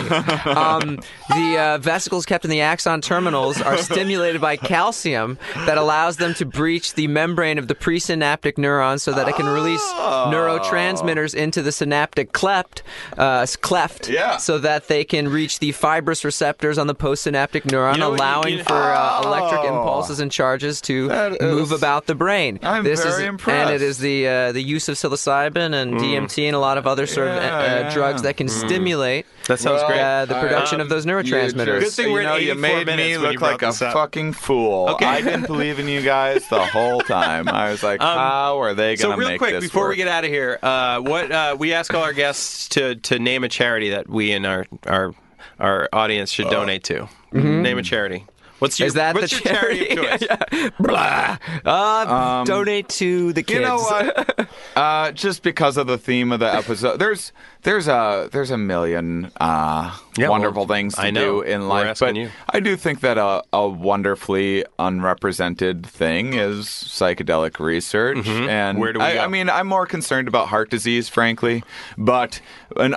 S3: Um, the uh, vesicles kept in the axon terminals are stimulated by calcium that allows them to breach the membrane of the presynaptic neuron so that it can release
S6: Oh.
S3: neurotransmitters into the synaptic cleft, uh, s- cleft
S6: Yeah.
S3: so that they can reach the fibrous receptors on the postsynaptic neuron,
S2: You know what you-
S3: allowing
S2: you-
S3: for uh, electric
S6: Oh.
S3: impulses and charges to
S6: That
S3: move
S6: is-
S3: about the brain.
S6: I'm
S3: this
S6: very
S3: is, And it
S6: impressed.
S3: is the uh, the use of psilocybin and
S2: Mm.
S3: DMT and a lot of other sort of uh,
S6: Yeah, yeah,
S3: drugs
S6: yeah.
S3: that can stimulate
S2: That sounds
S6: Well,
S2: Mm. great. Um,
S3: uh, the
S6: I-
S3: production of those neurotransmitters.
S6: You
S2: Good thing
S6: you
S2: we're at
S6: know, you
S2: 84
S6: made
S2: minutes
S6: me
S2: when you
S6: look
S2: brought
S6: like a
S2: this up.
S6: fucking fool.
S2: Okay.
S6: I didn't believe in you guys the whole time. I was like, how are they going
S2: So
S6: to
S2: real
S6: make
S2: quick,
S6: this
S2: before
S6: work?
S2: we get out of here, uh, what uh, we ask all our guests to to name a charity that we and our our our audience should donate to. Name a charity. What's your
S3: is that
S2: what's
S3: the
S2: your
S3: charity?
S2: charity of choice?
S3: Yeah. Blah. Uh,
S2: Um,
S3: donate to the kids.
S6: You know what? uh, just because of the theme of the episode, there's there's a there's a million uh,
S2: Yeah,
S6: wonderful
S2: well,
S6: things to
S2: I know.
S6: do in
S2: We're
S6: life,
S2: asking
S6: but
S2: you.
S6: I do think that a, a wonderfully unrepresented thing is psychedelic research. And
S2: Mm-hmm. Where do we
S6: I,
S2: go?
S6: I mean, I'm more concerned about heart disease, frankly, but an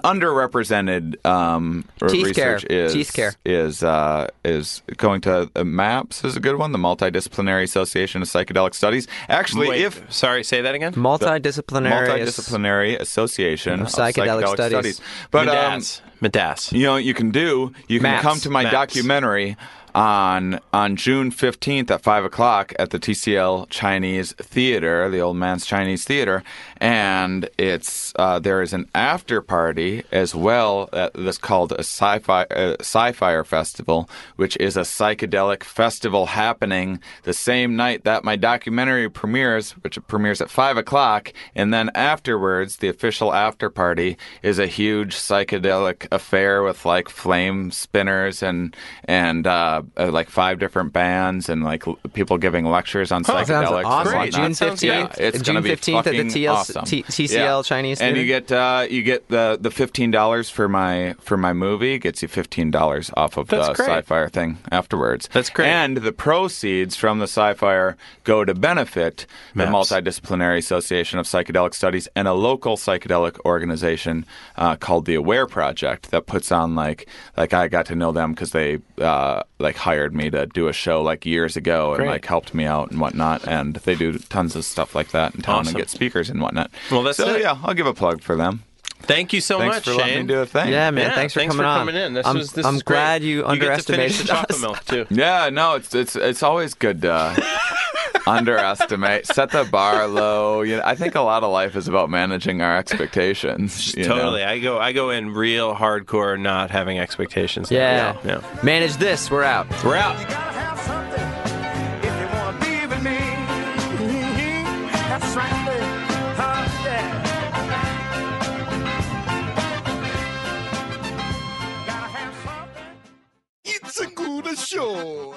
S6: underrepresented um, r-
S3: Teeth care.
S6: research is
S3: Teeth care.
S6: is uh, is going to uh, MAPS is a good one, the Multidisciplinary Association of Psychedelic Studies. Actually,
S2: Wait,
S6: if
S2: sorry, say that again.
S3: Multidisciplinary.
S6: Multidisciplinary Association of
S3: Psychedelic
S6: Psychedelic,
S3: Studies.
S6: Studies. But um,
S2: Midas. Midas.
S6: you know what you can do? You can
S3: Maps.
S6: come to my
S2: Maps.
S6: documentary on on June fifteenth at five o'clock at the TCL Chinese Theater, the Old Man's Chinese Theater, and it's uh, there is an after party as well uh, that's called a sci-fi uh, sci-fire festival, which is a psychedelic festival happening the same night that my documentary premieres, which premieres at five o'clock, and then afterwards the official after party is a huge psychedelic affair with like flame spinners and and uh, uh, like five different bands and like l- people giving lectures on
S3: That
S6: psychedelics.
S3: sounds
S6: and
S3: awesome.
S6: whatnot.
S3: June
S2: sounds
S6: Yeah,
S3: 15th,
S6: it's
S3: June
S6: gonna be
S3: 15th at the
S6: fucking
S3: TL
S6: awesome.
S3: T- TCL Chinese
S6: and you
S3: Theater.
S6: get uh, you get the the fifteen dollars for my for my movie gets you fifteen dollars off of
S2: That's
S6: the
S2: great.
S6: sci-fi thing afterwards.
S2: That's great.
S6: And the proceeds from the sci-fi go to benefit the
S2: Maps.
S6: Multidisciplinary Association of Psychedelic Studies and a local psychedelic organization uh, called the Aware Project that puts on like like I got to know them because they uh, like hired me to do a show like years ago and
S2: Great.
S6: like helped me out and whatnot. And they do tons of stuff like that in town
S2: Awesome.
S6: and get speakers and whatnot.
S2: Well, that's
S6: so
S2: it.
S6: yeah. I'll give a plug for them.
S2: Thank you so
S6: Thanks
S2: much,
S6: for
S2: Shane.
S6: letting me do a thing.
S3: Yeah, man.
S2: Yeah,
S3: thanks for coming on.
S2: in. This
S3: I'm,
S2: was this
S3: I'm
S2: is great.
S3: glad you
S2: get to
S3: underchocolate
S2: finish the chocolate milk too.
S6: Yeah, no, it's it's it's always good to uh, underestimate, set the bar low. You know, I think a lot of life is about managing our expectations. you know?
S2: Totally. I go I go in real hardcore not having expectations.
S3: Yeah.
S2: Yeah.
S3: Manage this. We're out.
S2: We're out.
S5: gotta